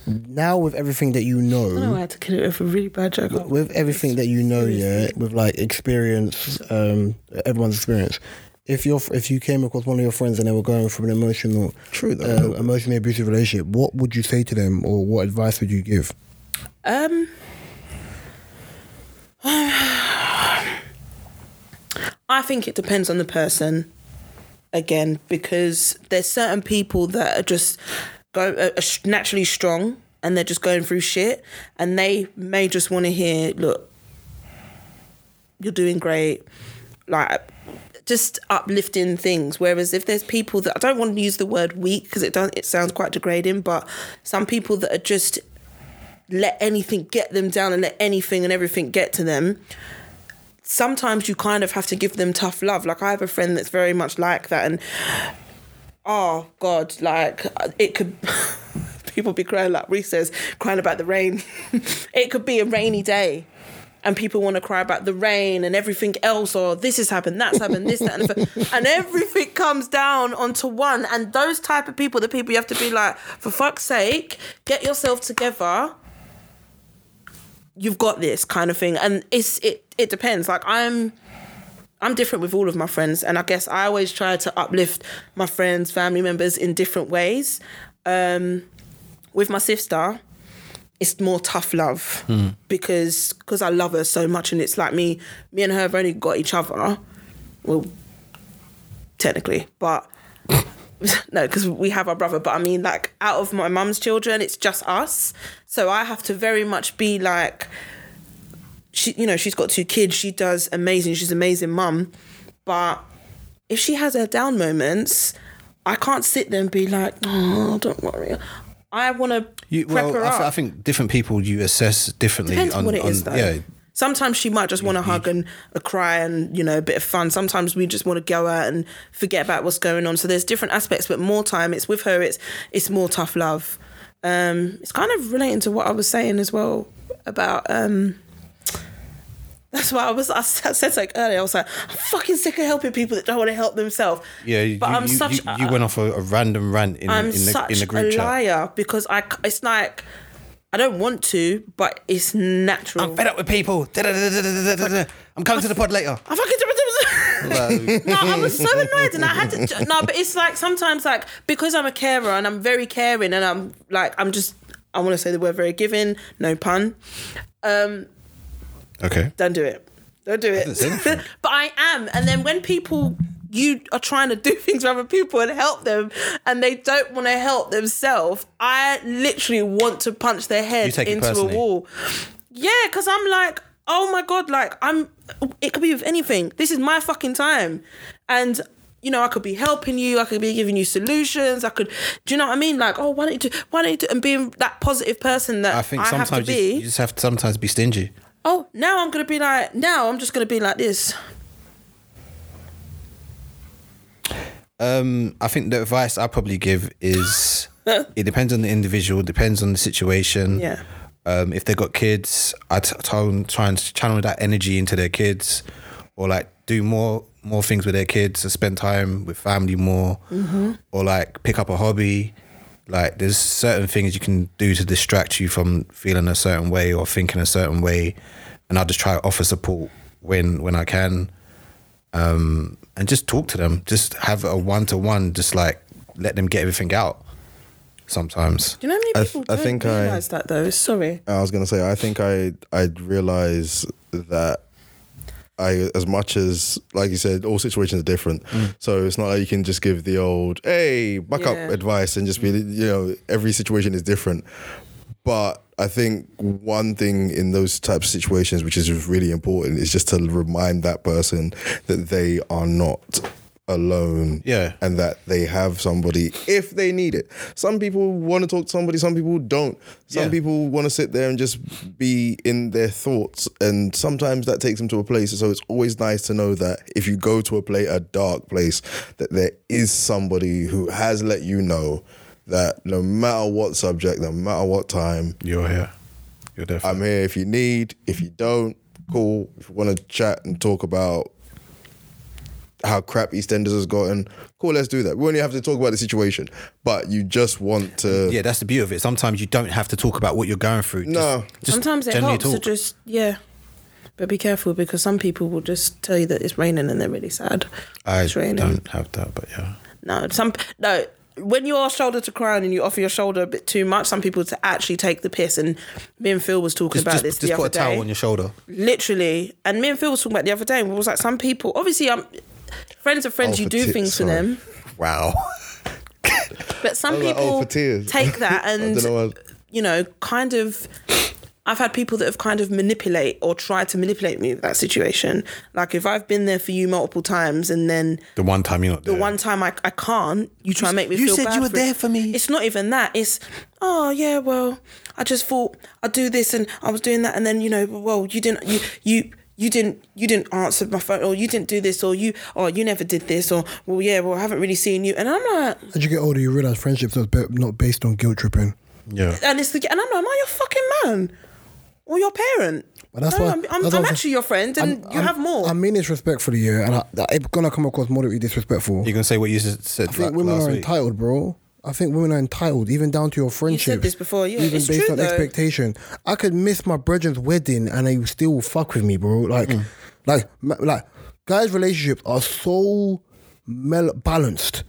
[SPEAKER 3] now with everything that you know,
[SPEAKER 4] I don't know I had to kill it with a really bad joke.
[SPEAKER 3] with everything that you know, yeah, with like experience, um, everyone's experience. If your if you came across one of your friends and they were going from an emotional,
[SPEAKER 2] True,
[SPEAKER 3] uh,
[SPEAKER 2] though.
[SPEAKER 3] emotionally abusive relationship, what would you say to them, or what advice would you give?
[SPEAKER 4] Um, I think it depends on the person. Again, because there's certain people that are just go uh, are are sh- naturally strong and they're just going through shit, and they may just want to hear, look, you're doing great, like just uplifting things. Whereas if there's people that I don't want to use the word weak because it don't it sounds quite degrading, but some people that are just let anything get them down and let anything and everything get to them sometimes you kind of have to give them tough love like i have a friend that's very much like that and oh god like it could people be crying like Reece says crying about the rain it could be a rainy day and people want to cry about the rain and everything else or this has happened that's happened this that and, the- and everything comes down onto one and those type of people the people you have to be like for fuck's sake get yourself together you've got this kind of thing and it's it it depends like i'm i'm different with all of my friends and i guess i always try to uplift my friends family members in different ways um with my sister it's more tough love
[SPEAKER 5] Hmm.
[SPEAKER 4] because because i love her so much and it's like me me and her have only got each other well technically but no, because we have our brother, but I mean, like, out of my mum's children, it's just us. So I have to very much be like, she, you know, she's got two kids. She does amazing. She's an amazing mum. But if she has her down moments, I can't sit there and be like, oh, don't worry. I want to
[SPEAKER 5] You,
[SPEAKER 4] prep
[SPEAKER 5] well,
[SPEAKER 4] her
[SPEAKER 5] I,
[SPEAKER 4] up.
[SPEAKER 5] th- I think different people you assess differently.
[SPEAKER 4] Depends
[SPEAKER 5] on,
[SPEAKER 4] on what it
[SPEAKER 5] on-
[SPEAKER 4] is, though.
[SPEAKER 5] Yeah.
[SPEAKER 4] Sometimes she might just want a hug and a cry and, you know, a bit of fun. Sometimes we just want to go out and forget about what's going on. So there's different aspects, but more time it's with her, it's it's more tough love. Um, it's kind of relating to what I was saying as well about. Um, that's why I was. I s- I said like earlier. I was like, I'm fucking sick of helping people that don't want to help themselves.
[SPEAKER 5] Yeah,
[SPEAKER 4] but
[SPEAKER 5] you,
[SPEAKER 4] I'm
[SPEAKER 5] you,
[SPEAKER 4] such.
[SPEAKER 5] you, you went off a, a random rant in,
[SPEAKER 4] I'm
[SPEAKER 5] in, the,
[SPEAKER 4] such
[SPEAKER 5] in the group
[SPEAKER 4] a
[SPEAKER 5] chat.
[SPEAKER 4] liar because I. c- It's like I don't want to, but it's natural.
[SPEAKER 5] I'm fed up with people. Da-da-da-da-da-da-da-da. I'm coming to the pod later.
[SPEAKER 4] I fucking no, I was so annoyed, and I had to. No, but it's like sometimes, like because I'm a carer and I'm very caring, and I'm like I'm just I want to say the word very giving, no pun. Um,
[SPEAKER 5] Okay.
[SPEAKER 4] don't do it. Don't do it.
[SPEAKER 5] say anything.
[SPEAKER 4] but I am, and then when people you are trying to do things for other people and help them, and they don't want to help themselves, I literally want to punch their
[SPEAKER 5] You
[SPEAKER 4] head
[SPEAKER 5] take it
[SPEAKER 4] into a
[SPEAKER 5] personally.
[SPEAKER 4] wall. Yeah, because I'm like, oh my god, like I'm. It could be with anything. This is my fucking time, and you know I could be helping you. I could be giving you solutions. I could, do you know what I mean? Like, oh, why don't you do? Why don't you do? And being that positive person that
[SPEAKER 5] I think
[SPEAKER 4] have to
[SPEAKER 5] sometimes you,
[SPEAKER 4] be
[SPEAKER 5] you just have to sometimes be stingy.
[SPEAKER 4] oh, now I'm gonna be like, now I'm just gonna be like this.
[SPEAKER 5] Um, I think the advice I probably give is it depends on the individual, depends on the situation.
[SPEAKER 4] Yeah.
[SPEAKER 5] Um, if they got kids, I t- tell them try and channel that energy into their kids, or like do more more things with their kids, or spend time with family more, or like pick up a hobby. Like there's certain things you can do to distract you from feeling a certain way or thinking a certain way, and I'll just try to offer support when when I can and just talk to them. Just have a one to one. Just like let them get everything out. Sometimes.
[SPEAKER 4] Do you know how many
[SPEAKER 2] I
[SPEAKER 4] people
[SPEAKER 2] th- I
[SPEAKER 4] don't
[SPEAKER 2] think I-
[SPEAKER 4] realize that though? Sorry.
[SPEAKER 2] I was gonna say, I think I I realize that I as much as like you said, all situations are different.
[SPEAKER 3] Mm.
[SPEAKER 2] So it's not like you can just give the old hey back
[SPEAKER 4] Yeah.
[SPEAKER 2] up advice and just be you know every situation is different. But I think one thing in those types of situations, which is really important, is just to remind that person that they are not alone
[SPEAKER 5] Yeah.
[SPEAKER 2] and that they have somebody if they need it. Some people want to talk to somebody, some people don't. Some
[SPEAKER 5] Yeah.
[SPEAKER 2] people want to sit there and just be in their thoughts, and sometimes that takes them to a place. So it's always nice to know that if you go to a play a dark place, that there is somebody who has let you know that no matter what subject, no matter what time,
[SPEAKER 5] You're here. You're there.
[SPEAKER 2] I'm here if you need. If you don't, cool. If you want to chat and talk about how crap EastEnders has gotten, cool, let's do that. We only have to talk about the situation, but you just want to.
[SPEAKER 5] yeah, that's the beauty of it. Sometimes you don't have to talk about what you're going through. Just-
[SPEAKER 2] No.
[SPEAKER 5] Just
[SPEAKER 4] Sometimes it
[SPEAKER 5] generally
[SPEAKER 4] helps to
[SPEAKER 5] talk.
[SPEAKER 4] just yeah. But be careful because some people will just tell you that it's raining and they're really sad.
[SPEAKER 5] I
[SPEAKER 4] it's raining.
[SPEAKER 5] don't have that, but yeah.
[SPEAKER 4] No, some no. When you're shoulder to cry on and you offer your shoulder a bit too much, some people to actually take the piss. And me and Phil was talking
[SPEAKER 5] Just,
[SPEAKER 4] about
[SPEAKER 5] just,
[SPEAKER 4] this
[SPEAKER 5] just
[SPEAKER 4] the
[SPEAKER 5] put
[SPEAKER 4] other
[SPEAKER 5] a towel
[SPEAKER 4] day.
[SPEAKER 5] on your shoulder.
[SPEAKER 4] literally. And me and Phil was talking about it the other day, and we was like, some people, obviously, I'm friends of friends. you
[SPEAKER 2] Oh, for
[SPEAKER 4] do
[SPEAKER 2] ti-
[SPEAKER 4] things
[SPEAKER 2] sorry.
[SPEAKER 4] for them.
[SPEAKER 5] Wow.
[SPEAKER 4] But some
[SPEAKER 2] like, oh,
[SPEAKER 4] people
[SPEAKER 2] for tears.
[SPEAKER 4] take that
[SPEAKER 2] I
[SPEAKER 4] and
[SPEAKER 2] don't know what-
[SPEAKER 4] you know, kind of. I've had people that have kind of manipulate or try to manipulate me with that situation. Like if I've been there for you multiple times and then
[SPEAKER 5] The one time you're not there.
[SPEAKER 4] the one time I, I can't, you try and make me
[SPEAKER 5] you
[SPEAKER 4] feel
[SPEAKER 5] said
[SPEAKER 4] bad
[SPEAKER 5] you were
[SPEAKER 4] it.
[SPEAKER 5] there for me.
[SPEAKER 4] It's not even that. It's, oh, yeah, well, I just thought I'd do this and I was doing that. And then, you know, well, you didn't, you, you, you didn't you didn't answer my phone or you didn't do this or you or you never did this or well yeah well I haven't really seen you and I'm like
[SPEAKER 3] As you get older, you realize friendships are ba- not based on guilt tripping.
[SPEAKER 5] Yeah.
[SPEAKER 4] and it's the and I'm like, am I your fucking man or your parent?
[SPEAKER 3] But that's
[SPEAKER 4] no,
[SPEAKER 3] why
[SPEAKER 4] I'm, I'm,
[SPEAKER 3] that's
[SPEAKER 4] I'm
[SPEAKER 3] why-
[SPEAKER 4] actually your friend, and
[SPEAKER 3] I'm-
[SPEAKER 4] you
[SPEAKER 3] I'm-
[SPEAKER 4] have more.
[SPEAKER 3] I mean this respectfully, yeah, and I, it's gonna come across moderately disrespectful.
[SPEAKER 5] You're gonna say what you s- said
[SPEAKER 3] I think
[SPEAKER 5] like,
[SPEAKER 3] women
[SPEAKER 5] last
[SPEAKER 3] are
[SPEAKER 5] week.
[SPEAKER 3] entitled, bro. I think women are entitled, even down to your friendship.
[SPEAKER 4] this before, yeah.
[SPEAKER 3] Even
[SPEAKER 4] It's
[SPEAKER 3] based
[SPEAKER 4] true,
[SPEAKER 3] on
[SPEAKER 4] though.
[SPEAKER 3] expectation, I could miss my brethren's wedding and they still will fuck with me, bro. Like,
[SPEAKER 5] Mm.
[SPEAKER 3] like, ma- like, guys' relationships are so mel- balanced.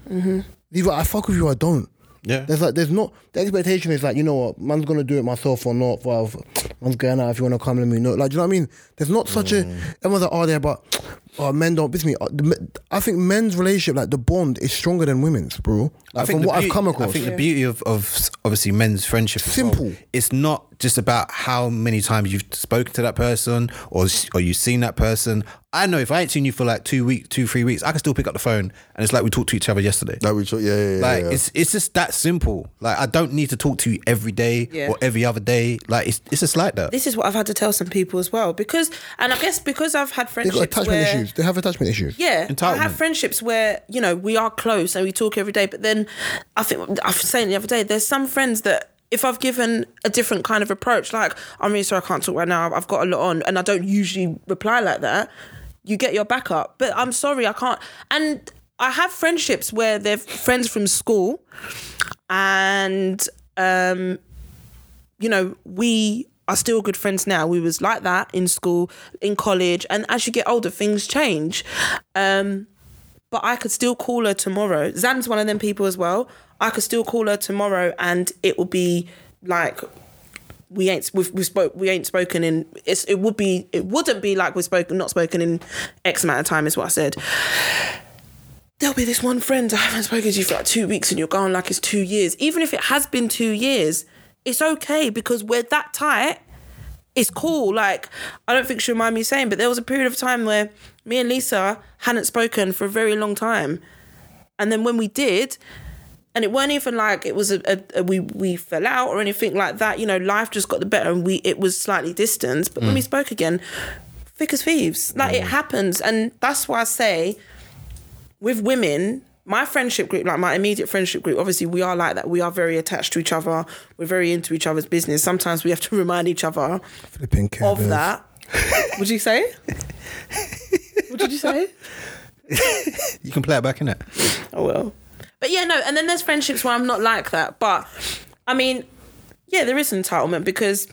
[SPEAKER 3] Either I fuck with you, or I don't.
[SPEAKER 5] Mm-hmm. Yeah.
[SPEAKER 3] There's like, there's not the expectation is like, you know what, man's gonna do it myself or not. Well, man's going out if you wanna come, let me know. Like, do you know what I mean? There's not such
[SPEAKER 5] Mm.
[SPEAKER 3] a everyone's like, oh, there, but oh, men don't. It's me. Uh, the me- I think men's relationship, like the bond, is stronger than women's, bro. Like from
[SPEAKER 5] the
[SPEAKER 3] what I've
[SPEAKER 5] beauty-
[SPEAKER 3] come across.
[SPEAKER 5] I think the beauty of, of s- obviously men's friendship as well,
[SPEAKER 3] Simple.
[SPEAKER 5] it's not just about how many times you've spoken to that person or s- or you've seen that person. I know if I ain't seen you for like two week, two three weeks, I can still pick up the phone and it's like we talked to each other yesterday.
[SPEAKER 3] Oh,
[SPEAKER 2] Like we, tr- yeah, yeah, yeah.
[SPEAKER 5] like
[SPEAKER 2] yeah.
[SPEAKER 5] it's it's just that simple. Like I don't need to talk to you every day
[SPEAKER 4] Yeah.
[SPEAKER 5] or every other day. Like it's it's just like that.
[SPEAKER 4] this is what I've had to tell some people as well, because and I guess because I've had
[SPEAKER 3] They've
[SPEAKER 4] friendships
[SPEAKER 3] got attachment
[SPEAKER 4] where,
[SPEAKER 3] issues. They have attachment issues.
[SPEAKER 4] Yeah, I have
[SPEAKER 5] Entitlement.
[SPEAKER 4] friendships where you know we are close and we talk every day, but then I think I was saying the other day, there's some friends that if I've given a different kind of approach, like I'm really sorry I can't talk right now, I've got a lot on, and I don't usually reply like that. You get your backup, but I'm sorry I can't. And I have friendships where they're friends from school, and um, you know, we are still good friends now. We was like that in school, in college, and as you get older, things change. Um, but I could still call her tomorrow. Zan's one of them people as well. I could still call her tomorrow, and it would be like we ain't we've, we spoke we ain't spoken in. It's, it would be it wouldn't be like we've spoken not spoken in X amount of time is what I said. There'll be this one friend I haven't spoken to you for like two weeks, and you're gone like it's two years. Even if it has been two years, it's okay because we're that tight it's cool. Like, I don't think she'll mind me saying, but there was a period of time where me and Lisa hadn't spoken for a very long time. And then when we did, and it weren't even like it was a, a, a we we fell out or anything like that. You know, life just got the better, and we it was slightly distanced. But when we spoke again, thick as thieves. Like it happens, and that's why I say with women, my friendship group, like my immediate friendship group, obviously we are like that. We are very attached to each other. We're very into each other's business. Sometimes we have to remind each other
[SPEAKER 3] Flipping
[SPEAKER 4] of
[SPEAKER 3] Kev.
[SPEAKER 4] that. Would you say? what did you say?
[SPEAKER 5] You can play it back in it.
[SPEAKER 4] Oh well. But yeah, no. And then there's friendships where I'm not like that. But I mean, yeah, there is entitlement because,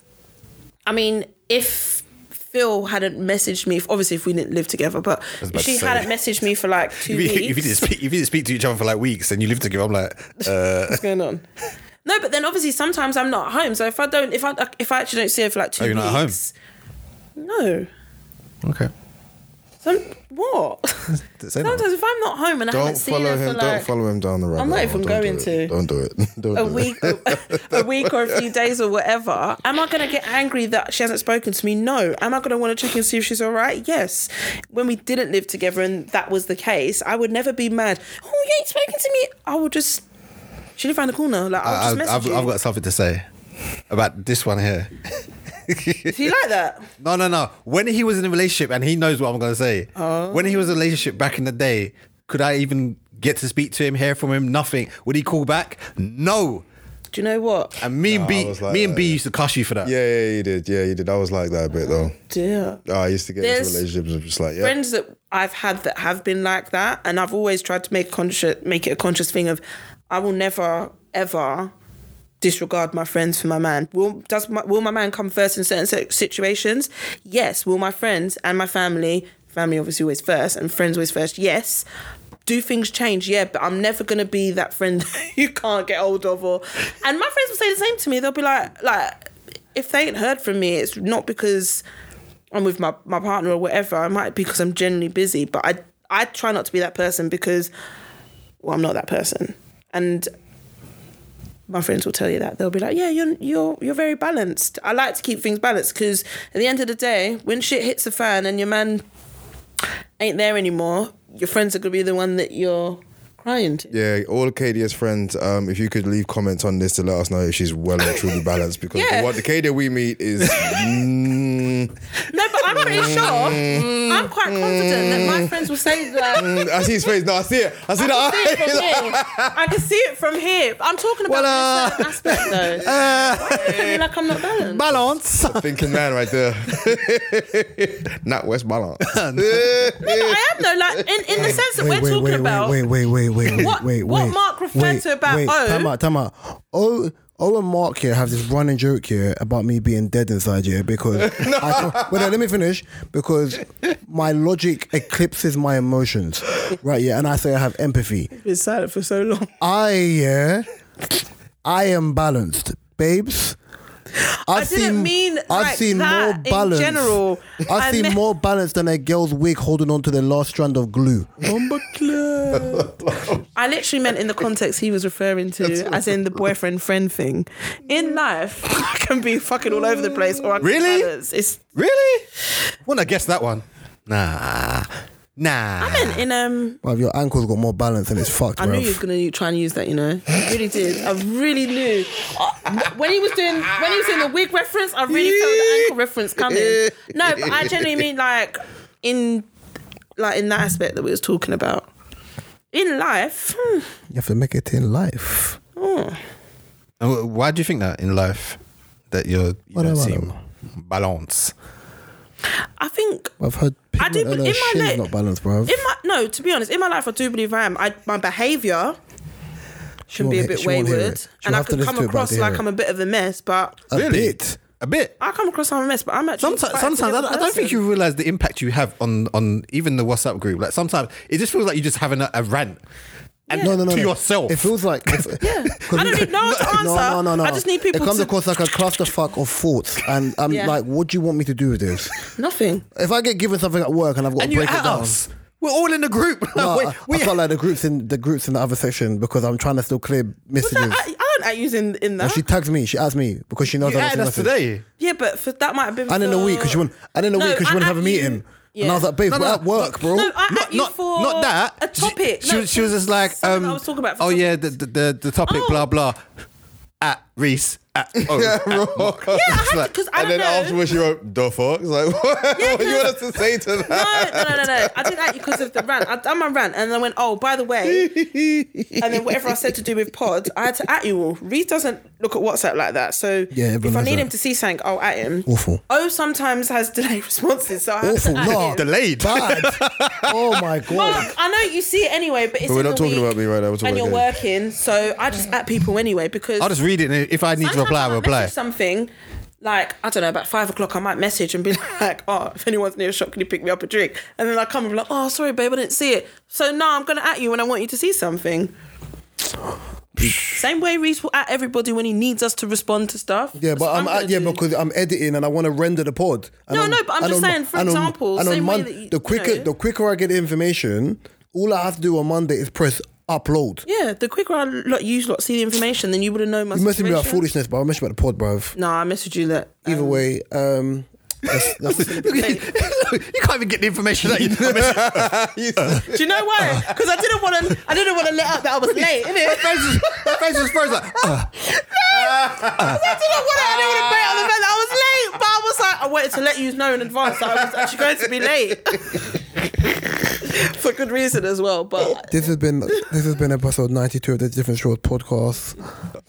[SPEAKER 4] I mean, if Phil hadn't messaged me, obviously if we didn't live together, but if
[SPEAKER 5] about
[SPEAKER 4] she
[SPEAKER 5] to say.
[SPEAKER 4] hadn't messaged me for like two
[SPEAKER 5] If you,
[SPEAKER 4] weeks.
[SPEAKER 5] if, you didn't speak, if you didn't speak to each other for like weeks and you lived together, I'm like, uh,
[SPEAKER 4] What's going on? No, but then obviously sometimes I'm not at home. So if I don't, if I if I actually don't see her for like two
[SPEAKER 5] Oh, you're
[SPEAKER 4] weeks,
[SPEAKER 5] not at home?
[SPEAKER 4] no.
[SPEAKER 5] okay.
[SPEAKER 4] Some, what?
[SPEAKER 5] Say that.
[SPEAKER 4] Sometimes if I'm not home and I haven't
[SPEAKER 2] Don't
[SPEAKER 4] seen her
[SPEAKER 2] follow
[SPEAKER 4] for
[SPEAKER 2] him.
[SPEAKER 4] like
[SPEAKER 2] Don't follow him down the rabbit
[SPEAKER 4] I'm not
[SPEAKER 2] hole.
[SPEAKER 4] even
[SPEAKER 2] Don't
[SPEAKER 4] going
[SPEAKER 2] do
[SPEAKER 4] to.
[SPEAKER 2] it. Don't do it. Don't
[SPEAKER 4] a
[SPEAKER 2] do
[SPEAKER 4] week,
[SPEAKER 2] It.
[SPEAKER 4] a week or a few days or whatever, am I going to get angry that she hasn't spoken to me? No. Am I going to want to check and see if she's all right? Yes. When we didn't live together and that was the case, I would never be mad. Oh, you ain't spoken to me. I will just. She live around the corner. Like I'll
[SPEAKER 5] I,
[SPEAKER 4] just
[SPEAKER 5] I've,
[SPEAKER 4] message
[SPEAKER 5] I've,
[SPEAKER 4] you.
[SPEAKER 5] I've got something to say about this one here.
[SPEAKER 4] Do you like that?
[SPEAKER 5] No, no, no. When he was in a relationship, and he knows what I'm going to say.
[SPEAKER 2] Oh.
[SPEAKER 5] When he was in a relationship back in the day, could I even get to speak to him, hear from him? Nothing. Would he call back? No.
[SPEAKER 4] Do you know what?
[SPEAKER 5] And me and
[SPEAKER 2] No, I
[SPEAKER 5] B,
[SPEAKER 2] was like
[SPEAKER 5] me and
[SPEAKER 2] that,
[SPEAKER 5] B
[SPEAKER 2] yeah.
[SPEAKER 5] used to cuss you for that.
[SPEAKER 2] Yeah, yeah, you did. Yeah, you did. I was like that a bit though.
[SPEAKER 4] Dear.
[SPEAKER 2] Oh, I used to get
[SPEAKER 4] There's
[SPEAKER 2] into relationships. I'm just like, yeah.
[SPEAKER 4] friends that I've had that have been like that, and I've always tried to make conscious, make it a conscious thing of, I will never ever disregard my friends for my man. Will does my, will my man come first in certain si- situations? Yes. Will my friends and my family, family obviously always first, and friends always first? Yes. Do things change? Yeah, but I'm never gonna be that friend that you can't get hold of. Or, and my friends will say the same to me. They'll be like, like, if they ain't heard from me, it's not because I'm with my, my partner or whatever, I might be because I'm generally busy, but I I try not to be that person because well, I'm not that person. And my friends will tell you that. They'll be like, "Yeah, you're you're you're very balanced. I like to keep things balanced because at the end of the day, when shit hits the fan and your man ain't there anymore, your friends are going to be the one that you're crying to."
[SPEAKER 2] Yeah, all Kadia's friends, um, if you could leave comments on this to let us know if she's well and truly balanced because
[SPEAKER 4] Yeah.
[SPEAKER 2] the, what the Kadia we meet is mm,
[SPEAKER 4] No, but I'm pretty sure. I'm quite confident that my friends will say that.
[SPEAKER 2] mm, I see his face. No, I see it. I see
[SPEAKER 4] I can see it from
[SPEAKER 2] the
[SPEAKER 4] here. I can see it from here. I'm talking about
[SPEAKER 5] Voila.
[SPEAKER 3] uh,
[SPEAKER 4] this certain aspect though. Why you look at me like I'm not balanced.
[SPEAKER 5] Balance.
[SPEAKER 2] eye. Thinking man right there. Not West Balance.
[SPEAKER 4] I am though, like in, in the sense that we're
[SPEAKER 3] wait,
[SPEAKER 4] talking
[SPEAKER 3] wait,
[SPEAKER 4] about.
[SPEAKER 3] Wait, wait, wait, wait, wait,
[SPEAKER 4] What-
[SPEAKER 3] wait, wait.
[SPEAKER 4] what Mark referred
[SPEAKER 3] wait,
[SPEAKER 4] to about
[SPEAKER 3] wait,
[SPEAKER 4] O-
[SPEAKER 3] Time out, time out. O, Ola and Mark here have this running joke here about me being dead inside here because. I can't, wait, no, let me finish. Because my logic eclipses my emotions. Right, yeah, and I say I have empathy.
[SPEAKER 4] Been silent for so long.
[SPEAKER 3] I, yeah, I am balanced. Babes. I've
[SPEAKER 4] didn't mean like that in general.
[SPEAKER 3] I've
[SPEAKER 4] I
[SPEAKER 3] seen
[SPEAKER 4] meant-
[SPEAKER 3] more balance than a girl's wig holding on to the last strand of glue.
[SPEAKER 4] I literally meant in the context he was referring to, as in the boyfriend friend thing. In life, I can be fucking all over the place, or I can
[SPEAKER 5] Really?
[SPEAKER 4] balance. It's
[SPEAKER 5] really? Want to guess that one? Nah. Nah.
[SPEAKER 4] I meant in um.
[SPEAKER 3] Well, your ankle's got more balance and it's fucked,
[SPEAKER 4] I
[SPEAKER 3] bruv.
[SPEAKER 4] knew you was gonna try and use that. You know, I really did. I really knew. I- When he was doing when he was doing the wig reference, I really felt the ankle reference coming. No, but I genuinely mean like in like in that aspect that we was talking about. In life, hmm, oh.
[SPEAKER 3] You have to make it in life.
[SPEAKER 5] And wh- Uh, Why do you think that in life that you're you
[SPEAKER 3] Well,
[SPEAKER 2] oh
[SPEAKER 5] don't
[SPEAKER 3] no, I
[SPEAKER 5] seem
[SPEAKER 3] don't
[SPEAKER 5] balance?
[SPEAKER 4] I think
[SPEAKER 3] I've heard people
[SPEAKER 4] I do,
[SPEAKER 3] that
[SPEAKER 4] but
[SPEAKER 3] their
[SPEAKER 4] in my
[SPEAKER 3] shit is
[SPEAKER 4] leg-
[SPEAKER 3] not balanced, bro.
[SPEAKER 4] in my no, to be honest, in my life I do believe I am. I my behaviour should be a
[SPEAKER 3] won't he-
[SPEAKER 4] bit
[SPEAKER 3] she won't hear
[SPEAKER 4] wayward,
[SPEAKER 3] it. She'll
[SPEAKER 4] and I
[SPEAKER 3] have to
[SPEAKER 4] could
[SPEAKER 3] listen
[SPEAKER 4] come
[SPEAKER 3] to it, but I
[SPEAKER 4] across
[SPEAKER 3] do hear
[SPEAKER 4] like
[SPEAKER 3] it. Uh,
[SPEAKER 4] I'm a bit of a mess. But
[SPEAKER 3] A bit.
[SPEAKER 5] A bit.
[SPEAKER 4] I come across I'm a mess, but I'm actually
[SPEAKER 5] Sometimes,
[SPEAKER 4] quite a
[SPEAKER 5] sometimes I,
[SPEAKER 4] forgiving
[SPEAKER 5] don't- I don't think
[SPEAKER 4] person.
[SPEAKER 5] you realize the impact you have on on even the WhatsApp group. Like sometimes it just feels like you're just having a, a rant. And
[SPEAKER 4] Yeah. No,
[SPEAKER 5] to yourself.
[SPEAKER 3] It feels like if,
[SPEAKER 4] Yeah. I don't need no one to answer.
[SPEAKER 3] No, no, no, no.
[SPEAKER 4] I just need people
[SPEAKER 3] It comes
[SPEAKER 4] to-
[SPEAKER 3] across like a clusterfuck of thoughts, and I'm
[SPEAKER 4] Yeah.
[SPEAKER 3] like, what do you want me to do with this?
[SPEAKER 4] nothing.
[SPEAKER 3] If I get given something at work and I've got
[SPEAKER 5] and
[SPEAKER 3] to
[SPEAKER 5] you're
[SPEAKER 3] break it
[SPEAKER 5] at
[SPEAKER 3] down,
[SPEAKER 5] us. We're all in a group. Like,
[SPEAKER 3] no,
[SPEAKER 5] we-
[SPEAKER 3] I,
[SPEAKER 5] we-
[SPEAKER 3] I felt like the groups in the groups in the other section because I'm trying to still clear
[SPEAKER 4] Was
[SPEAKER 3] messages.
[SPEAKER 4] that, I, I don't act using in
[SPEAKER 3] Well,
[SPEAKER 4] that.
[SPEAKER 3] she tags me. She asks me because she knows
[SPEAKER 5] you
[SPEAKER 3] I don't
[SPEAKER 5] added
[SPEAKER 3] see
[SPEAKER 5] us
[SPEAKER 3] nothing.
[SPEAKER 5] today.
[SPEAKER 4] yeah, but for, that might have been.
[SPEAKER 3] And in a
[SPEAKER 4] for-
[SPEAKER 3] week, because she went. And in a
[SPEAKER 4] No,
[SPEAKER 3] week, 'cause she
[SPEAKER 4] I
[SPEAKER 3] wouldn't have a
[SPEAKER 4] at you-
[SPEAKER 3] meeting.
[SPEAKER 4] Yeah.
[SPEAKER 3] And I was like, babe,
[SPEAKER 5] No,
[SPEAKER 3] we're
[SPEAKER 5] no,
[SPEAKER 3] at work, bro.
[SPEAKER 4] No, I at
[SPEAKER 5] not,
[SPEAKER 4] you
[SPEAKER 5] not,
[SPEAKER 4] for
[SPEAKER 5] not that.
[SPEAKER 4] a topic.
[SPEAKER 5] She, she
[SPEAKER 4] No,
[SPEAKER 5] was- she was just like,
[SPEAKER 4] something
[SPEAKER 5] um,
[SPEAKER 4] I was talking about for
[SPEAKER 5] oh
[SPEAKER 4] topic.
[SPEAKER 5] yeah, the, the, the, the topic,
[SPEAKER 4] Oh.
[SPEAKER 5] blah, blah. At Reese. At, oh, at Mark.
[SPEAKER 4] Yeah, I had
[SPEAKER 5] like-
[SPEAKER 4] because I
[SPEAKER 2] And
[SPEAKER 4] don't
[SPEAKER 2] then
[SPEAKER 4] know.
[SPEAKER 2] afterwards she wrote, the fuck? It's Like,
[SPEAKER 4] Yeah,
[SPEAKER 2] what, what do you
[SPEAKER 4] 'cause-
[SPEAKER 2] want us to say to that?
[SPEAKER 4] No, no, no, no, no. I did that because of the rant. I done my rant and then I went, oh, by the way, and then whatever I said to do with pod, I had to at you all. Reed doesn't look at WhatsApp like that. So
[SPEAKER 3] Yeah, everyone
[SPEAKER 4] if I
[SPEAKER 3] knows
[SPEAKER 4] need
[SPEAKER 3] that.
[SPEAKER 4] him to see something, I'll at him.
[SPEAKER 3] Awful.
[SPEAKER 4] Oh sometimes has delayed responses. So I have
[SPEAKER 3] Awful.
[SPEAKER 4] to at
[SPEAKER 3] No.
[SPEAKER 4] him.
[SPEAKER 5] Delayed.
[SPEAKER 3] Bad. oh my god.
[SPEAKER 4] Mark, I know you see it anyway, but it's
[SPEAKER 2] But we're
[SPEAKER 4] in
[SPEAKER 2] not
[SPEAKER 4] the
[SPEAKER 2] talking
[SPEAKER 4] week
[SPEAKER 2] about me right now, we're talking
[SPEAKER 4] and
[SPEAKER 2] about
[SPEAKER 4] you're
[SPEAKER 2] Gary.
[SPEAKER 4] working, so I just at people anyway because
[SPEAKER 5] I'll just read it. And if I need to
[SPEAKER 4] Sometimes
[SPEAKER 5] reply,
[SPEAKER 4] I
[SPEAKER 5] I'll
[SPEAKER 4] might
[SPEAKER 5] reply.
[SPEAKER 4] message Something like I don't know about five o'clock, I might message and be like, "Oh, if anyone's near a shop, can you pick me up a drink?" And then I come and be like, "Oh, sorry, babe, I didn't see it." So no, I'm gonna at you when I want you to see something. Same way Reese will at everybody when he needs us to respond to stuff.
[SPEAKER 3] Yeah,
[SPEAKER 4] That's
[SPEAKER 3] but
[SPEAKER 4] what
[SPEAKER 3] I'm,
[SPEAKER 4] gonna
[SPEAKER 3] at, yeah
[SPEAKER 4] do.
[SPEAKER 3] because I'm editing and I want to render the pod. And
[SPEAKER 4] No,
[SPEAKER 3] on-
[SPEAKER 4] no, but I'm
[SPEAKER 3] and
[SPEAKER 4] just
[SPEAKER 3] on-
[SPEAKER 4] saying, for
[SPEAKER 3] and on-
[SPEAKER 4] example,
[SPEAKER 3] and on
[SPEAKER 4] same way
[SPEAKER 3] Mon-
[SPEAKER 4] that you-
[SPEAKER 3] the quicker
[SPEAKER 4] you know.
[SPEAKER 3] the quicker I get information, all I have to do on Monday is press upload.
[SPEAKER 4] yeah, the quicker I lot you lot see the information, then you would have known my.
[SPEAKER 3] You messaged me about
[SPEAKER 4] situation.
[SPEAKER 3] foolishness, but I messaged about the pod, bruv.
[SPEAKER 4] No, I messaged you that.
[SPEAKER 3] Either
[SPEAKER 4] um,
[SPEAKER 3] way, um, that's, that's,
[SPEAKER 5] Look at you. you can't even get the information that you know.
[SPEAKER 4] Do you know why? Because I didn't want to. I didn't want to let up that I was late. Innit?
[SPEAKER 5] My face was frozen. Like, uh,
[SPEAKER 4] I didn't want to. I didn't want to bait on the fact that I was late, but I was like, I wanted to let you know in advance that I was actually going to be late for good reason as well. But
[SPEAKER 3] This has been this has been episode ninety two of the Different Shores podcast.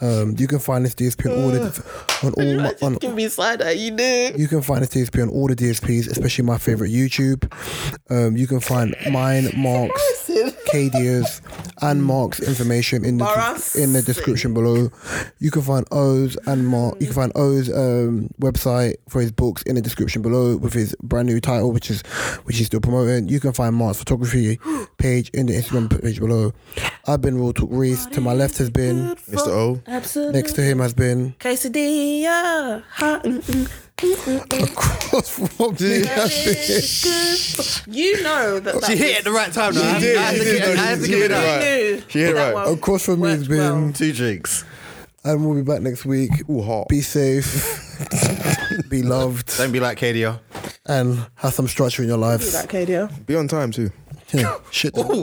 [SPEAKER 3] Um, you can find this DSP on all the on all my, on,
[SPEAKER 4] give me side eye. You do.
[SPEAKER 3] you can find this DSP on all the DSPs, especially my favorite YouTube. Um, you can find mine, Mark's, Kadia's, and Mark's information in the
[SPEAKER 4] Morris.
[SPEAKER 3] in the description below. You can find O's and Mark. You can find O's um, website for his books in the description below with his brand new title, which is which he's still promoting. You can find Mark's photography page in the Instagram page below. I've been Real Talk Reese. To my left has been.
[SPEAKER 2] Mr. O.
[SPEAKER 4] Absolutely.
[SPEAKER 3] Next to him has been
[SPEAKER 4] Quesadilla. Hot. mm, mm, mm, mm, mm.
[SPEAKER 3] across from me. has been-
[SPEAKER 4] You know that. that
[SPEAKER 5] she hit
[SPEAKER 4] was-
[SPEAKER 5] it at the right time. though. I,
[SPEAKER 2] did,
[SPEAKER 5] I had
[SPEAKER 2] she
[SPEAKER 5] to,
[SPEAKER 2] did,
[SPEAKER 5] give- I
[SPEAKER 2] though.
[SPEAKER 5] had to
[SPEAKER 2] She
[SPEAKER 5] give it a
[SPEAKER 2] did it
[SPEAKER 5] right.
[SPEAKER 2] right.
[SPEAKER 4] You knew
[SPEAKER 2] She hit it
[SPEAKER 4] that one
[SPEAKER 2] right.
[SPEAKER 3] Across from me has
[SPEAKER 4] worked
[SPEAKER 3] been.
[SPEAKER 4] well.
[SPEAKER 5] Two drinks.
[SPEAKER 3] And we'll be back next week.
[SPEAKER 2] Ooh, hot.
[SPEAKER 3] Be safe, be loved,
[SPEAKER 5] Don't be like KDR.
[SPEAKER 3] and have some structure in your
[SPEAKER 4] Do
[SPEAKER 3] lives.
[SPEAKER 4] that, Kadia.
[SPEAKER 2] Be on time too.
[SPEAKER 3] Yeah, Shit.
[SPEAKER 2] There it is.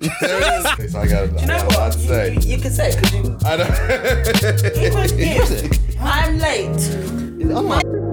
[SPEAKER 2] There it is. I got
[SPEAKER 4] You know what? You, you, you can say it because you.
[SPEAKER 2] I know.
[SPEAKER 4] Even if I'm late.